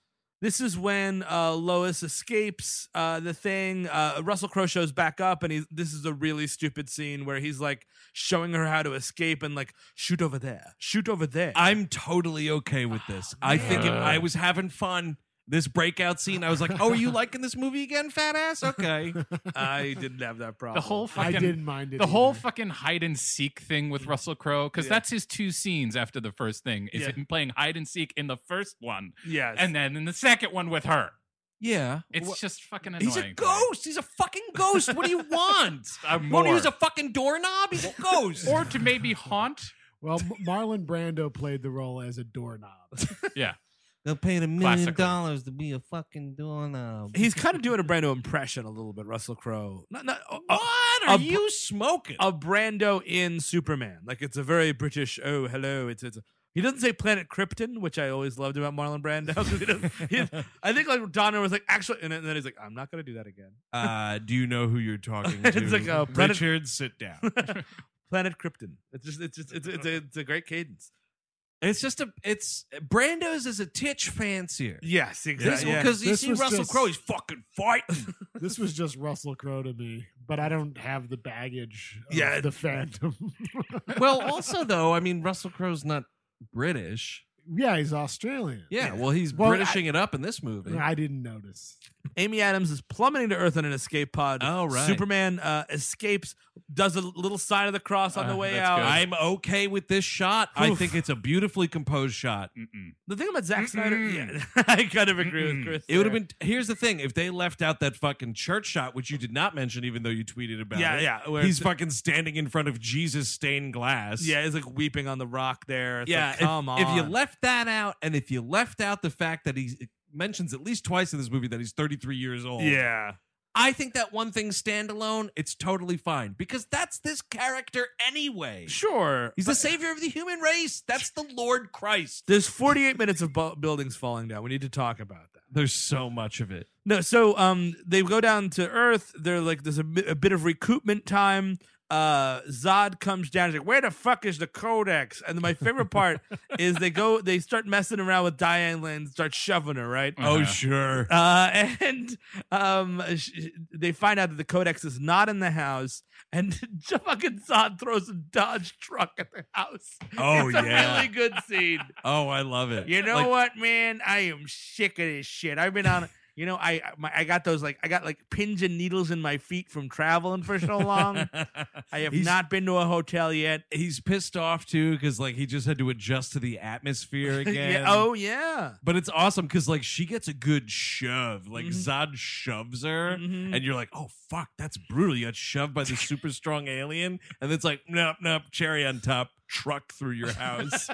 B: This is when uh, Lois escapes uh, the thing. Uh, Russell Crowe shows back up, and he's, this is a really stupid scene where he's like showing her how to escape and like shoot over there, shoot over there.
A: I'm totally okay with this. I think it,
C: man.
A: I was having fun. This breakout scene, I was like, "Oh, are you liking this movie again, fat ass?" Okay,
B: I didn't have that problem.
C: the whole
L: I
C: fucking
L: didn't mind it.
C: the whole
L: either.
C: fucking hide and seek thing with Russell Crowe because
B: Yeah.
C: that's his two scenes after the first thing is
B: Yeah.
C: him playing hide and seek in the first one
B: yes,
C: and then in the second one with her.
A: yeah.
C: It's
A: Wha-
C: just fucking annoying.
A: he's a ghost. He's a fucking ghost. What do you want?
C: Uh,
A: You Want to
C: more.
A: use a fucking doorknob? He's a ghost.
C: or to maybe haunt.
L: Well, M- Marlon Brando played the role as a doorknob.
C: Yeah.
A: They'll pay the million
C: Classical.
A: dollars to be a fucking
C: Oh,
A: doorknob.
B: He's kind of doing a Brando impression a little bit, Russell Crowe. Not, not, a- a-
A: What
B: a
A: are
B: br-
A: you smoking?
B: a Brando in Superman. Like it's a very British. Oh, hello. It's it's. He doesn't say Planet Krypton, which I always loved about Marlon Brando. 'cause he doesn't- he- I think like Donner was like actually, and then he's like, I'm not gonna do that again.
M: Uh, do you know who you're talking to?
B: It's like a planet-
M: Richard, sit down.
B: Planet Krypton. It's just it's just it's it's, a, it's a great cadence.
A: It's just a. It's Brando's is a titch fancier.
B: Yes,
A: This
B: exactly.
A: one
B: Yeah.
A: because you
L: This
A: see
L: was
A: Russell
L: just-
A: Crowe, he's fucking fighting.
L: This was just Russell Crowe to me, but I don't have the baggage of
B: Yeah.
L: the fandom.
A: well, also though, I mean Russell Crowe's not British.
L: yeah, he's Australian.
A: Yeah, well he's
L: Well, I-
A: Britishing it up in this movie.
L: I didn't notice.
B: Amy Adams is plummeting to Earth in an escape pod.
A: Oh, right.
B: Superman uh, escapes, does a little sign of the cross on the
C: Uh,
B: way
C: that's
B: out.
C: good.
A: I'm okay with this shot. I think it's a beautifully composed shot.
C: Mm-mm.
B: the thing about Zack Snyder,
C: Mm-mm.
B: yeah, I kind of agree
C: Mm-mm.
B: with Chris.
A: Mm-hmm. It would have
B: there.
A: been. Here's the thing: if they left out that fucking church shot, which you did not mention, even though you tweeted about
B: yeah,
A: it,
B: yeah. where
A: he's
B: it's-
A: fucking standing in front of Jesus stained glass.
B: Yeah, it's like weeping on the rock there. It's
A: yeah.
B: like,
A: if-
B: come on.
A: if, you left that out, and if you left out the fact that he mentions at least twice in this movie that he's 33 years old,
B: yeah,
A: I think that one thing standalone, it's totally fine because that's this character anyway.
B: sure.
A: He's the savior of the human race. That's the Lord Christ.
B: There's 48 minutes of bu- buildings falling down. We need to talk about that.
A: There's so much of it.
B: No, so um, they go down to Earth. They're like, there's a, bit- a bit of recoupment time. Uh, Zod comes down. He's like, where the fuck is the Codex? And my favorite part is they go, they start messing around with Diane Lynn, start shoving her, right?
A: Oh,
C: Uh-huh.
A: sure.
B: Uh, and um, sh- they find out that the codex is not in the house, and fucking Zod throws a Dodge truck at the house.
A: Oh,
B: it's
A: yeah.
B: a really good scene.
A: Oh, I love it.
B: You know
A: Like,
B: what, man? I am sick of this shit. I've been on. You know, I my, I got those like I got like pins and needles in my feet from traveling for so long. I have
A: He's-
B: not been to a hotel yet.
A: he's pissed off too because like he just had to adjust to the atmosphere again.
B: Yeah, oh yeah.
A: But it's awesome because like she gets a good shove. Like
B: Mhm.
A: Zod shoves her,
B: Mhm.
A: and you're like, "Oh fuck, that's brutal." You got shoved by the super strong alien, and it's like, "Nope, nope." Cherry on top, truck through your house.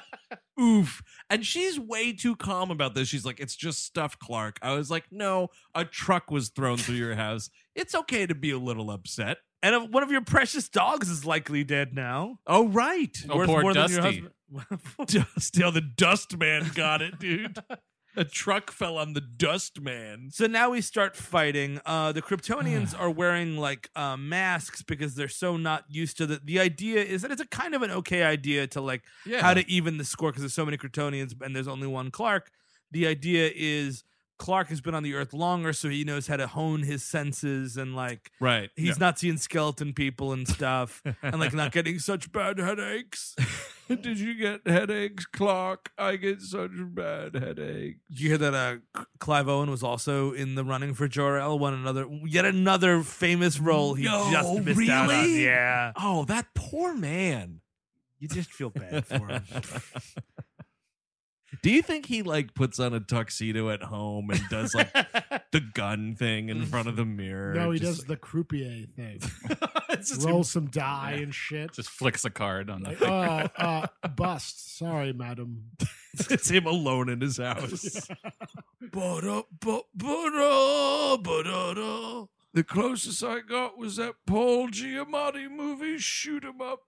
A: Oof. And she's way too calm about this. She's like, "It's just stuff, Clark." I was like, "No, a truck was thrown through your house. It's okay to be a little upset."
B: And uh, one of your precious dogs is likely dead now.
A: Oh right.
C: Oh, poor Dusty.
B: husband.
A: dust. Yeah, the dust man got it, dude. A truck fell on the dust man.
B: So now we start fighting. Uh, the Kryptonians are wearing like uh, masks because they're so not used to the. The idea is that it's a kind of an okay idea to like
A: Yeah.
B: how to even the score because there's so many Kryptonians and there's only one Clark. The idea is Clark has been on the Earth longer, so he knows how to hone his senses and like
A: right.
B: he's not seeing skeleton people and stuff and like not getting such bad headaches.
A: Did you get headaches, Clark? I get such bad headache.
B: Did you hear that uh, C- Clive Owen was also in the running for Jor El? One another, yet another famous role he
A: No,
B: just missed out on.
A: really?
B: Yeah,
A: Oh, that poor man.
B: you just feel bad for him.
A: Do you think he like puts on a tuxedo at home and does like the gun thing in front of the mirror?
L: No, he
A: Just,
L: does the croupier thing.
A: like- it's just
L: Roll some die and shit.
C: Just flicks a card on the
L: oh, uh, bust. Sorry, madam.
A: it's him alone in his house. The closest I got was that Paul Giamatti movie, Shoot 'em Up.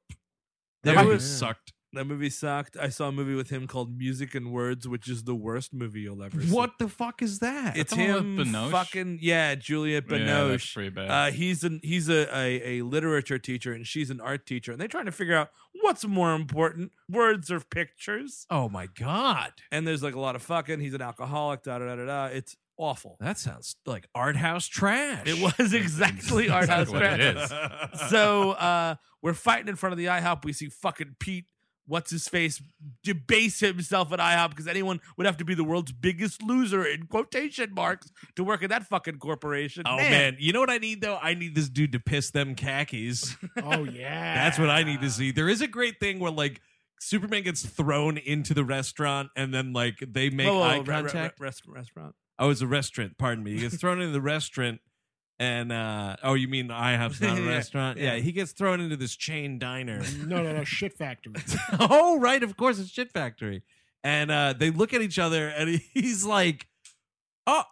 A: That
B: There
A: movie
B: was-
A: sucked.
B: that movie sucked. I saw a movie with him called Music and Words, which is the worst movie you'll ever see.
A: What the fuck is that?
B: It's
C: the one with
B: him
C: Binoche?
B: fucking yeah, Juliet
C: Yeah, that's
B: Binoche.
C: pretty bad.
B: uh, he's an he's a, a a literature teacher and she's an art teacher, and they're trying to figure out what's more important, words or pictures.
A: oh my god,
B: And there's like a lot of fucking. He's an alcoholic. Da da da da. da. It's awful.
A: that sounds like art house trash.
B: It was exactly our house
C: Exactly what it
B: trash.
A: is.
B: So uh, we're fighting in front of the IHOP. We see fucking Pete, what's his face, debase himself at IHOP because anyone would have to be the world's biggest loser in quotation marks to work at that fucking corporation.
A: Oh man. you know what I need though? I need this dude to piss them khakis.
L: Oh yeah,
A: That's what I need to see. There is a great thing where like Superman gets thrown into the restaurant and then like they make
B: Whoa, whoa,
A: eye
B: whoa, re- re-
A: contact.
B: rest- restaurant.
A: Oh, it's a restaurant. Pardon me. He gets thrown into the restaurant, and uh, oh, you mean IHOP's not a
B: Yeah,
A: restaurant? Yeah.
B: yeah.
A: he gets thrown into this chain diner.
L: No, no, no. Shit factory.
A: oh, right. Of course, it's Shit Factory. and uh, they look at each other, and he's like, "Oh,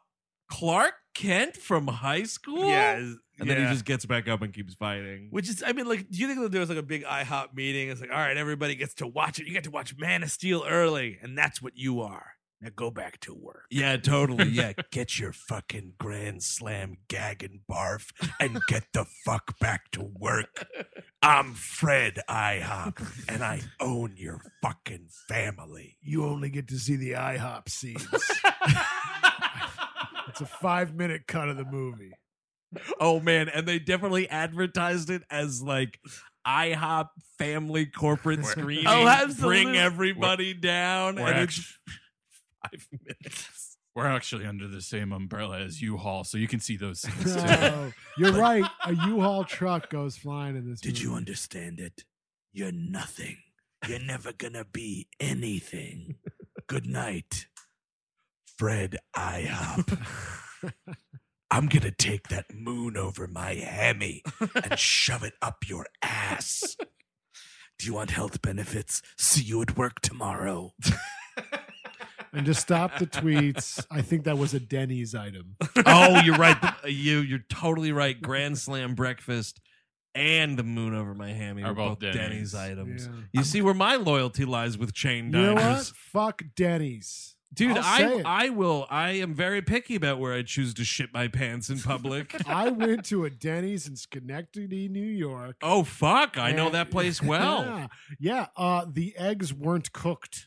A: Clark Kent from high school."
B: Yeah.
A: And
B: yeah.
A: then he just gets back up and keeps fighting.
B: Which is, I mean, like, do you think that there was like a big IHOP meeting? It's like, all right, everybody gets to watch it. You get to watch Man of Steel early, and that's what you are. Now go back to work.
A: Yeah, totally. Yeah, get your fucking grand slam gag and barf and get the fuck back to work. I'm Fred IHOP and I own your fucking family.
D: You only get to see the IHOP scenes. it's a five minute cut of the movie.
A: Oh man, and they definitely advertised it as like IHOP family corporate screening.
B: Oh, absolutely.
A: Bring everybody down.
C: We're
A: and
C: actu-
A: it's five minutes.
C: We're actually under the same umbrella as U-Haul, so you can see those scenes too.
D: No, you're right. A U-Haul truck goes flying in this.
B: Did you
D: movie.
B: understand it? You're nothing. You're never gonna be anything. Good night.
A: Fred IHOP. I'm going to take that moon over my hammy and shove it up your ass.
B: Do you want health benefits? See you at work tomorrow.
D: And to stop the tweets, I think that was a Denny's item.
A: oh, you're right. The- you you're totally right. Grand Slam breakfast and the moon over my hammy
C: Are
A: are both
C: both
A: Denny's,
C: Denny's.
A: items.
D: Yeah.
A: You see where my loyalty lies with chain
D: You know what?
A: diners.
D: Fuck Denny's.
A: Dude,
D: I'll say
A: I
D: it.
A: I will I am very picky about where I choose to shit my pants in public.
D: I went to a Denny's in Schenectady, New York.
A: oh fuck, I know
D: and-
A: that place well.
D: Yeah, yeah. Uh, the eggs weren't cooked.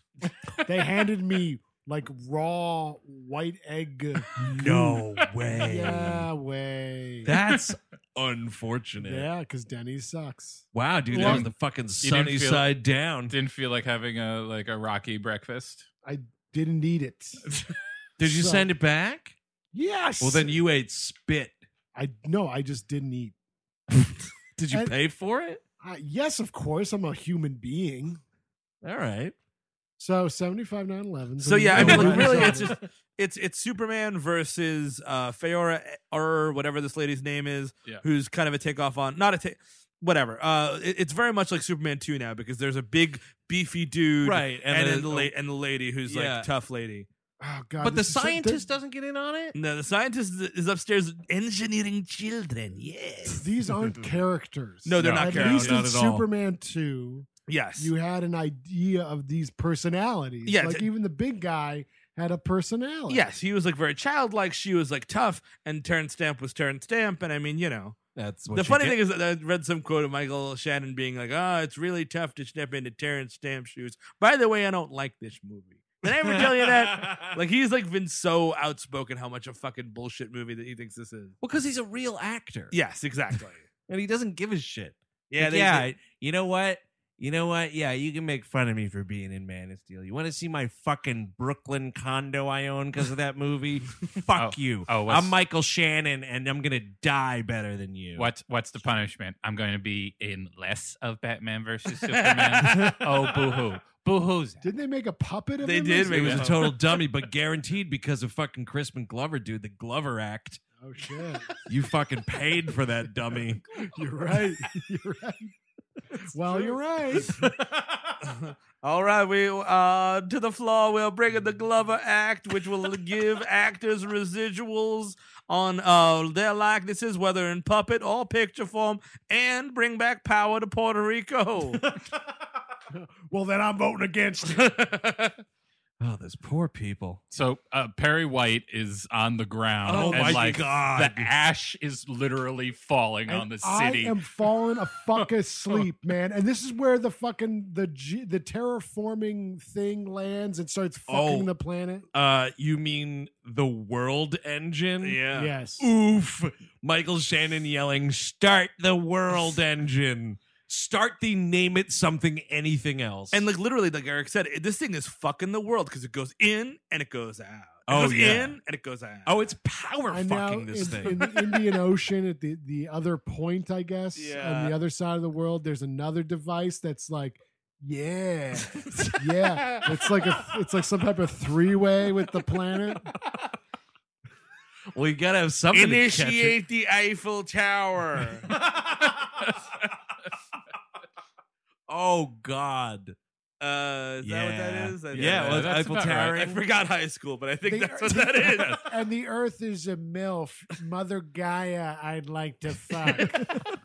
D: They handed me like raw white egg.
A: No way.
D: Yeah, way.
A: That's unfortunate.
D: yeah, because Denny's sucks.
A: Wow, dude, that
C: Well,
A: was the fucking
C: didn't
A: sunny
C: feel-
A: side down.
C: Didn't feel like having a like a rocky breakfast.
D: Didn't eat it.
A: Did you
D: So-
A: send it back?
D: Yes.
A: Well, then you ate spit.
D: I no, I just didn't eat.
A: Did you
D: And-
A: pay for it?
D: Uh, yes, of course, I'm a human being.
A: All right.
D: So 75 911.
B: So yeah, I mean, like,
D: Right.
B: really, it's just it's it's Superman versus uh Feora or whatever this lady's name is,
C: Yeah.
B: who's kind of a takeoff on not a take, whatever. Uh, it- it's very much like Superman two now because there's a big beefy dude,
A: Right.
B: and,
A: And,
B: then
A: the-
B: the la- and the lady who's
A: Yeah.
B: like tough lady.
D: Oh god.
A: but the
D: this is so-
A: scientist doesn't get in on it?
B: No, the scientist is- is upstairs engineering children. Yes,
D: these aren't characters.
B: No, they're not
D: at
B: characters.
D: Least in
A: Not at all.
D: Superman 2,
B: yes.
D: you had an idea of these personalities.
B: Yeah,
D: like
B: t-
D: even the big guy had a personality.
B: Yes, he was like very childlike. She was like tough, and Turn Stamp was Turn Stamp. And I mean, you know,
A: That's
B: the funny thing is that I read some quote of Michael Shannon being like, "Ah, it's really tough to step into Terrence Stamp's shoes." By the way, I don't like this movie. Did I ever tell you that? Like he's like been so outspoken how much a fucking bullshit movie that he thinks this is.
A: well, because he's a real actor.
B: Yes, exactly.
A: And he doesn't give a shit.
B: Yeah,
A: Like,
B: they-
A: yeah.
B: they-
A: you know what? You know what? Yeah, you can make fun of me for being in Man of Steel. You want to see my fucking Brooklyn condo I own because of that movie? Fuck you.
C: Oh, what's,
A: I'm Michael Shannon, and I'm gonna die better than you.
C: what's what's the punishment? I'm going to be in less of Batman versus Superman. oh, boo-hoo, boo-hoo's.
D: Didn't they make a puppet of
B: They
D: him?
B: did
D: Is
A: It
B: make
A: was a
B: Yeah.
A: total dummy, but guaranteed because of fucking Crispin Glover, dude. The Glover Act.
D: Oh shit.
A: You fucking paid for that dummy.
D: You're right. You're right. well, you're right.
B: All right, we uh to the floor. We'll bring in the Glover Act, which will give actors residuals on uh their likenesses, whether in puppet or picture form, and bring back power to Puerto Rico.
D: Well, then I'm voting against it.
A: Oh, those poor people.
C: So uh, Perry White is on the ground.
A: Oh
C: and,
A: my
C: like,
A: God.
C: The ash is literally falling on the
D: And I
C: city.
D: am falling a fuck asleep, man. And this is where the fucking the ge- the terraforming thing lands and starts fucking
A: Oh.
D: the planet.
A: Uh, you mean the world engine?
D: Yes.
A: Oof. Michael Shannon yelling, "Start the world engine! Start the name it something anything else."
B: And like literally, like Eric said, it- this thing is fucking the world because it goes in and it goes out. It
A: Oh,
B: goes
A: yeah.
B: in and it goes out.
A: oh, it's power
D: And
A: fucking
D: now
A: this
D: in,
A: thing.
D: in the Indian Ocean at the, the other point, I guess,
B: Yeah.
D: on the other side of the world, there's another device that's like, yeah, yeah. It's like a it's like some type of three way with the planet.
A: well, you gotta have something to
B: initiate the Eiffel Tower.
A: catch it. oh God.
B: Uh, is that what that is? I-
A: Yeah,
B: I-
A: well,
C: that's
A: Eiffel
C: about right.
A: Tower.
B: I forgot high school, but I think
D: They-
B: that's what that is.
D: and the earth is a MILF. Mother Gaia, I'd like to fuck.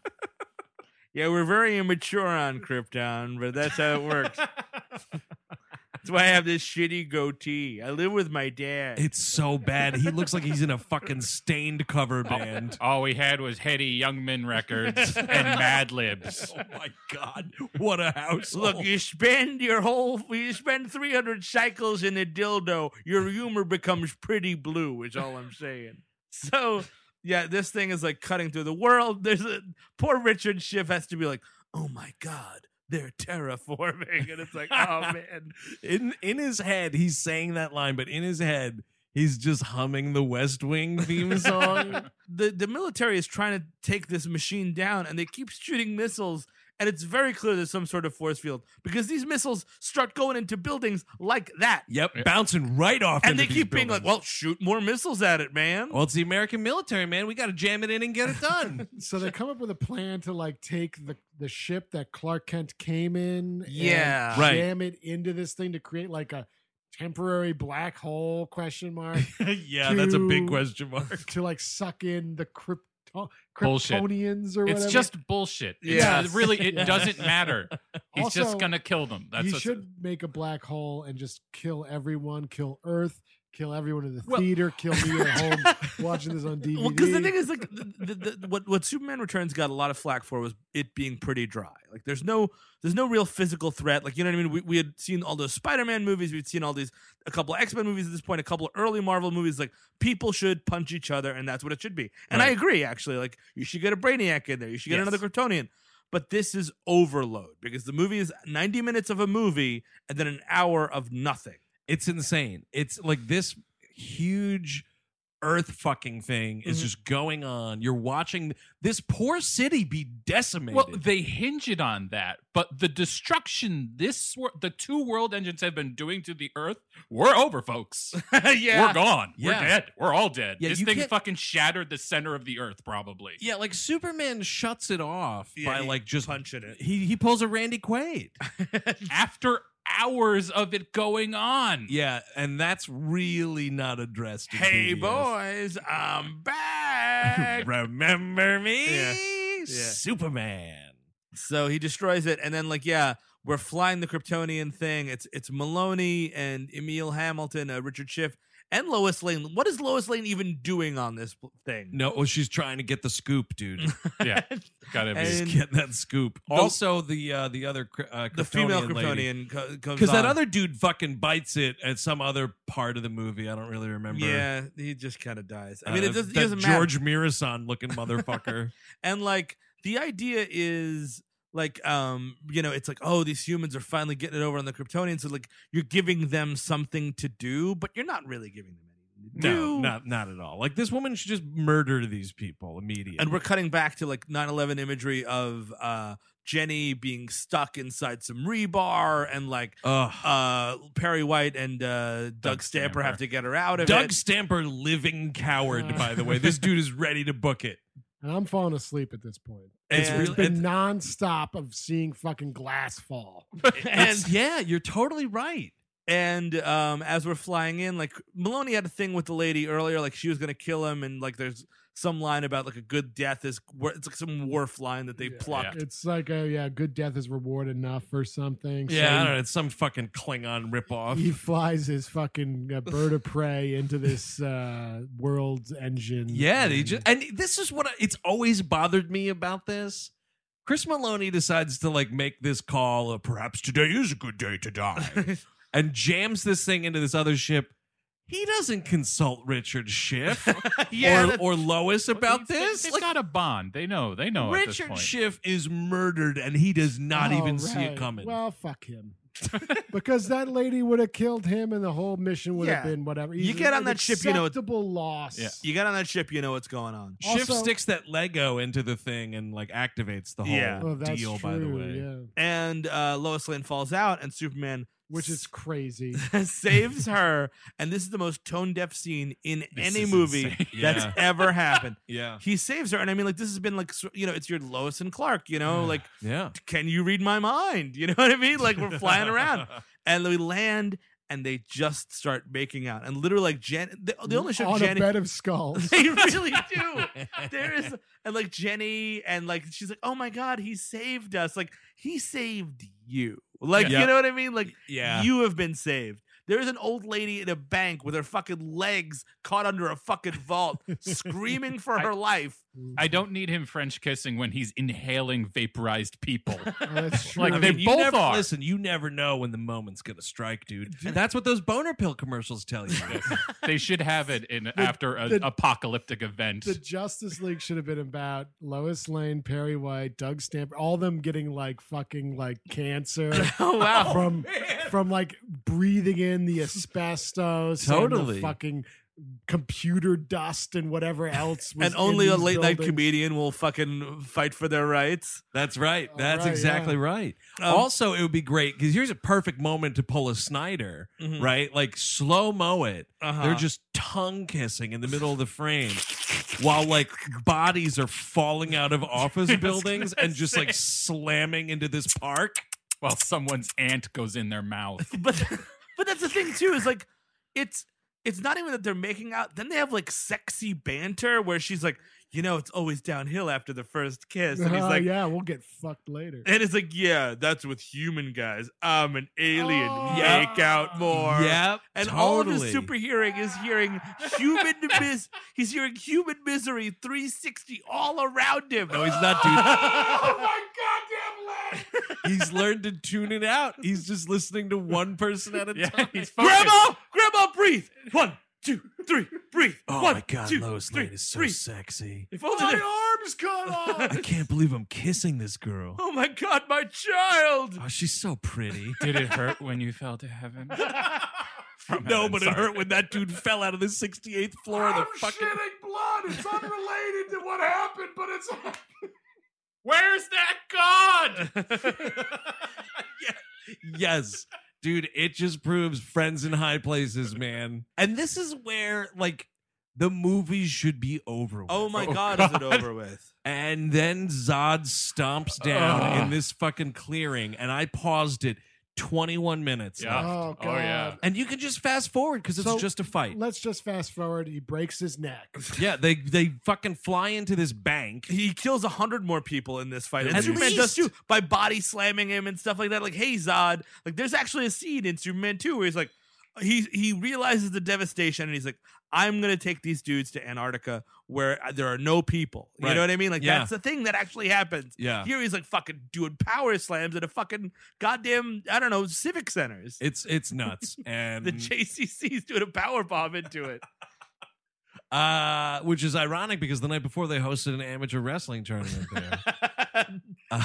B: Yeah, we're very immature on Krypton, but that's how it works. that's why I have this shitty goatee. I live with my dad.
A: It's so bad. He looks like he's in a fucking stained cover band.
C: All we had was Hetty Youngman records and Mad Libs.
A: oh my god, what a house!
B: Look, you spend your whole, you spend 300 cycles in a dildo, your humor becomes pretty blue, is all I'm saying. So, yeah, this thing is like cutting through the world. There's a, poor Richard Schiff has to be like, oh my God, they're terraforming. And it's like, oh man.
A: in in his head, he's saying that line, but in his head, he's just humming the West Wing theme song.
B: the the military is trying to take this machine down and they keep shooting missiles and it's very clear there's some sort of force field because these missiles start going into buildings like that
A: yep, bouncing right off.
B: and
A: into
B: they
A: these
B: keep being like
A: buildings.
B: well shoot more missiles at it man
A: well, it's the American military, man. We got to jam it in and get it done."
D: so they come up with a plan to like take the the ship that Clark Kent came in,
B: Yeah.
D: and
A: Right.
D: jam it into this thing to create like a temporary black hole question mark
A: yeah,
D: To-
A: question mark.
D: to like suck in the Krypto-
C: Bullshit.
D: Kryptonians or whatever.
C: It's just bullshit. It's
B: Yeah.
C: uh, really, it
D: Yes.
C: doesn't matter. He's
D: Also,
C: just gonna kill them. That's
D: you
C: what's-
D: should make a black hole and just kill everyone, kill Earth, kill everyone in the
B: Well-
D: theater, kill me at home watching this on DVD.
B: Well, because the thing is, like, the, the, the, what what Superman Returns got a lot of flack for was it being pretty dry. Like, there's no there's no real physical threat. Like, you know what I mean? We, we had seen all those Spider-Man movies, we'd seen all these a couple X Men movies at this point, a couple early Marvel movies. Like, people should punch each other, and that's what it should be. And I agree, actually. Like, you should get a Brainiac in there. You should get another Kryptonian. But this is overload because the movie is 90 minutes of a movie and then an hour of nothing.
A: It's insane. It's like this huge earth fucking thing is
B: Mhm.
A: just going on. You're watching this poor city be decimated.
C: Well, they hinge it on that, but the destruction this wor- the two world engines have been doing to the Earth, we're over, folks.
B: yeah.
C: We're gone.
A: Yeah.
C: We're dead. We're all dead.
A: Yeah,
C: this
A: you
C: thing
A: can't-
C: fucking shattered the center of the Earth, probably.
A: yeah, like Superman shuts it off
B: Yeah,
A: by
B: he
A: like just
B: punching it.
A: He he pulls a Randy Quaid.
C: After hours of it going on.
A: yeah, and that's really not addressed. in
B: Hey,
A: BVS.
B: boys, I'm back.
A: remember me,
B: Yeah.
A: Superman.
B: So he destroys it, and then like yeah, we're flying the Kryptonian thing. It's it's Maloney and Emil Hamilton, uh, Richard Schiff, and Lois Lane. What is Lois Lane even doing on this pl- thing?
A: No, well, she's trying to get the scoop, dude.
C: Yeah. Gotta be.
B: And-
A: Just get that scoop. Also, the uh, the other Kry- uh,
B: The female
A: Kryptonian lady.
B: Kryptonian co- comes
A: Because that
B: on.
A: other dude fucking bites it at some other part of the movie. I don't really remember.
B: yeah, he just kind of dies. I
A: Uh,
B: mean, it
A: that
B: doesn't, he doesn't matter.
A: George Mirasan looking motherfucker.
B: and like the idea is like um you know it's like oh these humans are finally getting it over on the kryptonians so like you're giving them something to do but you're not really giving them anything to
A: no,
B: do
A: not not at all. Like this woman should just murder these people immediately.
B: and we're cutting back to like 9-11 imagery of uh jenny being stuck inside some rebar and like
A: Ugh.
B: uh perry white and uh doug, stamper,
C: Stamper.
B: have to get her out of
A: Doug
B: it
A: Stamper, living coward. by the way, this dude is ready to book it.
D: and I'm falling asleep at this point.
A: It's
B: And-
D: It's
A: really,
D: been nonstop of seeing fucking glass fall.
B: and
A: it's- yeah, you're totally right.
B: And um, as we're flying in, like Maloney had a thing with the lady earlier, like she was gonna kill him, and like there's some line about like a good death is wor- it's like some wharf line that they
D: Yeah.
B: plucked.
D: It's like a yeah, good death is reward enough or something.
A: Yeah, I don't
D: So
A: know. It's some fucking Klingon ripoff.
D: he flies his fucking uh, bird of prey into this uh, world's engine.
A: Yeah, they
D: and-
A: just and this is what I, it's always bothered me about this. Chris Maloney decides to like make this call of perhaps today is a good day to die and jams this thing into this other ship. He doesn't consult Richard Schiff
B: Yeah,
A: or,
B: that's-
A: or Lois about this.
C: It's
A: Like,
C: got a bond. They know. They know. at this
A: Richard
C: point.
A: Schiff is murdered and he does not
D: Oh,
A: even see it
D: right.
A: coming.
D: Well, fuck him. because that lady would have killed him, and the whole mission would have
B: Yeah.
D: been whatever.
B: You
D: He's
B: get on
D: an
B: that ship, you know it-
D: acceptable loss.
C: Yeah.
B: You get on that ship, you know what's going on.
A: Schiff
D: also-
A: sticks that Lego into the thing and like activates the whole
B: Yeah.
D: Oh, that's
A: deal.
D: true.
A: by the way,
D: yeah.
B: And uh, Lois Lane falls out, and Superman
L: which is crazy.
B: saves her, and this is the most tone deaf scene in any movie that's
A: Yeah.
B: ever happened.
A: Yeah.
B: He saves her, and I mean, like this has been like s- you know, it's your Lois and Clark, you know, like
A: Yeah.
B: can you read my mind? You know what I mean? Like we're flying around, and we land, and they just start making out, and literally like Jen, they, they only show
L: on
B: Jenny.
L: a bed of skulls.
B: They really do. There is and like Jenny and like she's like, oh my god, he saved us. Like he saved you. Like
A: Yeah.
B: you know what I mean? Like
A: Yeah.
B: you have been saved. There is an old lady in a bank with her fucking legs caught under a fucking vault, screaming for her life.
C: I don't need him French kissing when he's inhaling vaporized people.
L: Oh, that's true.
C: Like,
L: I
C: they
L: mean,
A: you
C: both
A: never,
C: are.
A: Listen, you never know when the moment's gonna strike, dude. That's what those boner pill commercials tell you.
C: they should have it in after an
L: the-
C: apocalyptic event.
L: the Justice League should have been about Lois Lane, Perry White, Doug Stamper, all them getting like fucking like cancer
B: Oh wow.
L: from from like breathing in the asbestos, and
A: Totally.
L: the fucking computer dust and whatever else. Was
B: and only
L: in
B: a
L: these
B: late night
L: buildings.
B: comedian will fucking fight for their rights.
A: That's right.
L: All
A: That's
L: right,
A: exactly right.
B: Um,
A: also, it would be great because here's a perfect moment to pull a Snyder,
B: Mhm.
A: right? Like slow mo it.
B: Uh-huh.
A: They're just tongue kissing in the middle of the frame while like bodies are falling out of office buildings and just like slamming into this park.
C: while someone's ant goes in their mouth.
B: but but that's the thing too is like it's it's not even that they're making out then they have like sexy banter where she's like you know it's always downhill after the first kiss and he's
D: Uh-huh,
L: Oh,
B: like
L: yeah, we'll get fucked later.
B: and it's like yeah that's with human guys i'm an alien
L: Oh.
B: make out more
A: Yep.
B: and
A: totally.
B: all of his superhearing is hearing human mis- he's hearing human misery 360 all around him no he's not
A: He's learned to tune it out. He's just listening to one person at a
C: Yeah,
A: time.
C: he's focused.
B: grandma grandma breathe one two three breathe
A: Oh
B: Oh
A: my god, Lois Lane is so sexy.
B: if only there-
L: arms cut off.
A: I can't believe I'm kissing this girl.
B: Oh my god, my child!
A: Oh, she's so pretty.
C: Did it hurt when you fell to heaven? From
A: No,
C: heaven,
A: but it
C: sorry.
A: hurt when that dude fell out of the 68th floor of the fucking.
B: Oh,
C: Where's that god?
A: Yes. Dude, it just proves friends in high places, man. And this is where, like, the movies should be over with.
B: Oh my
C: Oh
B: god, is it
C: God.
B: over with?
A: And then Zod stomps down
C: Ugh.
A: in this fucking clearing, and I paused it 21 minutes.
C: Yeah.
L: Oh,
C: Oh yeah.
L: God.
A: And you can just fast forward because it's
L: So-
A: just a fight.
L: Let's just fast forward. He breaks his neck.
A: Yeah, they they fucking fly into this bank.
B: He kills a hundred more people in this fight, and
A: At
B: Superman does too
A: least.
B: by body slamming him and stuff like that. Like, hey Zod, like there's actually a scene in Superman 2 where he's like, he he realizes the devastation, and he's like, I'm gonna take these dudes to Antarctica where there are no people. You
A: Right.
B: know what I mean? Like
A: Yeah.
B: that's the thing that actually happens.
A: Yeah.
B: Here he's like fucking doing power slams at a fucking goddamn I don't know civic centers.
A: It's it's nuts. And
B: the JCC's doing a power bomb into it.
A: uh which is ironic because the night before they hosted an amateur wrestling tournament there. Uh,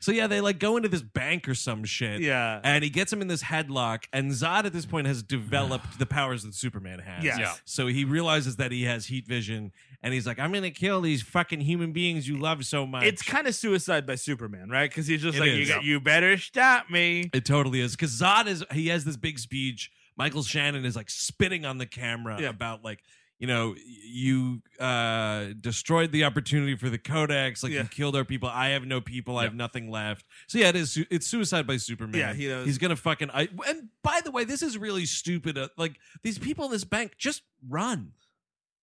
A: so yeah, they like go into this bank or some shit.
B: yeah.
A: And he gets him in this headlock, and Zod at this point has developed the powers that Superman has.
B: Yes.
C: Yeah.
A: So he realizes that he has heat vision, and he's like, "I'm gonna kill these fucking human beings you love so much."
B: It's kind of suicide by Superman, right? Because he's just
A: It
B: like,
A: is.
B: you, got, you better stop me.
A: It totally is because Zod is he has this big speech. Michael Shannon is like spitting on the camera
B: Yeah.
A: about like you know y- you uh destroyed the opportunity for the Codex, like
B: Yeah.
A: you killed our people. I have no people. I have nothing left. So yeah, it is. su- It's suicide by Superman.
B: Yeah, he knows.
A: he's gonna fucking. I, and by the way, this is really stupid. Uh, like these people in this bank just run.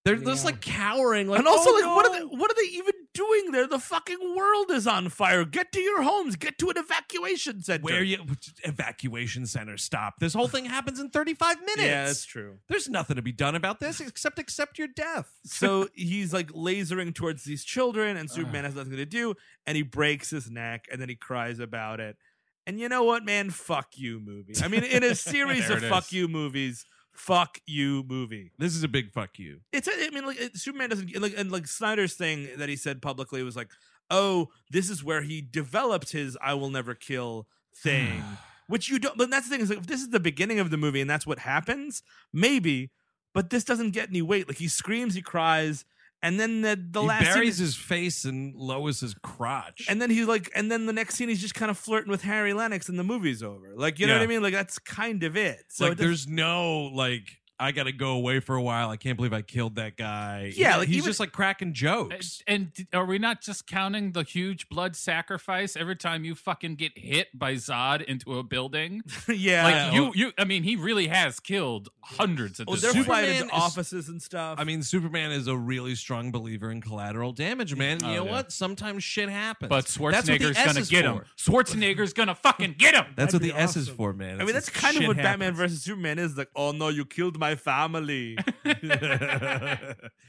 A: They're just
L: Yeah.
A: like cowering. Like
B: and also,
A: "Oh,
B: like, what are
A: no."
B: they? What are they even doing there? The fucking world is on fire. Get to your homes. Get to an evacuation center.
A: Where you evacuation center stop? This whole thing happens in thirty five minutes.
B: Yeah, that's true.
A: There's nothing to be done about this except accept your death.
B: So he's like lasering towards these children,
C: Uh-huh.
B: and Superman has nothing to do, and he breaks his neck, and then he cries about it. And you know what, man? Fuck you, movie. I mean, in a series
C: There
B: of
C: it
B: fuck
C: is.
B: you movies, fuck you movie.
A: This is a big fuck you.
B: it's I mean like it- Superman doesn't and like and like Snyder's thing that he said publicly was like, oh, this is where he developed his I will never kill thing, which you don't. But that's the thing is like if this is the beginning of the movie and that's what happens, maybe, but this doesn't get any weight. Like he screams, he cries. And then the the
A: he
B: last scene
A: buries
B: is-
A: his face in Lois's crotch.
B: and then he's like, and then the next scene he's just kind of flirting with Harry Lennox, and the movie's over. Like, you know what I mean? Like that's kind of it. So
A: like
B: it doesn't-
A: there's no like I gotta go away for a while. I can't believe I killed that guy.
B: Yeah,
A: He-
B: like,
A: he's
B: even-
A: just like cracking
C: And,
A: jokes.
C: and d- are we not just counting the huge blood sacrifice every time you fucking get hit by Zod into a building?
B: yeah,
C: Like you, you. I mean, he really has killed hundreds at
B: Well,
C: this
B: they're
C: point.
B: flying
A: Superman
B: into
A: is-
B: offices and stuff.
A: I mean, Superman is a really strong believer in collateral damage, man. And you
C: Oh,
A: know
C: yeah.
A: what? Sometimes shit happens.
C: But
A: That's what the
C: Schwarzenegger's
A: S
C: gonna
A: is
C: get
A: for.
C: him. Schwarzenegger's gonna fucking get him.
A: That's
L: That'd
A: what the
L: be
A: S is
L: awesome.
A: for, man.
B: I mean, that's kind of
A: shit
B: what Batman
A: happens.
B: versus Superman is like. Oh no, you killed my family.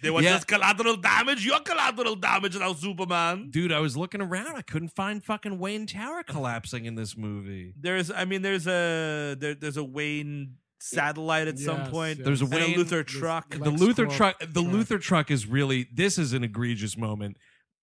B: there was
A: Yeah.
B: just collateral damage. Your collateral damage now, Superman.
A: Dude, I was looking around. I couldn't find fucking Wayne Tower collapsing in this movie.
B: There's, I mean, there's a there, there's a Wayne satellite at some
L: Yes,
B: point.
L: yes.
A: There's a
B: and
A: Wayne-
B: a Luther truck.
L: Lex
A: the Luther
L: Corp
A: truck, the Luther truck is really this is an egregious moment.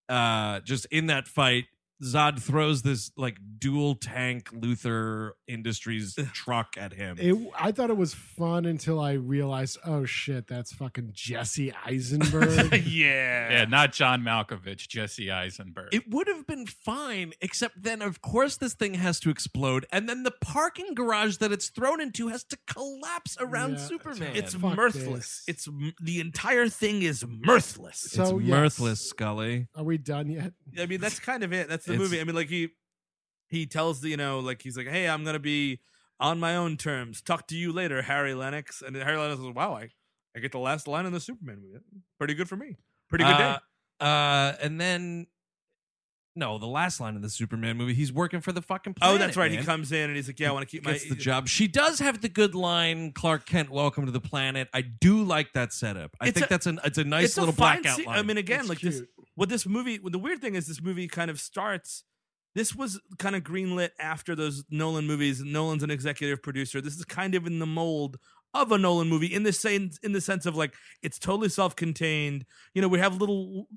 A: Uh just in that fight, Zod throws this like dual tank Luther Industries truck at him.
L: It, I thought it was fun until I realized, oh shit, that's fucking Jesse Eisenberg.
B: yeah.
C: Yeah, not John Malkovich, Jesse Eisenberg.
A: It would have been fine, except then, of course, this thing has to explode, and then the parking garage that it's thrown into has to collapse around
L: Yeah.
A: Superman.
B: It's
L: Fuck
B: mirthless.
L: this.
B: It's m- the entire thing is mirthless.
L: so,
A: it's
L: yes.
A: mirthless, Scully.
L: Are we done yet?
B: I mean, that's kind of it. That's the
A: It's-
B: movie. I mean, like he he tells the you know like he's like, hey, I'm gonna be on my own terms. Talk to you later, Harry Lennox. And Harry Lennox is wow, I I get the last line in the Superman movie. Pretty good for me. Pretty good day.
A: Uh, uh, and then, no, the last line of the Superman movie, he's working for the fucking
B: Oh,
A: planet.
B: that's right.
A: man.
B: He comes in and he's like, yeah, I want to keep my e,
A: Gets the job. She does have the good line, Clark Kent, welcome to the planet. I do like that setup. I
B: It's
A: think
B: a-
A: that's an it's a nice
B: a
A: little
B: fine
A: blackout
B: scene.
A: line.
B: I mean, again,
L: It's
B: like this.
L: cute.
B: What this movie? What the weird thing is, this movie kind of starts. This was kind of greenlit after those Nolan movies. Nolan's an executive producer. This is kind of in the mold of a Nolan movie in the same in the sense of like it's totally self-contained. You know, we have little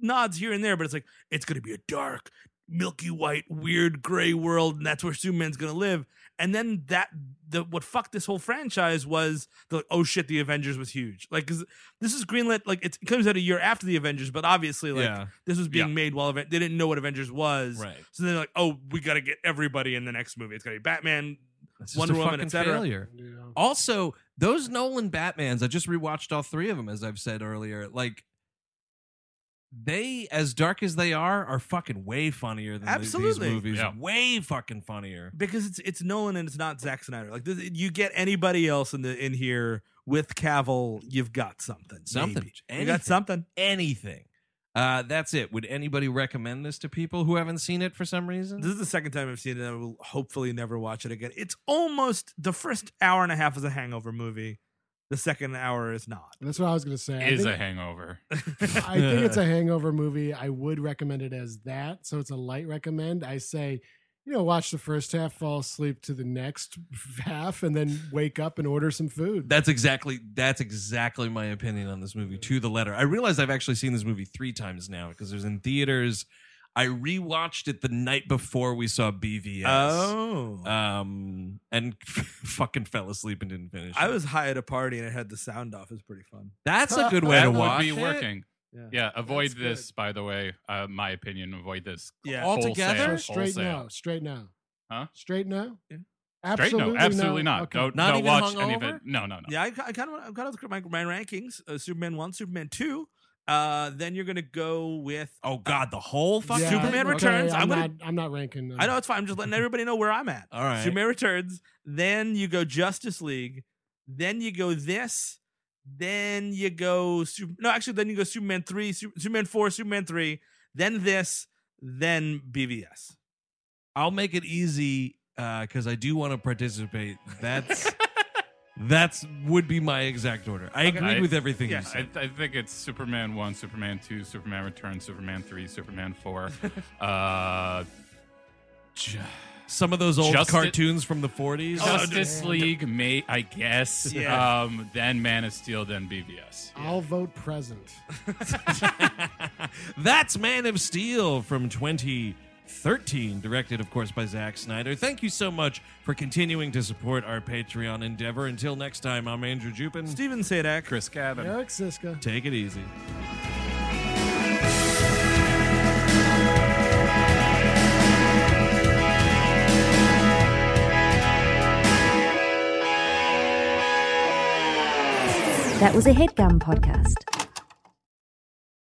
B: nods here and there, but it's like it's going to be a dark, milky white, weird gray world, and that's where Superman's going to live. And then that the what fucked this whole franchise was the like, oh shit, the Avengers was huge. Like 'cause this is greenlit. Like it comes out a year after the Avengers, but obviously like
A: yeah,
B: this was being made while Aven- they didn't know what Avengers was.
A: right.
B: So they're like, oh, we got to get everybody in the next movie. It's gonna be Batman.
A: It's just
B: Wonder
A: a
B: Woman,
A: fucking
B: et cetera.
A: failure.
L: Yeah.
A: Also, those Nolan Batmans, I just rewatched all three of them, as I've said earlier. Like, they, as dark as they are, are fucking way funnier than the-
B: Absolutely.
A: these movies.
C: Yeah.
A: Way fucking funnier.
B: because it's it's Nolan and it's not Zack Snyder. Like this, you get anybody else in the in here with Cavill, you've got something.
A: Something.
B: maybe. You got
A: Anything.
B: something.
A: Anything. Uh, that's it. Would anybody recommend this to people who haven't seen it for some reason?
B: This is the second time I've seen it. I will hopefully never watch it again. It's almost the first hour and a half is a hangover movie. The second hour is not.
L: That's what I was gonna say. I
C: is
L: think-
C: a hangover.
L: I think it's a hangover movie. I would recommend it as that. So it's a light recommend. I say, you know, watch the first half, fall asleep to the next half, and then wake up and order some food.
A: That's exactly that's exactly my opinion on this movie to the letter. I realize I've actually seen this movie three times now because it was in theaters. I rewatched it the night before we saw BVS,
B: Oh.
A: um, and fucking fell asleep and didn't finish.
B: I
A: it.
B: was high at a party and it had the sound off. It's pretty fun.
A: That's a good way
C: that
A: to
C: would
A: watch
C: be
A: it.
C: working.
B: Yeah.
C: Yeah, avoid
L: That's
C: this. By the way, uh, my opinion, avoid this.
B: Yeah.
A: Altogether?
C: wholesale,
L: Straight
C: wholesale.
L: now. Straight now.
C: Huh?
L: Straight now.
B: Yeah.
C: Straight no, absolutely
L: no.
C: not.
L: Okay.
C: Don't,
A: Not
C: don't
A: even
C: watch any of
A: hungover?
C: it. No, no, no.
B: Yeah, I, I kind of I kind of look at my, my rankings: uh, Superman one, Superman two. Uh, then you're gonna go with.
A: Oh God, the whole fucking
L: Yeah,
A: thing?
B: Superman
L: okay,
B: Returns.
L: I'm,
B: I'm gonna-
L: not. I'm not ranking. Them.
B: I know it's fine. I'm just letting everybody know where I'm at.
A: All right.
B: Superman Returns. Then you go Justice League. Then you go this. Then you go Super, no, actually, then you go Superman three, Su- Superman four, Superman three. Then this. Then BVS.
A: I'll make it easy because I do want to participate. That's that's would be my exact order. I
B: Okay.
A: agreed with everything
B: Yeah,
A: you said.
C: I, I think it's Superman one, Superman two, Superman Returns, Superman three, Superman four. uh, ju-
A: Some of those old
C: Justi-
A: cartoons from the 40s.
C: Justice League, may I guess.
B: Oh, Yeah.
C: Um, then Man of Steel, then BVS.
L: I'll vote present.
A: That's Man of Steel from 2013, directed, of course, by Zack Snyder. Thank you so much for continuing to support our Patreon endeavor. Until next time, I'm Andrew Jupin.
B: Steven Sadak.
C: Chris Cabin.
L: Eric Siska.
A: Take it easy.
O: That was a headgum podcast.